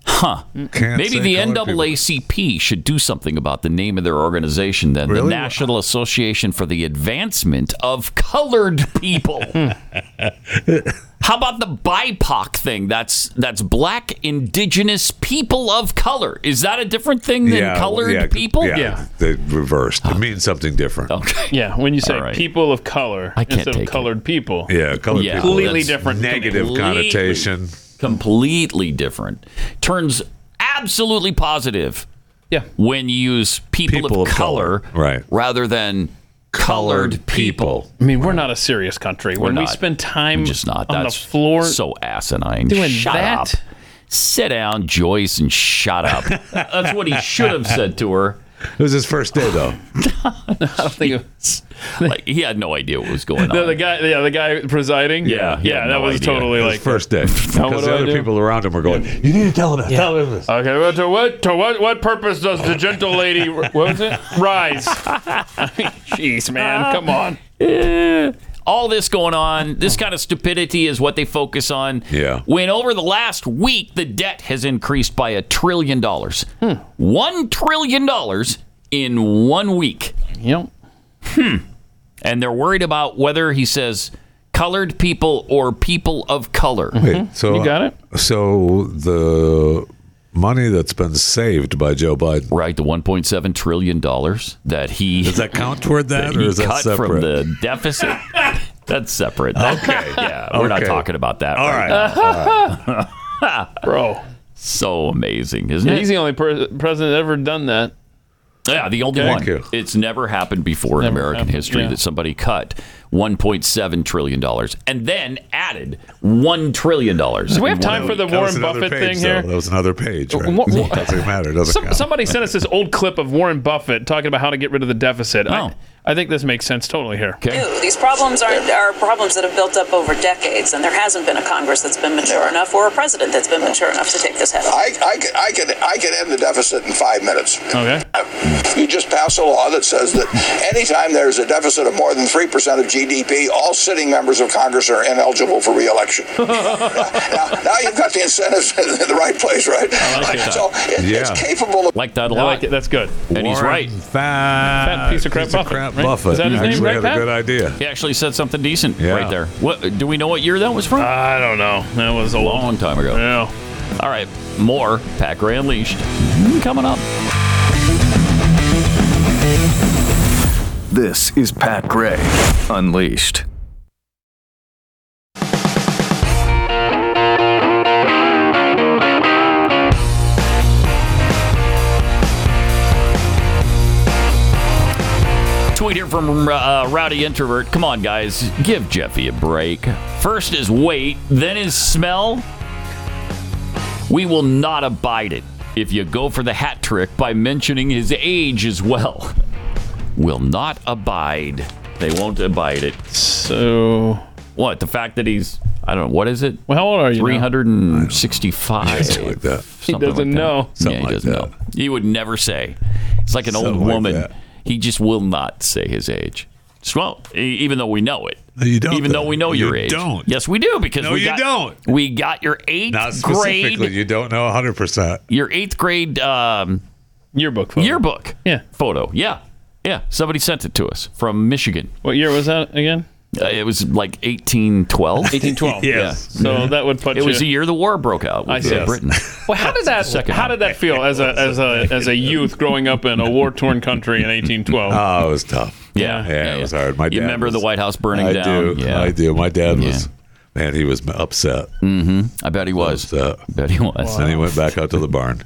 Speaker 3: Huh.
Speaker 4: Can't
Speaker 3: Maybe
Speaker 4: say
Speaker 3: the
Speaker 4: colored people.
Speaker 3: NAACP should do something about the name of their organization then. The
Speaker 4: Really?
Speaker 3: National Association for the Advancement of
Speaker 4: (laughs)
Speaker 3: (laughs) Colored People.
Speaker 4: Hmm.
Speaker 3: How about the BIPOC thing? That's that's black indigenous people of color. Is that a different thing than colored
Speaker 4: yeah,
Speaker 3: people?
Speaker 4: Yeah, They reversed. It means something different.
Speaker 3: Okay.
Speaker 5: Yeah, when you say
Speaker 4: All right.
Speaker 5: people of color
Speaker 4: I can't
Speaker 5: instead
Speaker 4: take
Speaker 5: of
Speaker 4: it.
Speaker 5: colored people.
Speaker 4: Yeah, colored people.
Speaker 5: Completely
Speaker 3: That's
Speaker 5: different. to me.
Speaker 3: Completely different. Turns absolutely positive.
Speaker 5: Yeah.
Speaker 3: When you use people, of, color, right. rather than colored, people.
Speaker 5: I mean, we're not a serious country.
Speaker 3: We're
Speaker 5: when we
Speaker 3: not.
Speaker 5: spend time
Speaker 3: just not.
Speaker 5: on
Speaker 3: That's
Speaker 5: the floor,
Speaker 3: so asinine.
Speaker 5: doing
Speaker 3: shut
Speaker 5: that?
Speaker 3: up. Sit down, Joyce, and shut up. That's what he should have
Speaker 5: (laughs)
Speaker 3: said to her.
Speaker 4: It was his first day,
Speaker 3: (laughs)
Speaker 4: though.
Speaker 5: I don't think it-
Speaker 3: Like he had no idea what was going on.
Speaker 5: the, the guy, yeah, the guy presiding.
Speaker 3: Yeah, he
Speaker 5: yeah,
Speaker 3: had
Speaker 5: that
Speaker 3: no
Speaker 5: was
Speaker 3: idea.
Speaker 5: totally
Speaker 3: It was
Speaker 5: like
Speaker 4: First day.
Speaker 5: Now what
Speaker 4: Because
Speaker 5: do
Speaker 4: the
Speaker 5: I
Speaker 4: other (laughs)
Speaker 5: do?
Speaker 4: people around him were going, You need to tell him this. Tell him this.
Speaker 5: Okay, well, to what to what what purpose does the gentle lady what was it rise? (laughs) I mean, Jeez,
Speaker 3: Uh,
Speaker 5: man, Ah, come on.
Speaker 3: Eh, all this going on, this kind of stupidity is what they focus on.
Speaker 4: Yeah.
Speaker 3: When over the last week, the debt has increased by a trillion dollars. One trillion dollars in one week.
Speaker 5: Yep.
Speaker 3: Hmm. And they're worried about whether he says colored people or people of color. Hmm.
Speaker 4: Wait, so uh, So the money that's been saved by Joe Biden,
Speaker 3: right? The 1.7 trillion dollars that he
Speaker 4: does that count toward that,
Speaker 3: he
Speaker 4: or is that
Speaker 3: cut
Speaker 4: separate?
Speaker 3: from the deficit. That's separate. Okay. yeah, we're not
Speaker 4: Okay.
Speaker 3: talking about that.
Speaker 4: All
Speaker 3: right.
Speaker 4: right.
Speaker 3: (laughs) now.
Speaker 5: Bro,
Speaker 3: so amazing, isn't
Speaker 5: he's
Speaker 3: it?
Speaker 5: the only pres president ever done that.
Speaker 3: Yeah, the only
Speaker 5: Thank
Speaker 3: one.
Speaker 5: you.
Speaker 3: It's never happened before in
Speaker 5: Never
Speaker 3: American
Speaker 5: happened,
Speaker 3: history
Speaker 5: yeah.
Speaker 3: that somebody cut 1.7 trillion dollars and then added 1 trillion dollars.
Speaker 5: Do we have time for the
Speaker 4: That was
Speaker 5: Warren
Speaker 4: another
Speaker 5: Buffett
Speaker 4: page,
Speaker 5: thing
Speaker 4: though.
Speaker 5: here?
Speaker 4: That was another page. Right?
Speaker 5: What- what-
Speaker 4: doesn't matter. Doesn't
Speaker 5: Some,
Speaker 4: count.
Speaker 5: somebody sent us this old clip of Warren Buffett talking about how to get rid of the deficit. I, I think this makes sense totally here.
Speaker 15: do. These problems are, are problems that have built up over decades, and there hasn't been a Congress that's been mature enough or a president that's been mature enough to take this head on.
Speaker 22: I, I, could, I, could, I could end the deficit in five minutes.
Speaker 5: Okay.
Speaker 22: You just pass a law that says that anytime there's a deficit of more than 3% of GDP, all sitting members of Congress are ineligible for reelection. now, now you've got the incentives (laughs) in the right place, right? so it, it's capable of.
Speaker 3: Like that a
Speaker 5: I
Speaker 3: lot.
Speaker 5: like it. That's good.
Speaker 3: And he's
Speaker 4: Warren
Speaker 3: right.
Speaker 4: Fat,
Speaker 5: Fat piece of crap Buffett. right?
Speaker 4: Buffett.
Speaker 5: Is that his
Speaker 4: actually
Speaker 5: name, right,
Speaker 4: had
Speaker 5: Pat?
Speaker 4: a good idea.
Speaker 3: He actually said something decent right there. What do we know what year that was from?
Speaker 5: I don't know. That was a
Speaker 3: long time ago.
Speaker 5: Yeah.
Speaker 3: All right, more Pat Gray Unleashed coming up.
Speaker 13: This is Pat Gray Unleashed.
Speaker 3: Tweet here from uh, Rowdy Introvert. Come on, guys, give Jeffy a break. First is weight, then is smell. We will not abide it if you go for the hat trick by mentioning his age as well. (laughs) Will not abide. They won't abide it.
Speaker 5: So.
Speaker 3: What? The fact that he's, I don't know, what is it?
Speaker 5: Well, how old are you? now?
Speaker 3: 365. Something like that.
Speaker 5: He doesn't know.
Speaker 3: yeah, he doesn't know. He would never say. It's like an old
Speaker 4: Something like
Speaker 3: woman.
Speaker 4: that.
Speaker 3: he just will not say his age. Just won't, e- even though we know it. You
Speaker 4: don't,
Speaker 3: Even though
Speaker 4: though.
Speaker 3: we know your
Speaker 4: You
Speaker 3: age.
Speaker 4: don't.
Speaker 3: Yes, we do because
Speaker 4: No,
Speaker 3: we
Speaker 4: you
Speaker 3: got,
Speaker 4: don't.
Speaker 3: We got your eighth
Speaker 4: Not specifically.
Speaker 3: grade.
Speaker 4: You don't know 100. percent
Speaker 3: Your eighth grade um,
Speaker 5: yearbook.
Speaker 3: Photo. Yearbook.
Speaker 5: Yeah.
Speaker 3: Photo. Yeah. Yeah. Somebody sent it to us from Michigan.
Speaker 5: What year was that again?
Speaker 3: Uh, it was like
Speaker 4: (laughs)
Speaker 3: 1812.
Speaker 5: 1812.
Speaker 3: Yes.
Speaker 5: So that would put
Speaker 3: It was the
Speaker 5: you-
Speaker 3: year the war broke out with
Speaker 5: I see.
Speaker 3: uh, Britain.
Speaker 4: (laughs)
Speaker 5: Well, how did that how did that feel as a as a as a youth growing up in a war torn country in 1812?
Speaker 4: Oh, it was tough.
Speaker 3: Yeah.
Speaker 4: Yeah, it was hard. My
Speaker 3: You
Speaker 4: dad
Speaker 3: remember
Speaker 4: was-
Speaker 3: the White House burning
Speaker 4: I
Speaker 3: down?
Speaker 4: do.
Speaker 3: Yeah.
Speaker 4: I do. My dad was, man, he was upset.
Speaker 3: Mm-hmm. I bet he was.
Speaker 4: Upset.
Speaker 3: bet he was.
Speaker 4: And he went back out to the
Speaker 3: (laughs)
Speaker 4: barn.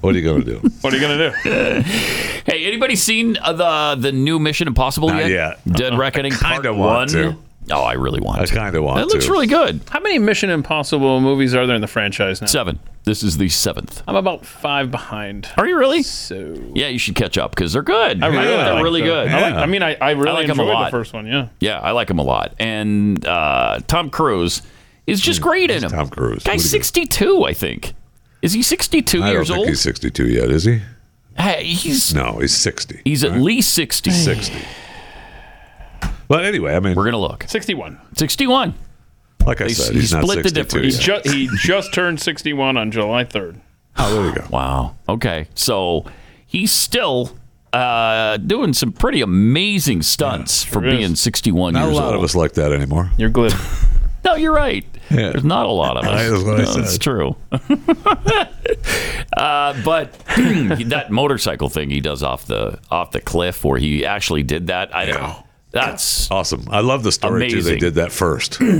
Speaker 4: What are you going to do?
Speaker 5: What are you gonna do?
Speaker 3: Hey, anybody seen uh, the the new Mission Impossible
Speaker 4: Not
Speaker 3: yet?
Speaker 4: yet. Uh-uh.
Speaker 3: Dead Reckoning
Speaker 4: Kinda
Speaker 3: Part
Speaker 4: want
Speaker 3: One.
Speaker 4: to.
Speaker 3: Oh, I really want.
Speaker 4: I kind of want.
Speaker 3: It looks
Speaker 4: to.
Speaker 3: really good.
Speaker 5: How many Mission Impossible movies are there in the franchise now?
Speaker 3: Seven. This is the seventh.
Speaker 5: I'm about five behind.
Speaker 3: Are you really?
Speaker 5: So
Speaker 3: Yeah, you should catch up because they're good.
Speaker 5: I really
Speaker 3: they're
Speaker 5: like
Speaker 3: really
Speaker 5: them.
Speaker 3: good.
Speaker 5: I, like, I mean, I, I really
Speaker 3: like 'em a
Speaker 5: enjoyed
Speaker 3: lot.
Speaker 5: the first one. Yeah.
Speaker 3: Yeah, I like him a lot. And uh, Tom Cruise is just great in him. Tom
Speaker 4: Hmm. Cruise.
Speaker 3: Guy's 62, I think. Is he 62
Speaker 4: I don't
Speaker 3: years
Speaker 4: think
Speaker 3: old?
Speaker 4: he's 62 yet, is he?
Speaker 3: Hey, he's
Speaker 4: No, he's 60.
Speaker 3: he's at least 60.
Speaker 4: 60. But anyway, I mean,
Speaker 3: we're gonna look.
Speaker 5: 61.
Speaker 3: 61.
Speaker 4: Like I
Speaker 3: They-
Speaker 4: said,
Speaker 3: he
Speaker 4: he's not
Speaker 3: split the
Speaker 4: 62
Speaker 3: difference.
Speaker 4: yet.
Speaker 5: He, ju- he just turned 61 on July 3rd.
Speaker 4: Oh, there you go.
Speaker 3: Wow. Okay. So he's still uh, doing some pretty amazing stunts for
Speaker 4: is.
Speaker 3: being 61
Speaker 4: Not a
Speaker 3: years
Speaker 4: lot
Speaker 3: old.
Speaker 4: of us like that anymore.
Speaker 5: You're glib.
Speaker 3: (laughs) No, you're right.
Speaker 4: Yeah.
Speaker 3: There's not a
Speaker 4: (laughs)
Speaker 3: lot of us.
Speaker 4: That's what I
Speaker 3: No,
Speaker 4: said.
Speaker 3: It's true. uh, but (clears throat) that motorcycle thing he does off the off the cliff where he actually did that. I don't know. That's
Speaker 4: awesome. I love the story too. They
Speaker 3: Amazing.
Speaker 4: did that first. (clears throat)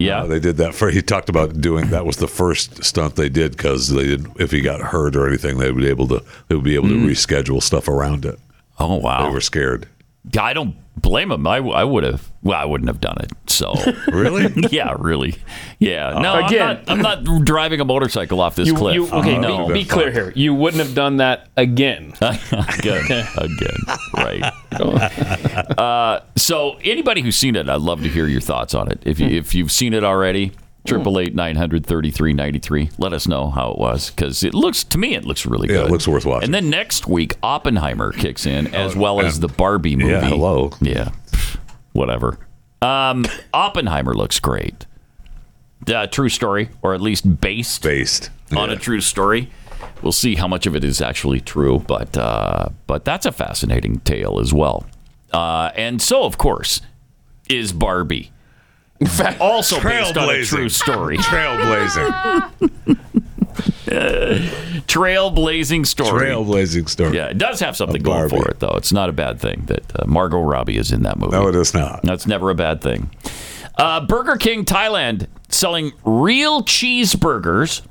Speaker 4: Uh,
Speaker 3: yeah,
Speaker 4: they did that first. He talked about doing that was the first stunt they did because they didn't. If he got hurt or anything, they would be able to. They would be able to reschedule stuff around it.
Speaker 3: Mm. Oh wow,
Speaker 4: they were scared.
Speaker 3: I don't blame him. I, I would have. Well, I wouldn't have done it. So
Speaker 4: (laughs) Really?
Speaker 3: (laughs) yeah, really, yeah. No,
Speaker 5: Again.
Speaker 3: I'm not, I'm not driving a motorcycle off this
Speaker 5: You-
Speaker 3: cliff. Uh-huh.
Speaker 5: you- okay,
Speaker 3: no.
Speaker 5: be, be clear here. You wouldn't have done that again.
Speaker 3: (laughs) again, again,
Speaker 5: (laughs)
Speaker 3: right? uh, so, anybody who's seen it, I'd love to hear your thoughts on it. If you, if you've seen it already, triple eight nine hundred thirty three ninety three. Let us know how it was because it looks to me it looks really good.
Speaker 4: Yeah, it looks worth watching. Oh,
Speaker 3: And then next week, Oppenheimer kicks in as well as
Speaker 4: and-
Speaker 3: the Barbie movie.
Speaker 4: Yeah, hello.
Speaker 3: Yeah, whatever. Um, Oppenheimer looks great. Uh, true story, or at least based
Speaker 4: based
Speaker 3: on a true story. We'll see how much of it is actually true, but uh, but that's a fascinating tale as well. Uh, and so, of course, is
Speaker 4: (laughs)
Speaker 3: Barbie also based on a
Speaker 4: Trailblazing.
Speaker 3: true story?
Speaker 4: Trailblazing.
Speaker 3: Uh, Trailblazing story.
Speaker 4: Trailblazing story.
Speaker 3: Yeah, it does have something going for it, though. It's not a bad thing that uh, Margot Robbie is in that movie.
Speaker 4: No, it is not.
Speaker 3: That's never a bad thing. Uh, Burger King Thailand selling real cheeseburgers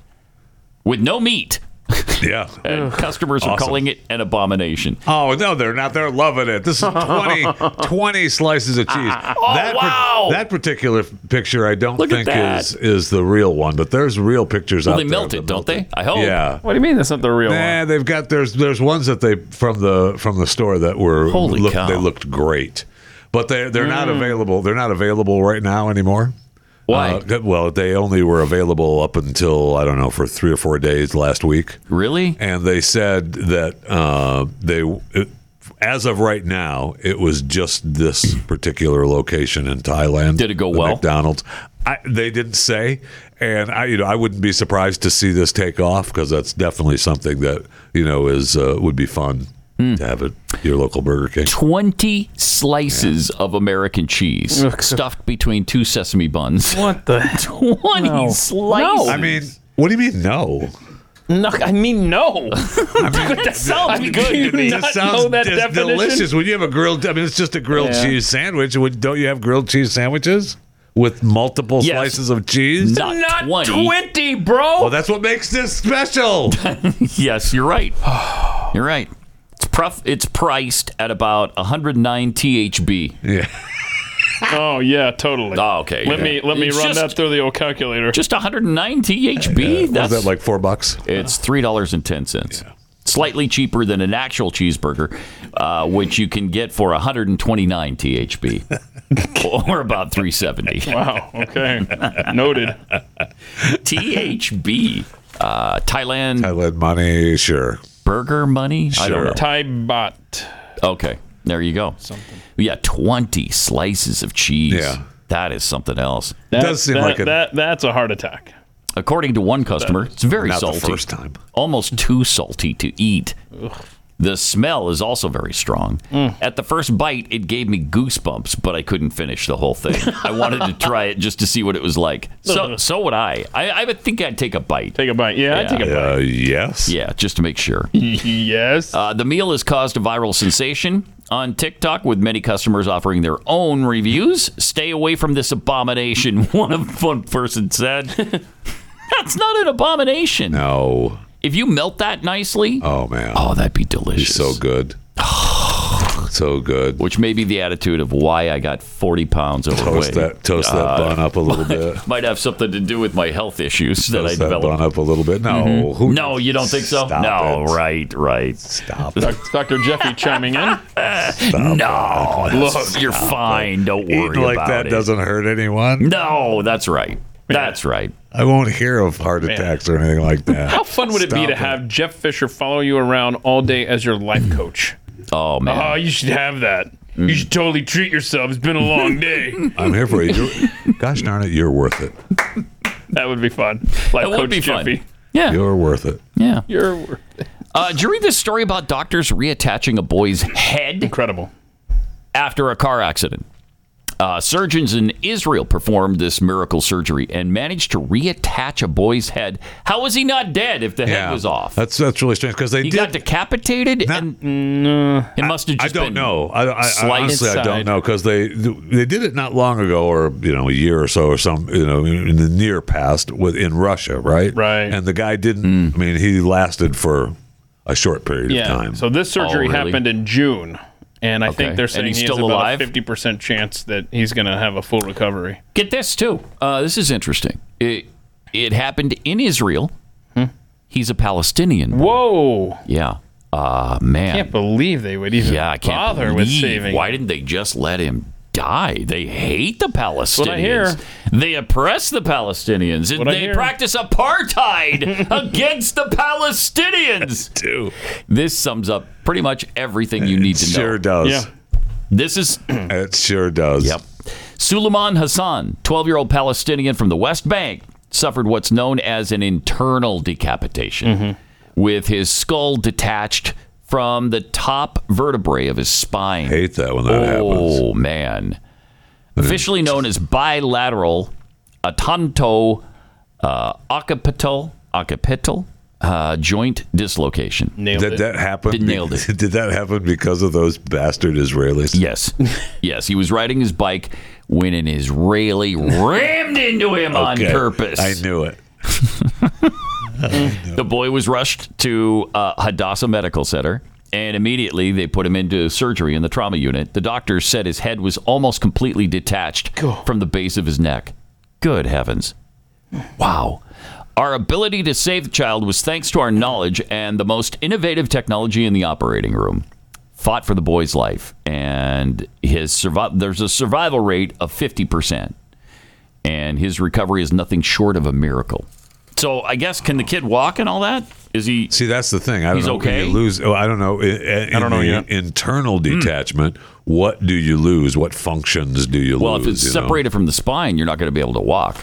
Speaker 3: with no meat. (laughs)
Speaker 4: Yeah.
Speaker 3: And customers are
Speaker 4: Awesome.
Speaker 3: calling it an abomination.
Speaker 4: Oh no, they're not. They're loving it.
Speaker 3: (laughs)
Speaker 4: This is 20, 20 slices of cheese.
Speaker 3: Oh,
Speaker 4: that par-
Speaker 3: wow.
Speaker 4: that particular picture, I don't
Speaker 3: Look at
Speaker 4: think
Speaker 3: that.
Speaker 4: is is the real one, but there's real pictures
Speaker 3: Well,
Speaker 4: out
Speaker 3: they
Speaker 4: there
Speaker 3: melt
Speaker 4: that
Speaker 3: it, don't they? I hope.
Speaker 4: Yeah.
Speaker 5: What do you mean that's not the real one?
Speaker 4: Nah, they've got there's there's ones that they from the from the store that were
Speaker 3: Holy
Speaker 4: look,
Speaker 3: cow.
Speaker 4: they looked great, but they they're
Speaker 3: Mm.
Speaker 4: not available. They're not available right now anymore.
Speaker 3: Why?
Speaker 4: Uh, good- well, they only were available up until I don't know for three or four days last week.
Speaker 3: Really?
Speaker 4: And they said that uh, they, it, as of right now, it was just this particular location in Thailand. Did
Speaker 3: it go
Speaker 4: the
Speaker 3: well?
Speaker 4: McDonald's. I, they didn't say, and I, you know, I wouldn't be surprised to see this take off because that's definitely something that you know is uh, would be fun
Speaker 3: Hmm.
Speaker 4: to have at your local Burger King.
Speaker 3: 20 slices of American cheese stuffed between two sesame buns. (laughs)
Speaker 5: What the?
Speaker 3: 20 slices.
Speaker 4: I mean, what do you mean no?
Speaker 5: No, I mean no. (laughs) that sounds
Speaker 3: I mean,
Speaker 5: good.
Speaker 3: you
Speaker 5: Do you
Speaker 4: It
Speaker 5: not
Speaker 4: sounds
Speaker 5: know that
Speaker 4: just
Speaker 5: definition?
Speaker 4: delicious when you have a grilled. I mean, it's just a grilled
Speaker 5: Yeah.
Speaker 4: cheese sandwich. Would- Don't you have grilled cheese sandwiches with multiple
Speaker 3: Yes.
Speaker 4: slices of cheese?
Speaker 3: Not,
Speaker 5: Not
Speaker 3: 20.
Speaker 5: 20, bro.
Speaker 4: Well, that's what makes this special.
Speaker 3: (laughs) Yes, you're
Speaker 4: (sighs)
Speaker 3: right. You're right. It's, pref- it's priced at about 109 THB.
Speaker 4: yeah.
Speaker 5: (laughs) oh yeah, totally.
Speaker 3: Oh, okay.
Speaker 5: Let me let me
Speaker 3: It's
Speaker 5: run
Speaker 3: just-
Speaker 5: that through the old calculator.
Speaker 3: Just 109 THB?
Speaker 4: Was
Speaker 3: That's
Speaker 4: that like four bucks?
Speaker 3: It's three dollars and ten cents. Slightly cheaper than an actual cheeseburger, uh, which you can get for
Speaker 4: (laughs)
Speaker 3: 129 THB, or about 370
Speaker 5: wow.
Speaker 3: (laughs)
Speaker 5: Okay. Noted.
Speaker 3: THB. Uh, Thailand
Speaker 4: I led money, sure.
Speaker 3: burger money. I don't know.
Speaker 5: Thai bot.
Speaker 3: Okay, there you go. Yeah, 20 slices of cheese.
Speaker 4: Yeah.
Speaker 3: that is something else.
Speaker 5: That,
Speaker 4: Does seem
Speaker 5: that-
Speaker 4: like a-
Speaker 5: that that's a heart attack.
Speaker 3: According to one customer, it's very
Speaker 4: Not the
Speaker 3: salty.
Speaker 4: first time.
Speaker 3: Almost too salty to eat. The smell is also very strong.
Speaker 5: Mm.
Speaker 3: At the first bite, it gave me goosebumps, but I couldn't finish the whole thing. I wanted to try it just to see what it was like.
Speaker 5: (laughs)
Speaker 3: So, so would I. I. I would think I'd take a bite.
Speaker 5: Take a bite. Yeah, I take a
Speaker 4: Uh, yes.
Speaker 3: Yeah, just to make sure.
Speaker 5: bite. (laughs) Yes.
Speaker 3: Uh, the meal has caused a viral sensation on TikTok, with many customers offering their own reviews. Stay away from this abomination, (laughs) one of one person said. That's not an abomination.
Speaker 4: No.
Speaker 3: If you melt that nicely,
Speaker 4: Oh man.
Speaker 3: oh, that'd be delicious.
Speaker 4: so good. (sighs) so good.
Speaker 3: Which may be the attitude of why I got 40 pounds Uh, overweight.
Speaker 4: that- toast that bun up a
Speaker 3: (laughs)
Speaker 4: little bit.
Speaker 3: Might have something to do with my health issues that I
Speaker 4: Toast that
Speaker 3: developed.
Speaker 4: bun up a little bit. No,
Speaker 3: Mhm.
Speaker 4: who-
Speaker 3: no, you don't think so?
Speaker 4: Stop
Speaker 3: no,
Speaker 4: it.
Speaker 3: right, right.
Speaker 4: Stop.
Speaker 3: (laughs)
Speaker 5: Dr. Jeffy chiming in.
Speaker 3: no,
Speaker 4: it.
Speaker 3: look,
Speaker 4: Stop
Speaker 3: you're fine. Don't
Speaker 4: Oh, Eating
Speaker 3: worry
Speaker 4: like
Speaker 3: about
Speaker 4: that
Speaker 3: it.
Speaker 4: doesn't hurt anyone.
Speaker 3: No, that's right. That's right.
Speaker 4: I won't hear of heart attacks or anything like that.
Speaker 5: How fun would it be
Speaker 4: Stop
Speaker 5: to have Jeff Fisher follow you around all day as your life coach?
Speaker 3: Oh man. Mm.
Speaker 5: Oh, you should have that. You should totally treat yourself. It's been a long day.
Speaker 4: (laughs) I'm here for you. You're- Gosh darn it, you're worth it.
Speaker 5: That would be fun. Life
Speaker 3: That would
Speaker 5: coach
Speaker 3: be fun.
Speaker 5: Jeffy.
Speaker 3: Yeah.
Speaker 4: You're worth it.
Speaker 3: Yeah.
Speaker 5: You're worth
Speaker 3: (laughs) Uh, did you read this story about doctors reattaching a boy's head?
Speaker 5: Incredible.
Speaker 3: After a car accident. Uh, surgeons in Israel performed this miracle surgery and managed to reattach a boy's head. How was he not dead if the head was off?
Speaker 4: That's that's really strange because they
Speaker 3: He
Speaker 4: did. Uh,
Speaker 3: got decapitated, and mm, it must have
Speaker 4: I
Speaker 3: just
Speaker 4: don't
Speaker 3: been
Speaker 4: know. I, I, I
Speaker 3: sliced.
Speaker 4: honestly I don't know because they they did it not long ago, or you know, a year or so, or some you know, in the near past, with in Russia, right? Right. And the guy didn't. I mean, he lasted for a short period
Speaker 5: Mm. Yeah.
Speaker 4: of time.
Speaker 5: So this surgery
Speaker 3: Oh,
Speaker 5: happened in June, and I
Speaker 3: Okay.
Speaker 5: think they're
Speaker 3: And
Speaker 5: saying
Speaker 3: he's
Speaker 5: he
Speaker 3: still
Speaker 5: has
Speaker 3: alive?
Speaker 5: about a fifty percent chance that he's going to
Speaker 3: (laughs)
Speaker 5: have a full recovery.
Speaker 3: Get this too. Uh, this is interesting. It it happened in Israel. He's a Palestinian.
Speaker 5: Hmm. Whoa.
Speaker 3: Yeah. Uh man.
Speaker 5: Can't believe they would even
Speaker 3: yeah, I can't
Speaker 5: bother with
Speaker 3: believe.
Speaker 5: saving.
Speaker 3: Why didn't they just let him die? They hate the Palestinians.
Speaker 5: what I hear.
Speaker 3: They oppress the Palestinians.
Speaker 5: what I
Speaker 3: they
Speaker 5: hear.
Speaker 3: practice apartheid
Speaker 5: (laughs)
Speaker 3: against the Palestinians.
Speaker 4: Too.
Speaker 3: This sums up pretty much everything you need to know.
Speaker 4: Sure does.
Speaker 3: This is
Speaker 4: (clears throat) It sure does.
Speaker 3: Yep. Suleiman Hassan, 12 year old Palestinian from the West Bank, suffered what's known as an internal decapitation,
Speaker 4: Mm-hmm.
Speaker 3: with his skull detached from the top vertebrae of his spine.
Speaker 4: hate that when that happens. Mm-hmm.
Speaker 3: Oh, man. Officially known as bilateral atonto uh, occipital, occipital uh, joint dislocation.
Speaker 4: Did that happen?
Speaker 3: Did- nailed it.
Speaker 4: (laughs) Did that happen because of those bastard Israelis?
Speaker 3: Yes. yes, (laughs) he was riding his bike when an Israeli rammed into him on
Speaker 4: Okay.
Speaker 3: purpose.
Speaker 4: I knew it.
Speaker 3: (laughs) The boy was rushed to uh, Hadassah Medical Center, and immediately they put him into surgery in the trauma unit. The doctors said his head was almost completely detached from the base of his neck. Good heavens. Wow. Our ability to save the child was thanks to our knowledge and the most innovative technology in the operating room. Fought for the boy's life, and his survi- there's a survival rate of 50%, and his recovery is nothing short of a miracle. So I guess can the kid walk and all that? Is he?
Speaker 4: See, that's the thing. I don't
Speaker 3: He's
Speaker 4: know.
Speaker 3: okay?
Speaker 4: When you lose. Oh, I don't know. I, I,
Speaker 5: don't know
Speaker 4: the
Speaker 5: yet. Hmm.
Speaker 4: Internal detachment. What do you lose? What functions do you
Speaker 3: Well,
Speaker 4: lose?
Speaker 3: if it's
Speaker 4: you know?
Speaker 3: separated from the spine, you're not going to be able to walk.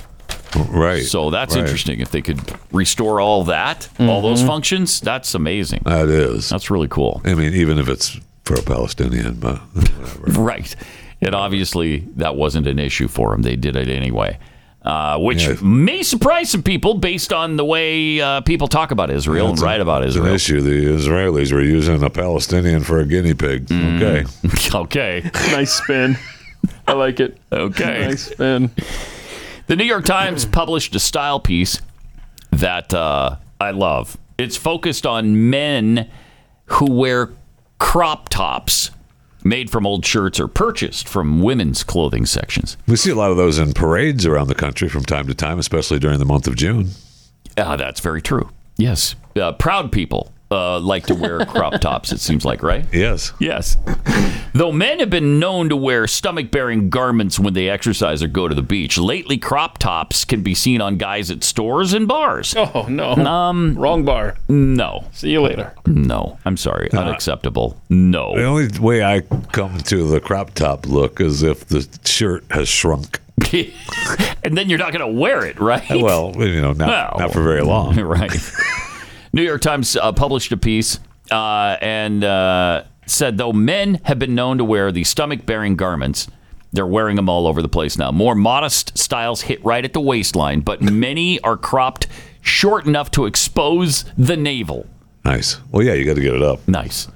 Speaker 4: right?
Speaker 3: So that's
Speaker 4: Right.
Speaker 3: interesting. If they could restore all that, all those functions, that's amazing.
Speaker 4: That is.
Speaker 3: That's really cool.
Speaker 4: I mean, even if it's for a Palestinian, but whatever.
Speaker 3: Right. And obviously, that wasn't an issue for him. They did it anyway, uh, which
Speaker 4: Yeah.
Speaker 3: may surprise some people based on the way uh, people talk about Israel and
Speaker 4: That's a-
Speaker 3: write about
Speaker 4: It's an
Speaker 3: Israel.
Speaker 4: issue. The Israelis were using a Palestinian for a guinea pig. Okay.
Speaker 3: Mm. (laughs) okay.
Speaker 5: (laughs) nice spin. I like it.
Speaker 3: Okay.
Speaker 5: Nice spin.
Speaker 3: The New York Times published a style piece that uh, I love. It's focused on men who wear crop tops made from old shirts or purchased from women's clothing sections.
Speaker 4: We see a lot of those in parades around the country from time to time, especially during the month of June.
Speaker 3: Ah, that's very true. Yes. Uh, proud people uh, like to
Speaker 5: (laughs)
Speaker 3: wear crop tops, it seems like, right?
Speaker 4: Yes.
Speaker 3: Yes. Though men have been known to wear stomach bearing garments when they exercise or go to the beach, lately crop tops can be seen on guys at stores and bars.
Speaker 5: Oh no. Um. Wrong bar.
Speaker 3: No.
Speaker 5: See you later.
Speaker 3: No. I'm sorry. Unacceptable. No.
Speaker 4: Uh, The only way I come to the crop top look is if the shirt has shrunk.
Speaker 3: (laughs) and then you're not going to wear it, right?
Speaker 4: Well, you know, not,
Speaker 3: Well.
Speaker 4: not for very long.
Speaker 3: (laughs) right. New York Times uh, published a piece uh, and uh, said though men have been known to wear the stomach bearing garments, they're wearing them all over the place now. More modest styles hit right at the
Speaker 13: (laughs)
Speaker 3: waistline, but many are cropped short enough to expose the navel.
Speaker 4: Nice. Well, yeah, you got to get it up.
Speaker 3: Nice.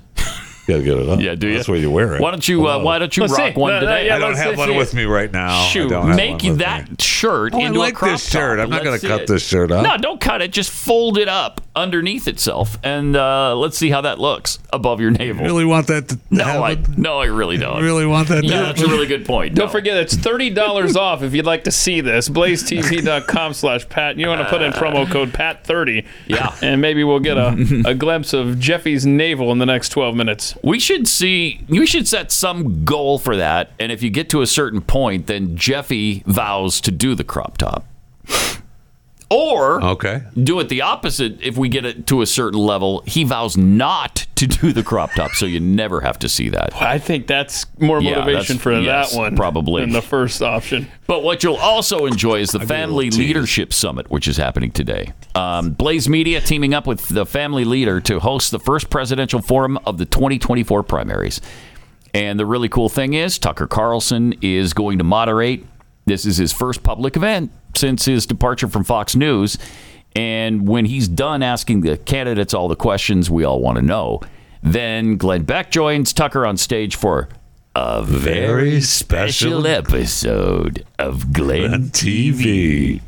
Speaker 13: Got to get it up.
Speaker 3: (laughs) Yeah, do you?
Speaker 13: That's what you wear it.
Speaker 3: Why don't you? Uh,
Speaker 13: Hello.
Speaker 3: why don't you
Speaker 13: Let's
Speaker 3: rock
Speaker 13: see.
Speaker 3: one
Speaker 13: No, no,
Speaker 3: today?
Speaker 13: yeah, I don't let's- have let's one see with it. me right now. I
Speaker 3: Shoot,
Speaker 13: don't have
Speaker 3: make
Speaker 13: one with
Speaker 3: that shirt
Speaker 13: Oh, I
Speaker 3: into
Speaker 13: like
Speaker 3: a crop
Speaker 13: this shirt.
Speaker 3: top.
Speaker 13: I'm not gonna
Speaker 3: Let's see
Speaker 13: cut
Speaker 3: it.
Speaker 13: this shirt up.
Speaker 3: No, don't cut it. Just fold it up underneath itself, and uh, let's see how that looks above your navel.
Speaker 13: really want that? To
Speaker 3: no, I no, I really don't.
Speaker 13: really want that?
Speaker 3: Yeah, that's a really good point.
Speaker 5: Don't forget, it's thirty dollars off if you'd like to see
Speaker 3: (laughs)
Speaker 5: this. BlazeTV.com slash Pat. You want to put in promo code Pat thirty.
Speaker 3: Uh, Yeah.
Speaker 5: and maybe we'll get a, a glimpse of Jeffy's navel in the next twelve minutes.
Speaker 3: We should see. We should set some goal for that, and if you get to a certain point, then Jeffy vows to do the crop top. Or
Speaker 13: okay,
Speaker 3: do it the opposite. If we get it to a certain level, he vows not to do the crop top, so you never have to see that.
Speaker 5: I think that's more
Speaker 3: Yeah,
Speaker 5: motivation
Speaker 3: that's-
Speaker 5: for
Speaker 3: yes,
Speaker 5: that one
Speaker 3: probably.
Speaker 5: than the first option.
Speaker 3: But what you'll also enjoy is the Family Leadership Summit, which is happening today. Um, Blaze Media teaming up with the Family Leader to host the first presidential forum of the 2024 primaries. And the really cool thing is, Tucker Carlson is going to moderate. This is his first public event since his departure from Fox News. And when he's done asking the candidates all the questions we all want to know, then Glenn Beck joins Tucker on stage for a very special episode of Glenn TV.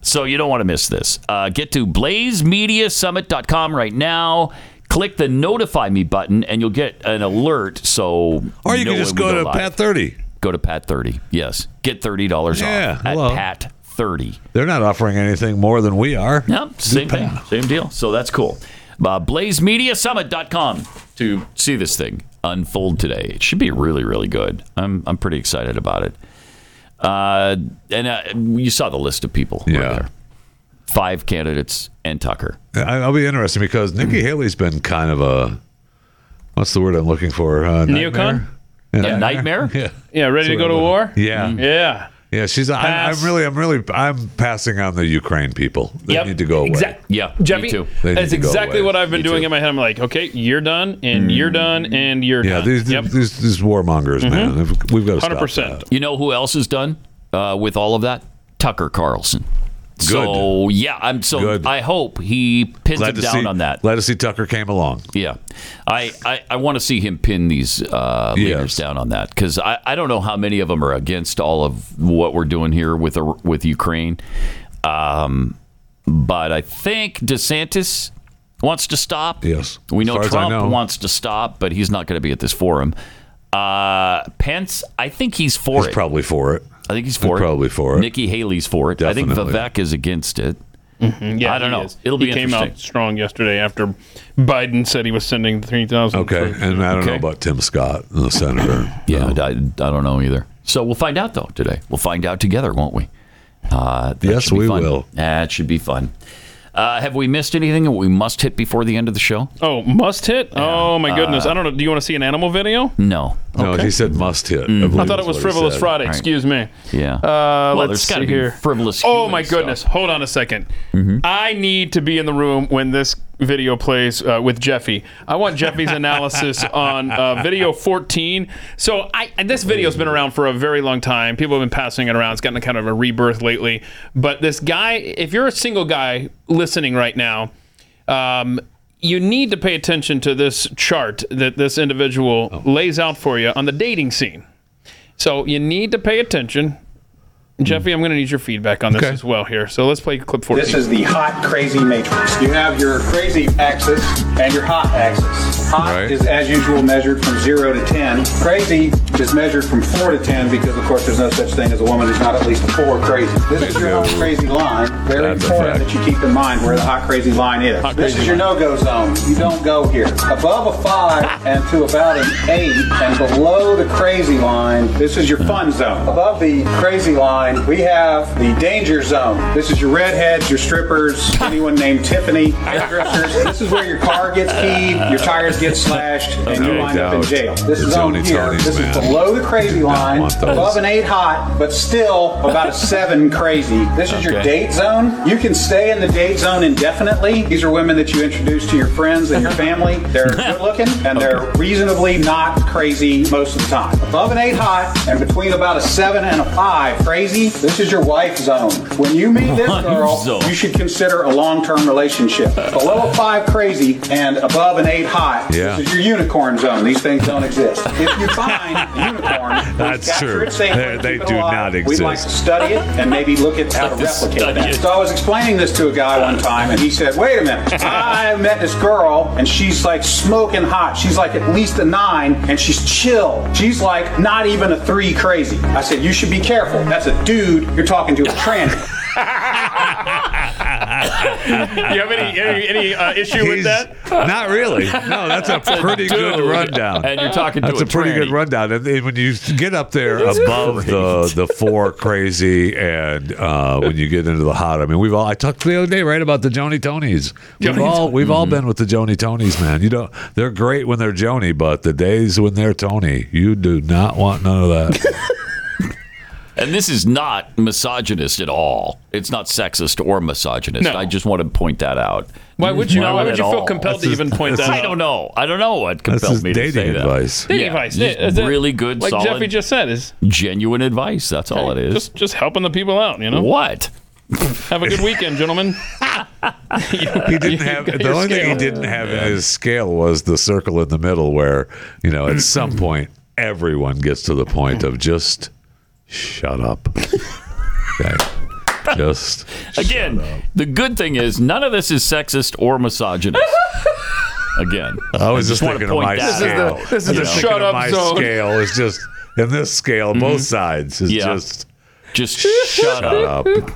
Speaker 3: So you don't want to miss this. Uh, get to blazemediasummit.com right now. Click the notify me button and you'll get an alert. So
Speaker 13: Or you
Speaker 3: know
Speaker 13: can just
Speaker 3: when we
Speaker 13: go to Pat 30.
Speaker 3: Go to Pat 30. Yes. Get $30
Speaker 13: Yeah,
Speaker 3: off at
Speaker 13: hello.
Speaker 3: Pat 30.
Speaker 13: They're not offering anything more than we are.
Speaker 3: No, same thing. Same deal. So that's cool. Uh, BlazeMediaSummit.com to see this thing unfold today. It should be really, really good. I'm, I'm pretty excited about it. Uh, and uh, you saw the list of people. Yeah. there. Five candidates and Tucker. Hmm.
Speaker 13: I- I'll be interested because Nikki Haley's been kind of a what's the word I'm looking for? Uh,
Speaker 5: Neocon?
Speaker 13: nightmare?
Speaker 5: Yeah,
Speaker 13: (laughs)
Speaker 3: nightmare? Mm.
Speaker 13: Yeah.
Speaker 5: Yeah, ready to go to war?
Speaker 13: Yeah.
Speaker 5: Yeah.
Speaker 13: Yeah, she's. I,
Speaker 5: Pass.
Speaker 13: I'm really, I'm really, I'm passing on the Ukraine people. They
Speaker 5: Yep.
Speaker 13: need to go away.
Speaker 5: Exact-
Speaker 3: Yeah,
Speaker 5: Jeffy,
Speaker 13: They need
Speaker 5: that's
Speaker 13: to go
Speaker 5: exactly
Speaker 13: away. Mm.
Speaker 5: what I've been doing in my head. I'm like, okay, you're done, and you're done, and you're
Speaker 13: Yeah,
Speaker 5: done.
Speaker 13: these,
Speaker 5: yep.
Speaker 13: these these warmongers, man. They've- We've got to stop.
Speaker 5: Mm-hmm. Hundred percent.
Speaker 3: You know who else is done uh, with all of that? Tucker Carlson. So yeah, I'm so I hope he pins
Speaker 13: Glad
Speaker 3: him
Speaker 13: to
Speaker 3: down
Speaker 13: see-
Speaker 3: on that.
Speaker 13: Glad to see Tucker came along.
Speaker 3: Yeah, I I, I want to see him pin these uh, leaders down on that because I, I don't know how many of them are against all of what we're doing here with the- with Ukraine, um, but I think DeSantis wants to stop. Yes, we know
Speaker 13: far as I
Speaker 3: Trump
Speaker 13: know.
Speaker 3: wants to stop, but he's not going to be at this forum. Uh, Pence, I think he's for
Speaker 13: He's
Speaker 3: it.
Speaker 13: probably for it.
Speaker 3: I think he's for it.
Speaker 13: Probably for it.
Speaker 3: Nikki Haley's for it. I think
Speaker 13: Definitely.
Speaker 3: Vivek is against it.
Speaker 5: Mhm, Yeah,
Speaker 3: I don't
Speaker 5: he
Speaker 3: know.
Speaker 5: is.
Speaker 3: It'll be
Speaker 5: he came out
Speaker 3: interesting.
Speaker 5: strong yesterday after Biden said he was sending three thousand.
Speaker 13: Okay, and I don't know about Tim Scott, the senator.
Speaker 3: (laughs) Yeah, I, I don't know either. So we'll find out though today. We'll find out together, won't we? Uh, that
Speaker 13: Yes,
Speaker 3: should be
Speaker 13: we
Speaker 3: fun.
Speaker 13: will.
Speaker 3: That should be fun. Uh, have we missed anything that we must hit before the end of the show?
Speaker 5: Oh, must hit! Oh my goodness! I don't know. Do you want to see an animal video?
Speaker 3: No. Mm.
Speaker 13: No, he said must hit.
Speaker 5: I thought it was frivolous Friday. Excuse me.
Speaker 3: Yeah.
Speaker 5: Uh,
Speaker 3: well,
Speaker 5: let's
Speaker 3: there's gotta
Speaker 5: see
Speaker 3: be
Speaker 5: here.
Speaker 3: frivolous.
Speaker 5: Oh my goodness! Hold on a 2nd
Speaker 3: Mm-hmm.
Speaker 5: I need to be in the room when this video plays uh, with Jeffy. I
Speaker 3: (laughs)
Speaker 5: want Jeffy's analysis on uh, video 14. So I and this video's been around for a very long time. People have been passing it around. It's gotten a kind of a rebirth lately. But this guy, if you're a single guy listening right now, um, you need to pay attention to this chart that this individual
Speaker 3: Oh.
Speaker 5: lays out for you on the dating scene. So you need to pay attention.
Speaker 4: Hmm.
Speaker 5: Jeffy, I'm going to need your feedback on this as well here. So let's play clip 14.
Speaker 9: This is the hot, crazy matrix. You have your crazy axis and your hot axis. Hot is, as usual, measured from 0 to 10. Crazy is measured from 4 to 10 because, of course, there's no such thing as a woman who's not at least 4 crazy. This is your hot, crazy line. Very important that you keep in mind where the hot, crazy line is. this is your no-go zone. You don't go here. Above a 5 and to about an 8 and below the crazy line, this is your fun zone. Above the crazy line, we have the danger zone. This is your redheads, your strippers, anyone named Tiffany, hairdressers. This is where your car gets keyed, your tires get slashed, and you
Speaker 13: No
Speaker 9: wind up in
Speaker 13: doubt.
Speaker 9: jail. This
Speaker 13: The
Speaker 9: is on
Speaker 13: Tony
Speaker 9: here.
Speaker 13: Tonys,
Speaker 9: This is
Speaker 13: man.
Speaker 9: below the crazy line,
Speaker 13: want those.
Speaker 9: above an eight hot, but still about a seven crazy. This is your
Speaker 13: Okay.
Speaker 9: date zone. You can stay in the date zone indefinitely. These are women that you introduce to your friends and your family. They're good looking and they're reasonably not crazy most of the time. Above an eight hot and between about a seven and a five crazy Nikki, this is your wife zone. When you meet this
Speaker 23: Wife
Speaker 9: girl,
Speaker 23: zone.
Speaker 9: you should consider a long-term relationship. Below a five crazy and above an eight hot.
Speaker 4: Yeah.
Speaker 9: This is your unicorn zone. These things don't exist. If you find a unicorn,
Speaker 4: That's
Speaker 9: capture
Speaker 4: true.
Speaker 9: it safely,
Speaker 4: They, they
Speaker 9: keep it
Speaker 4: do not
Speaker 9: alive. We'd like to
Speaker 4: exist.
Speaker 9: study it and maybe look at how to
Speaker 4: Like to
Speaker 9: replicate
Speaker 4: study
Speaker 9: that.
Speaker 4: it.
Speaker 9: So I was explaining this to a guy one time, and he said, "Wait
Speaker 5: (laughs)
Speaker 9: a minute, I met this girl, and she's like smoking hot. She's like at least a nine, and she's chill. She's like not even a three crazy." I said, "You should be careful. That's a dude. You're talking to
Speaker 4: (laughs)
Speaker 9: a tranny."
Speaker 5: (laughs) you have any any, any uh, issue with
Speaker 4: He's-
Speaker 5: that?
Speaker 4: Not really. No, that's a pretty good rundown.
Speaker 3: and you're talking to
Speaker 4: That's
Speaker 3: a
Speaker 4: a, pretty
Speaker 3: tranny.
Speaker 4: good rundown. And, and when you get up there
Speaker 3: That's
Speaker 4: above the the four crazy, and uh, when you get into the hot, I mean, we've all I talked the other day right about the Joni Tonys. We've
Speaker 3: Joni
Speaker 4: all
Speaker 3: Ton-
Speaker 4: we've all been with the Joni Tonys, man. You know, they're great when they're Joni, but the days when they're Tony, you do not want none of that.
Speaker 3: And this is not misogynist at all. It's not sexist or misogynist.
Speaker 5: No.
Speaker 3: I just want to point that out.
Speaker 5: Why would you-
Speaker 3: Not
Speaker 5: why would
Speaker 3: at
Speaker 5: you feel
Speaker 3: all.
Speaker 5: compelled
Speaker 3: That's
Speaker 5: to even
Speaker 3: (laughs)
Speaker 5: point that
Speaker 3: I
Speaker 5: out?
Speaker 3: don't know. I don't know what
Speaker 5: That's
Speaker 3: compelled
Speaker 5: just
Speaker 3: me to
Speaker 5: dating
Speaker 3: say that.
Speaker 5: advice. Dating
Speaker 3: Yeah,
Speaker 5: advice.
Speaker 3: just
Speaker 5: Yeah, is it-
Speaker 3: really good,
Speaker 5: like
Speaker 3: solid,
Speaker 5: Jeffrey just said, is
Speaker 3: genuine advice. That's all it is.
Speaker 5: just just helping the people out. You know
Speaker 3: What?
Speaker 5: Have a good
Speaker 4: (laughs)
Speaker 5: weekend, gentlemen. (laughs)
Speaker 4: he didn't have the
Speaker 5: got your
Speaker 4: only thing he
Speaker 5: scale.
Speaker 4: didn't have in his scale was the circle in the middle where you know at
Speaker 3: (clears throat)
Speaker 4: some point everyone gets to the point of just shut
Speaker 3: (laughs)
Speaker 4: up okay just
Speaker 3: Again, the good thing is none of this is sexist
Speaker 4: (laughs)
Speaker 3: or misogynist. Again,
Speaker 4: i was just,
Speaker 3: want to
Speaker 4: thinking of my
Speaker 3: point that
Speaker 4: scale
Speaker 3: out.
Speaker 4: I'm
Speaker 3: You
Speaker 4: just
Speaker 3: know?
Speaker 4: thinking of my scale is just in this scale both sides is
Speaker 3: Mm-hmm. Yeah.
Speaker 4: just
Speaker 3: just shut up.
Speaker 4: Okay.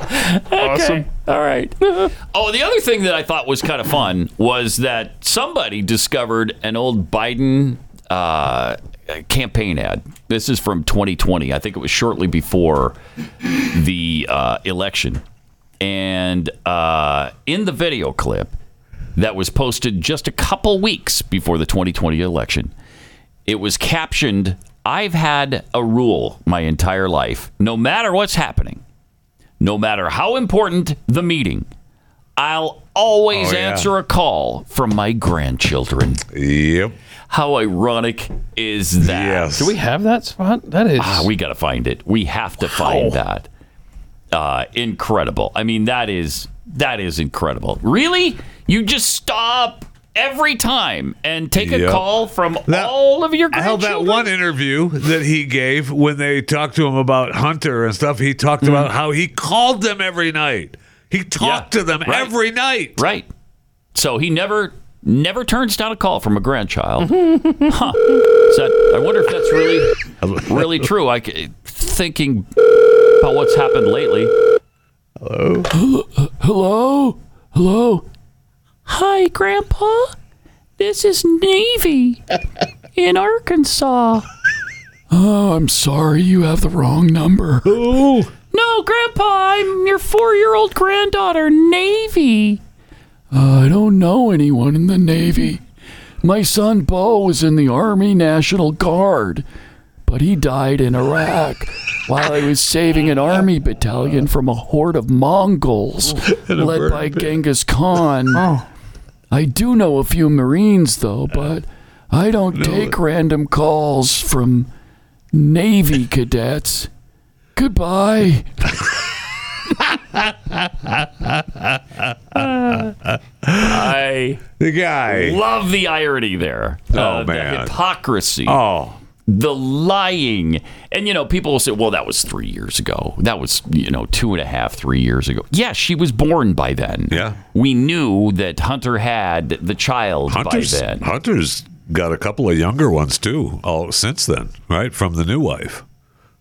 Speaker 3: Awesome. All right. (laughs) oh, the other thing that I thought was kind of fun was that somebody discovered an old Biden uh, campaign ad. This is from 2020. I think it was shortly before the uh, election. And uh, in the video clip that was posted just a couple weeks before the 2020 election, it was captioned I've had a rule my entire life, no matter what's happening no matter how important the meeting, I'll always
Speaker 4: Oh, yeah.
Speaker 3: answer a call from my grandchildren.
Speaker 4: Yep.
Speaker 3: How ironic is that? Yes.
Speaker 5: Do we have that spot? That is.
Speaker 3: Ah, we got to find it. We have to find that. Uh, incredible. I mean, that is that is incredible. Really, you just stop every time and take a
Speaker 4: Yep.
Speaker 3: call from
Speaker 4: That-
Speaker 3: all of your
Speaker 4: Hell,
Speaker 3: grandchildren.
Speaker 4: that one interview that he gave when they talked to him about Hunter and stuff, he talked
Speaker 3: Mm-hmm.
Speaker 4: about how he called them every night. He talked to them every night.
Speaker 3: Right. So he never never turns down a call from a grandchild. huh. So I wonder if that's really really true. I c- thinking about what's happened lately. Hello. (gasps) Hello. Hello. Hi, Grandpa. This is (laughs) Navy in Arkansas. Oh, I'm sorry, you have the wrong number. Oh. No, Grandpa, I'm your four year old granddaughter, Navy. I don't know anyone in the Navy. My son Bo was in the Army National Guard, but he died in Iraq while he was saving an army battalion from a horde of (laughs) Mongols led by Genghis Khan. I do know a few Marines, though, but I don't take random calls from Navy cadets. Goodbye. I
Speaker 4: the guy
Speaker 3: love the irony there. Uh,
Speaker 4: Oh,
Speaker 3: the
Speaker 4: man.
Speaker 3: hypocrisy.
Speaker 4: Oh,
Speaker 3: the lying. And you know, people will say, "Well, that was three years ago. That was you know two and a half, three years ago." Yeah, she was born by then. Yeah, we knew that Hunter had the child by
Speaker 4: Hunter's,
Speaker 3: then.
Speaker 4: Hunter's got a couple of younger ones too. All since then, right from the new wife.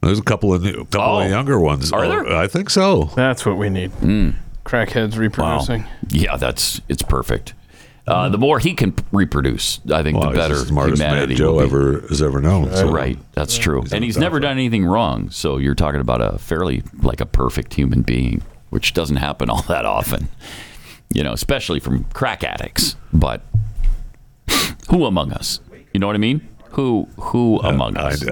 Speaker 4: There's a couple of new, couple
Speaker 5: Oh.
Speaker 4: of younger ones.
Speaker 5: Are
Speaker 4: Oh,
Speaker 5: there?
Speaker 4: I think so.
Speaker 5: That's what we need.
Speaker 3: Hmm.
Speaker 5: Crackheads reproducing.
Speaker 3: Yeah, that's it's perfect. Uh, the more he can reproduce, I think, the
Speaker 4: Well, he's
Speaker 3: better
Speaker 4: the smartest man
Speaker 3: humanity
Speaker 4: Joe
Speaker 3: will be.
Speaker 4: ever has ever known. so-
Speaker 3: Right, that's true.
Speaker 4: He's
Speaker 3: and
Speaker 4: not
Speaker 3: he's
Speaker 4: that
Speaker 3: never done anything wrong. So you're talking about a fairly like a perfect human being, which doesn't happen all that often. You know, especially from crack addicts. But who among us? You know what I mean? Who who
Speaker 4: Uh,
Speaker 3: among us?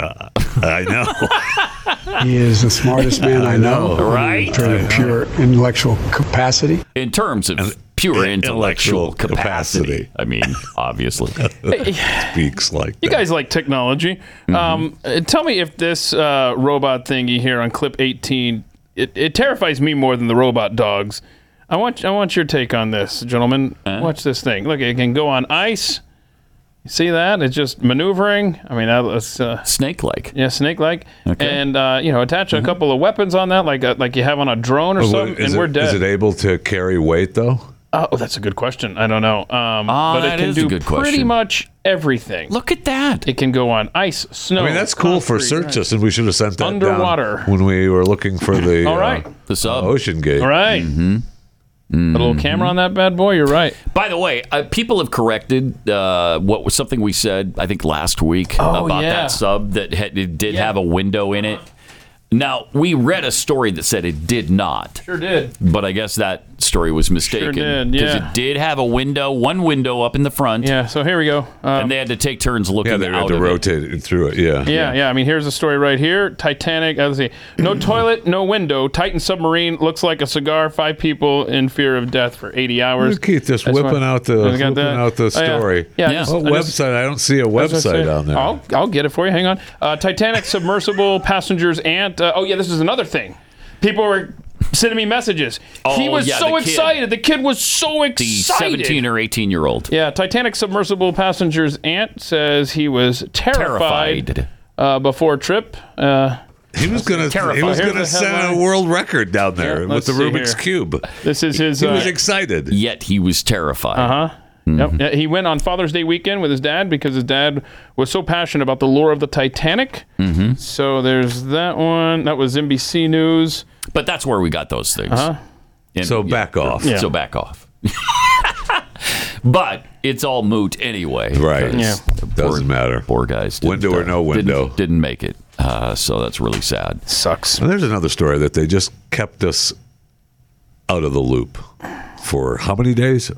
Speaker 4: I
Speaker 3: (laughs)
Speaker 4: know.
Speaker 6: He is the
Speaker 5: (laughs)
Speaker 6: smartest man I know.
Speaker 3: Right?
Speaker 6: In terms of pure intellectual capacity.
Speaker 3: In terms of pure intellectual,
Speaker 4: intellectual
Speaker 3: capacity. I mean, obviously.
Speaker 4: (laughs) Speaks like Mm-hmm.
Speaker 5: You guys like technology. Um, uh, tell me if this uh, robot thingy here on clip 18 it, it terrifies me more than the robot dogs. I want I want your take on this, gentlemen. Watch this thing. Look, it can go on ice. You see that? It's just maneuvering. I mean, that was uh,
Speaker 3: snake-like.
Speaker 5: Yeah, snake-like. And uh, you know, attach a couple of weapons on that, like uh, like you have on a drone or
Speaker 4: Oh, Is
Speaker 5: something,
Speaker 4: it-
Speaker 5: and we're dead.
Speaker 4: Is it able to carry weight though?
Speaker 5: Oh, that's a good question. I don't know. Um, but it
Speaker 4: that
Speaker 5: can
Speaker 4: is a
Speaker 5: do
Speaker 4: good
Speaker 5: pretty
Speaker 4: question.
Speaker 5: much everything.
Speaker 3: Look at that.
Speaker 5: It can go on ice, snow.
Speaker 4: I mean, that's cool for search
Speaker 5: concrete.
Speaker 4: system. We should have sent that down
Speaker 5: Underwater.
Speaker 4: when we were looking for the
Speaker 5: All right.
Speaker 4: uh,
Speaker 3: the sub Mm-hmm.
Speaker 4: ocean gate.
Speaker 5: All right. A little camera on that bad boy. You're right.
Speaker 3: By the way, uh, people have corrected uh, what was something we said I think last week
Speaker 5: Oh,
Speaker 3: about
Speaker 5: yeah.
Speaker 3: that sub that had, it did have a window in it. Now we read a story that said it did not.
Speaker 5: Sure did.
Speaker 3: But I guess that story was mistaken
Speaker 5: did, yeah.
Speaker 3: it did have a window, one window up in the front.
Speaker 5: Yeah. So here we go.
Speaker 3: and they had to take turns looking. Yeah, they
Speaker 4: had to rotate it through it. Yeah.
Speaker 5: Yeah, yeah. I mean, here's a story right here. Titanic. Let's see.
Speaker 4: (clears throat)
Speaker 5: No toilet, no window. Titan submarine looks like a cigar. Five people in fear of death for 80 hours.
Speaker 4: Look, Keith, just
Speaker 5: That's
Speaker 4: whipping
Speaker 5: one.
Speaker 4: out the
Speaker 5: Just got
Speaker 4: whipping
Speaker 5: that.
Speaker 4: out the
Speaker 5: Oh, yeah.
Speaker 4: story.
Speaker 5: Yeah. I just-
Speaker 4: What
Speaker 5: I just-
Speaker 4: website? I don't see a
Speaker 5: That's what I said.
Speaker 4: website on there.
Speaker 5: I'll, I'll get it for you. Hang on. Uh, Titanic submersible (laughs) passengers and uh, oh yeah, this is another thing. People were sending me messages. he
Speaker 3: Oh,
Speaker 5: was
Speaker 3: yeah,
Speaker 5: so
Speaker 3: the kid.
Speaker 5: excited. The kid was so
Speaker 3: The
Speaker 5: excited.
Speaker 3: 17 or 18 year old.
Speaker 5: Yeah, Titanic submersible passenger's aunt says he was terrified,
Speaker 3: Terrified.
Speaker 5: Uh, before trip. Uh,
Speaker 4: he was gonna He was going to set a world record down there with
Speaker 5: let's
Speaker 4: the
Speaker 5: see
Speaker 4: Rubik's
Speaker 5: here.
Speaker 4: cube.
Speaker 5: This is his.
Speaker 4: He
Speaker 5: uh,
Speaker 4: was excited.
Speaker 3: Yet he was terrified.
Speaker 5: Uh huh.
Speaker 3: Mm-hmm.
Speaker 5: Yep. Yeah, He went on Father's Day weekend with his dad because his dad was so passionate about the lore of the Titanic. Mm-hmm. So there's that one. That was NBC News.
Speaker 3: But that's where we got those things.
Speaker 5: Uh-huh.
Speaker 3: And-
Speaker 4: So
Speaker 3: yeah,
Speaker 4: back
Speaker 3: sure.
Speaker 4: off.
Speaker 3: So back off. (laughs) but it's all moot anyway.
Speaker 4: Right.
Speaker 3: because
Speaker 4: Yeah.
Speaker 3: the Poor, Doesn't
Speaker 4: matter.
Speaker 3: Poor guys. Didn't,
Speaker 4: Window or no window.
Speaker 3: Didn't, didn't make it. Uh, so that's really sad.
Speaker 5: Sucks.
Speaker 4: And there's another story that they just kept us out of the loop for how many days?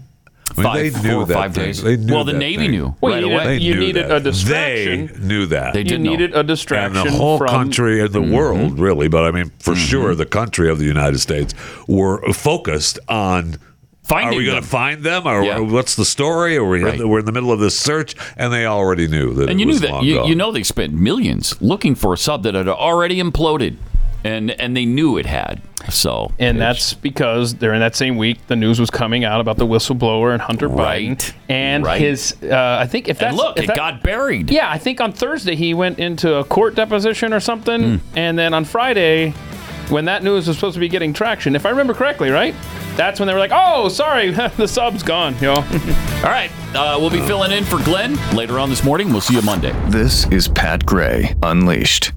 Speaker 4: I mean,
Speaker 3: Five-
Speaker 4: they knew
Speaker 3: four or
Speaker 4: that
Speaker 3: five
Speaker 4: thing.
Speaker 3: days.
Speaker 4: They knew
Speaker 3: Well, the
Speaker 4: that
Speaker 3: Navy
Speaker 4: thing.
Speaker 3: knew Well, right you needed- away. you
Speaker 4: They knew
Speaker 5: needed
Speaker 4: that.
Speaker 5: a distraction.
Speaker 4: They knew that.
Speaker 5: you needed a distraction.
Speaker 4: and the whole
Speaker 5: from,
Speaker 4: country and the
Speaker 3: Mm-hmm.
Speaker 4: world, really. But I mean, for sure, the country of the United States were focused on.
Speaker 3: Finding
Speaker 4: are we going
Speaker 3: them.
Speaker 4: to find them? Or
Speaker 3: Yeah.
Speaker 4: what's the story? Or we
Speaker 3: Right.
Speaker 4: we're in the middle of this search, and they already knew that.
Speaker 3: And
Speaker 4: it
Speaker 3: you knew
Speaker 4: was
Speaker 3: that.
Speaker 4: long
Speaker 3: You,
Speaker 4: gone.
Speaker 3: you know they spent millions looking for a sub that had already imploded, and and they knew it had. So
Speaker 5: And that's because during that same week, the news was coming out about the whistleblower and Hunter Biden and
Speaker 3: Right.
Speaker 5: his. Uh, I think if
Speaker 3: And
Speaker 5: that's
Speaker 3: look,
Speaker 5: if
Speaker 3: it
Speaker 5: that-
Speaker 3: got buried.
Speaker 5: Yeah, I think on Thursday he went into a court deposition or something, and then on Friday, when that news was supposed to be getting traction, if I remember correctly, right? That's when they were like, "Oh, sorry, (laughs) the sub's gone, y'all." (laughs)
Speaker 3: All right, uh, we'll be filling in for Glenn later on this morning. We'll see you Monday.
Speaker 20: This is Pat Gray Unleashed.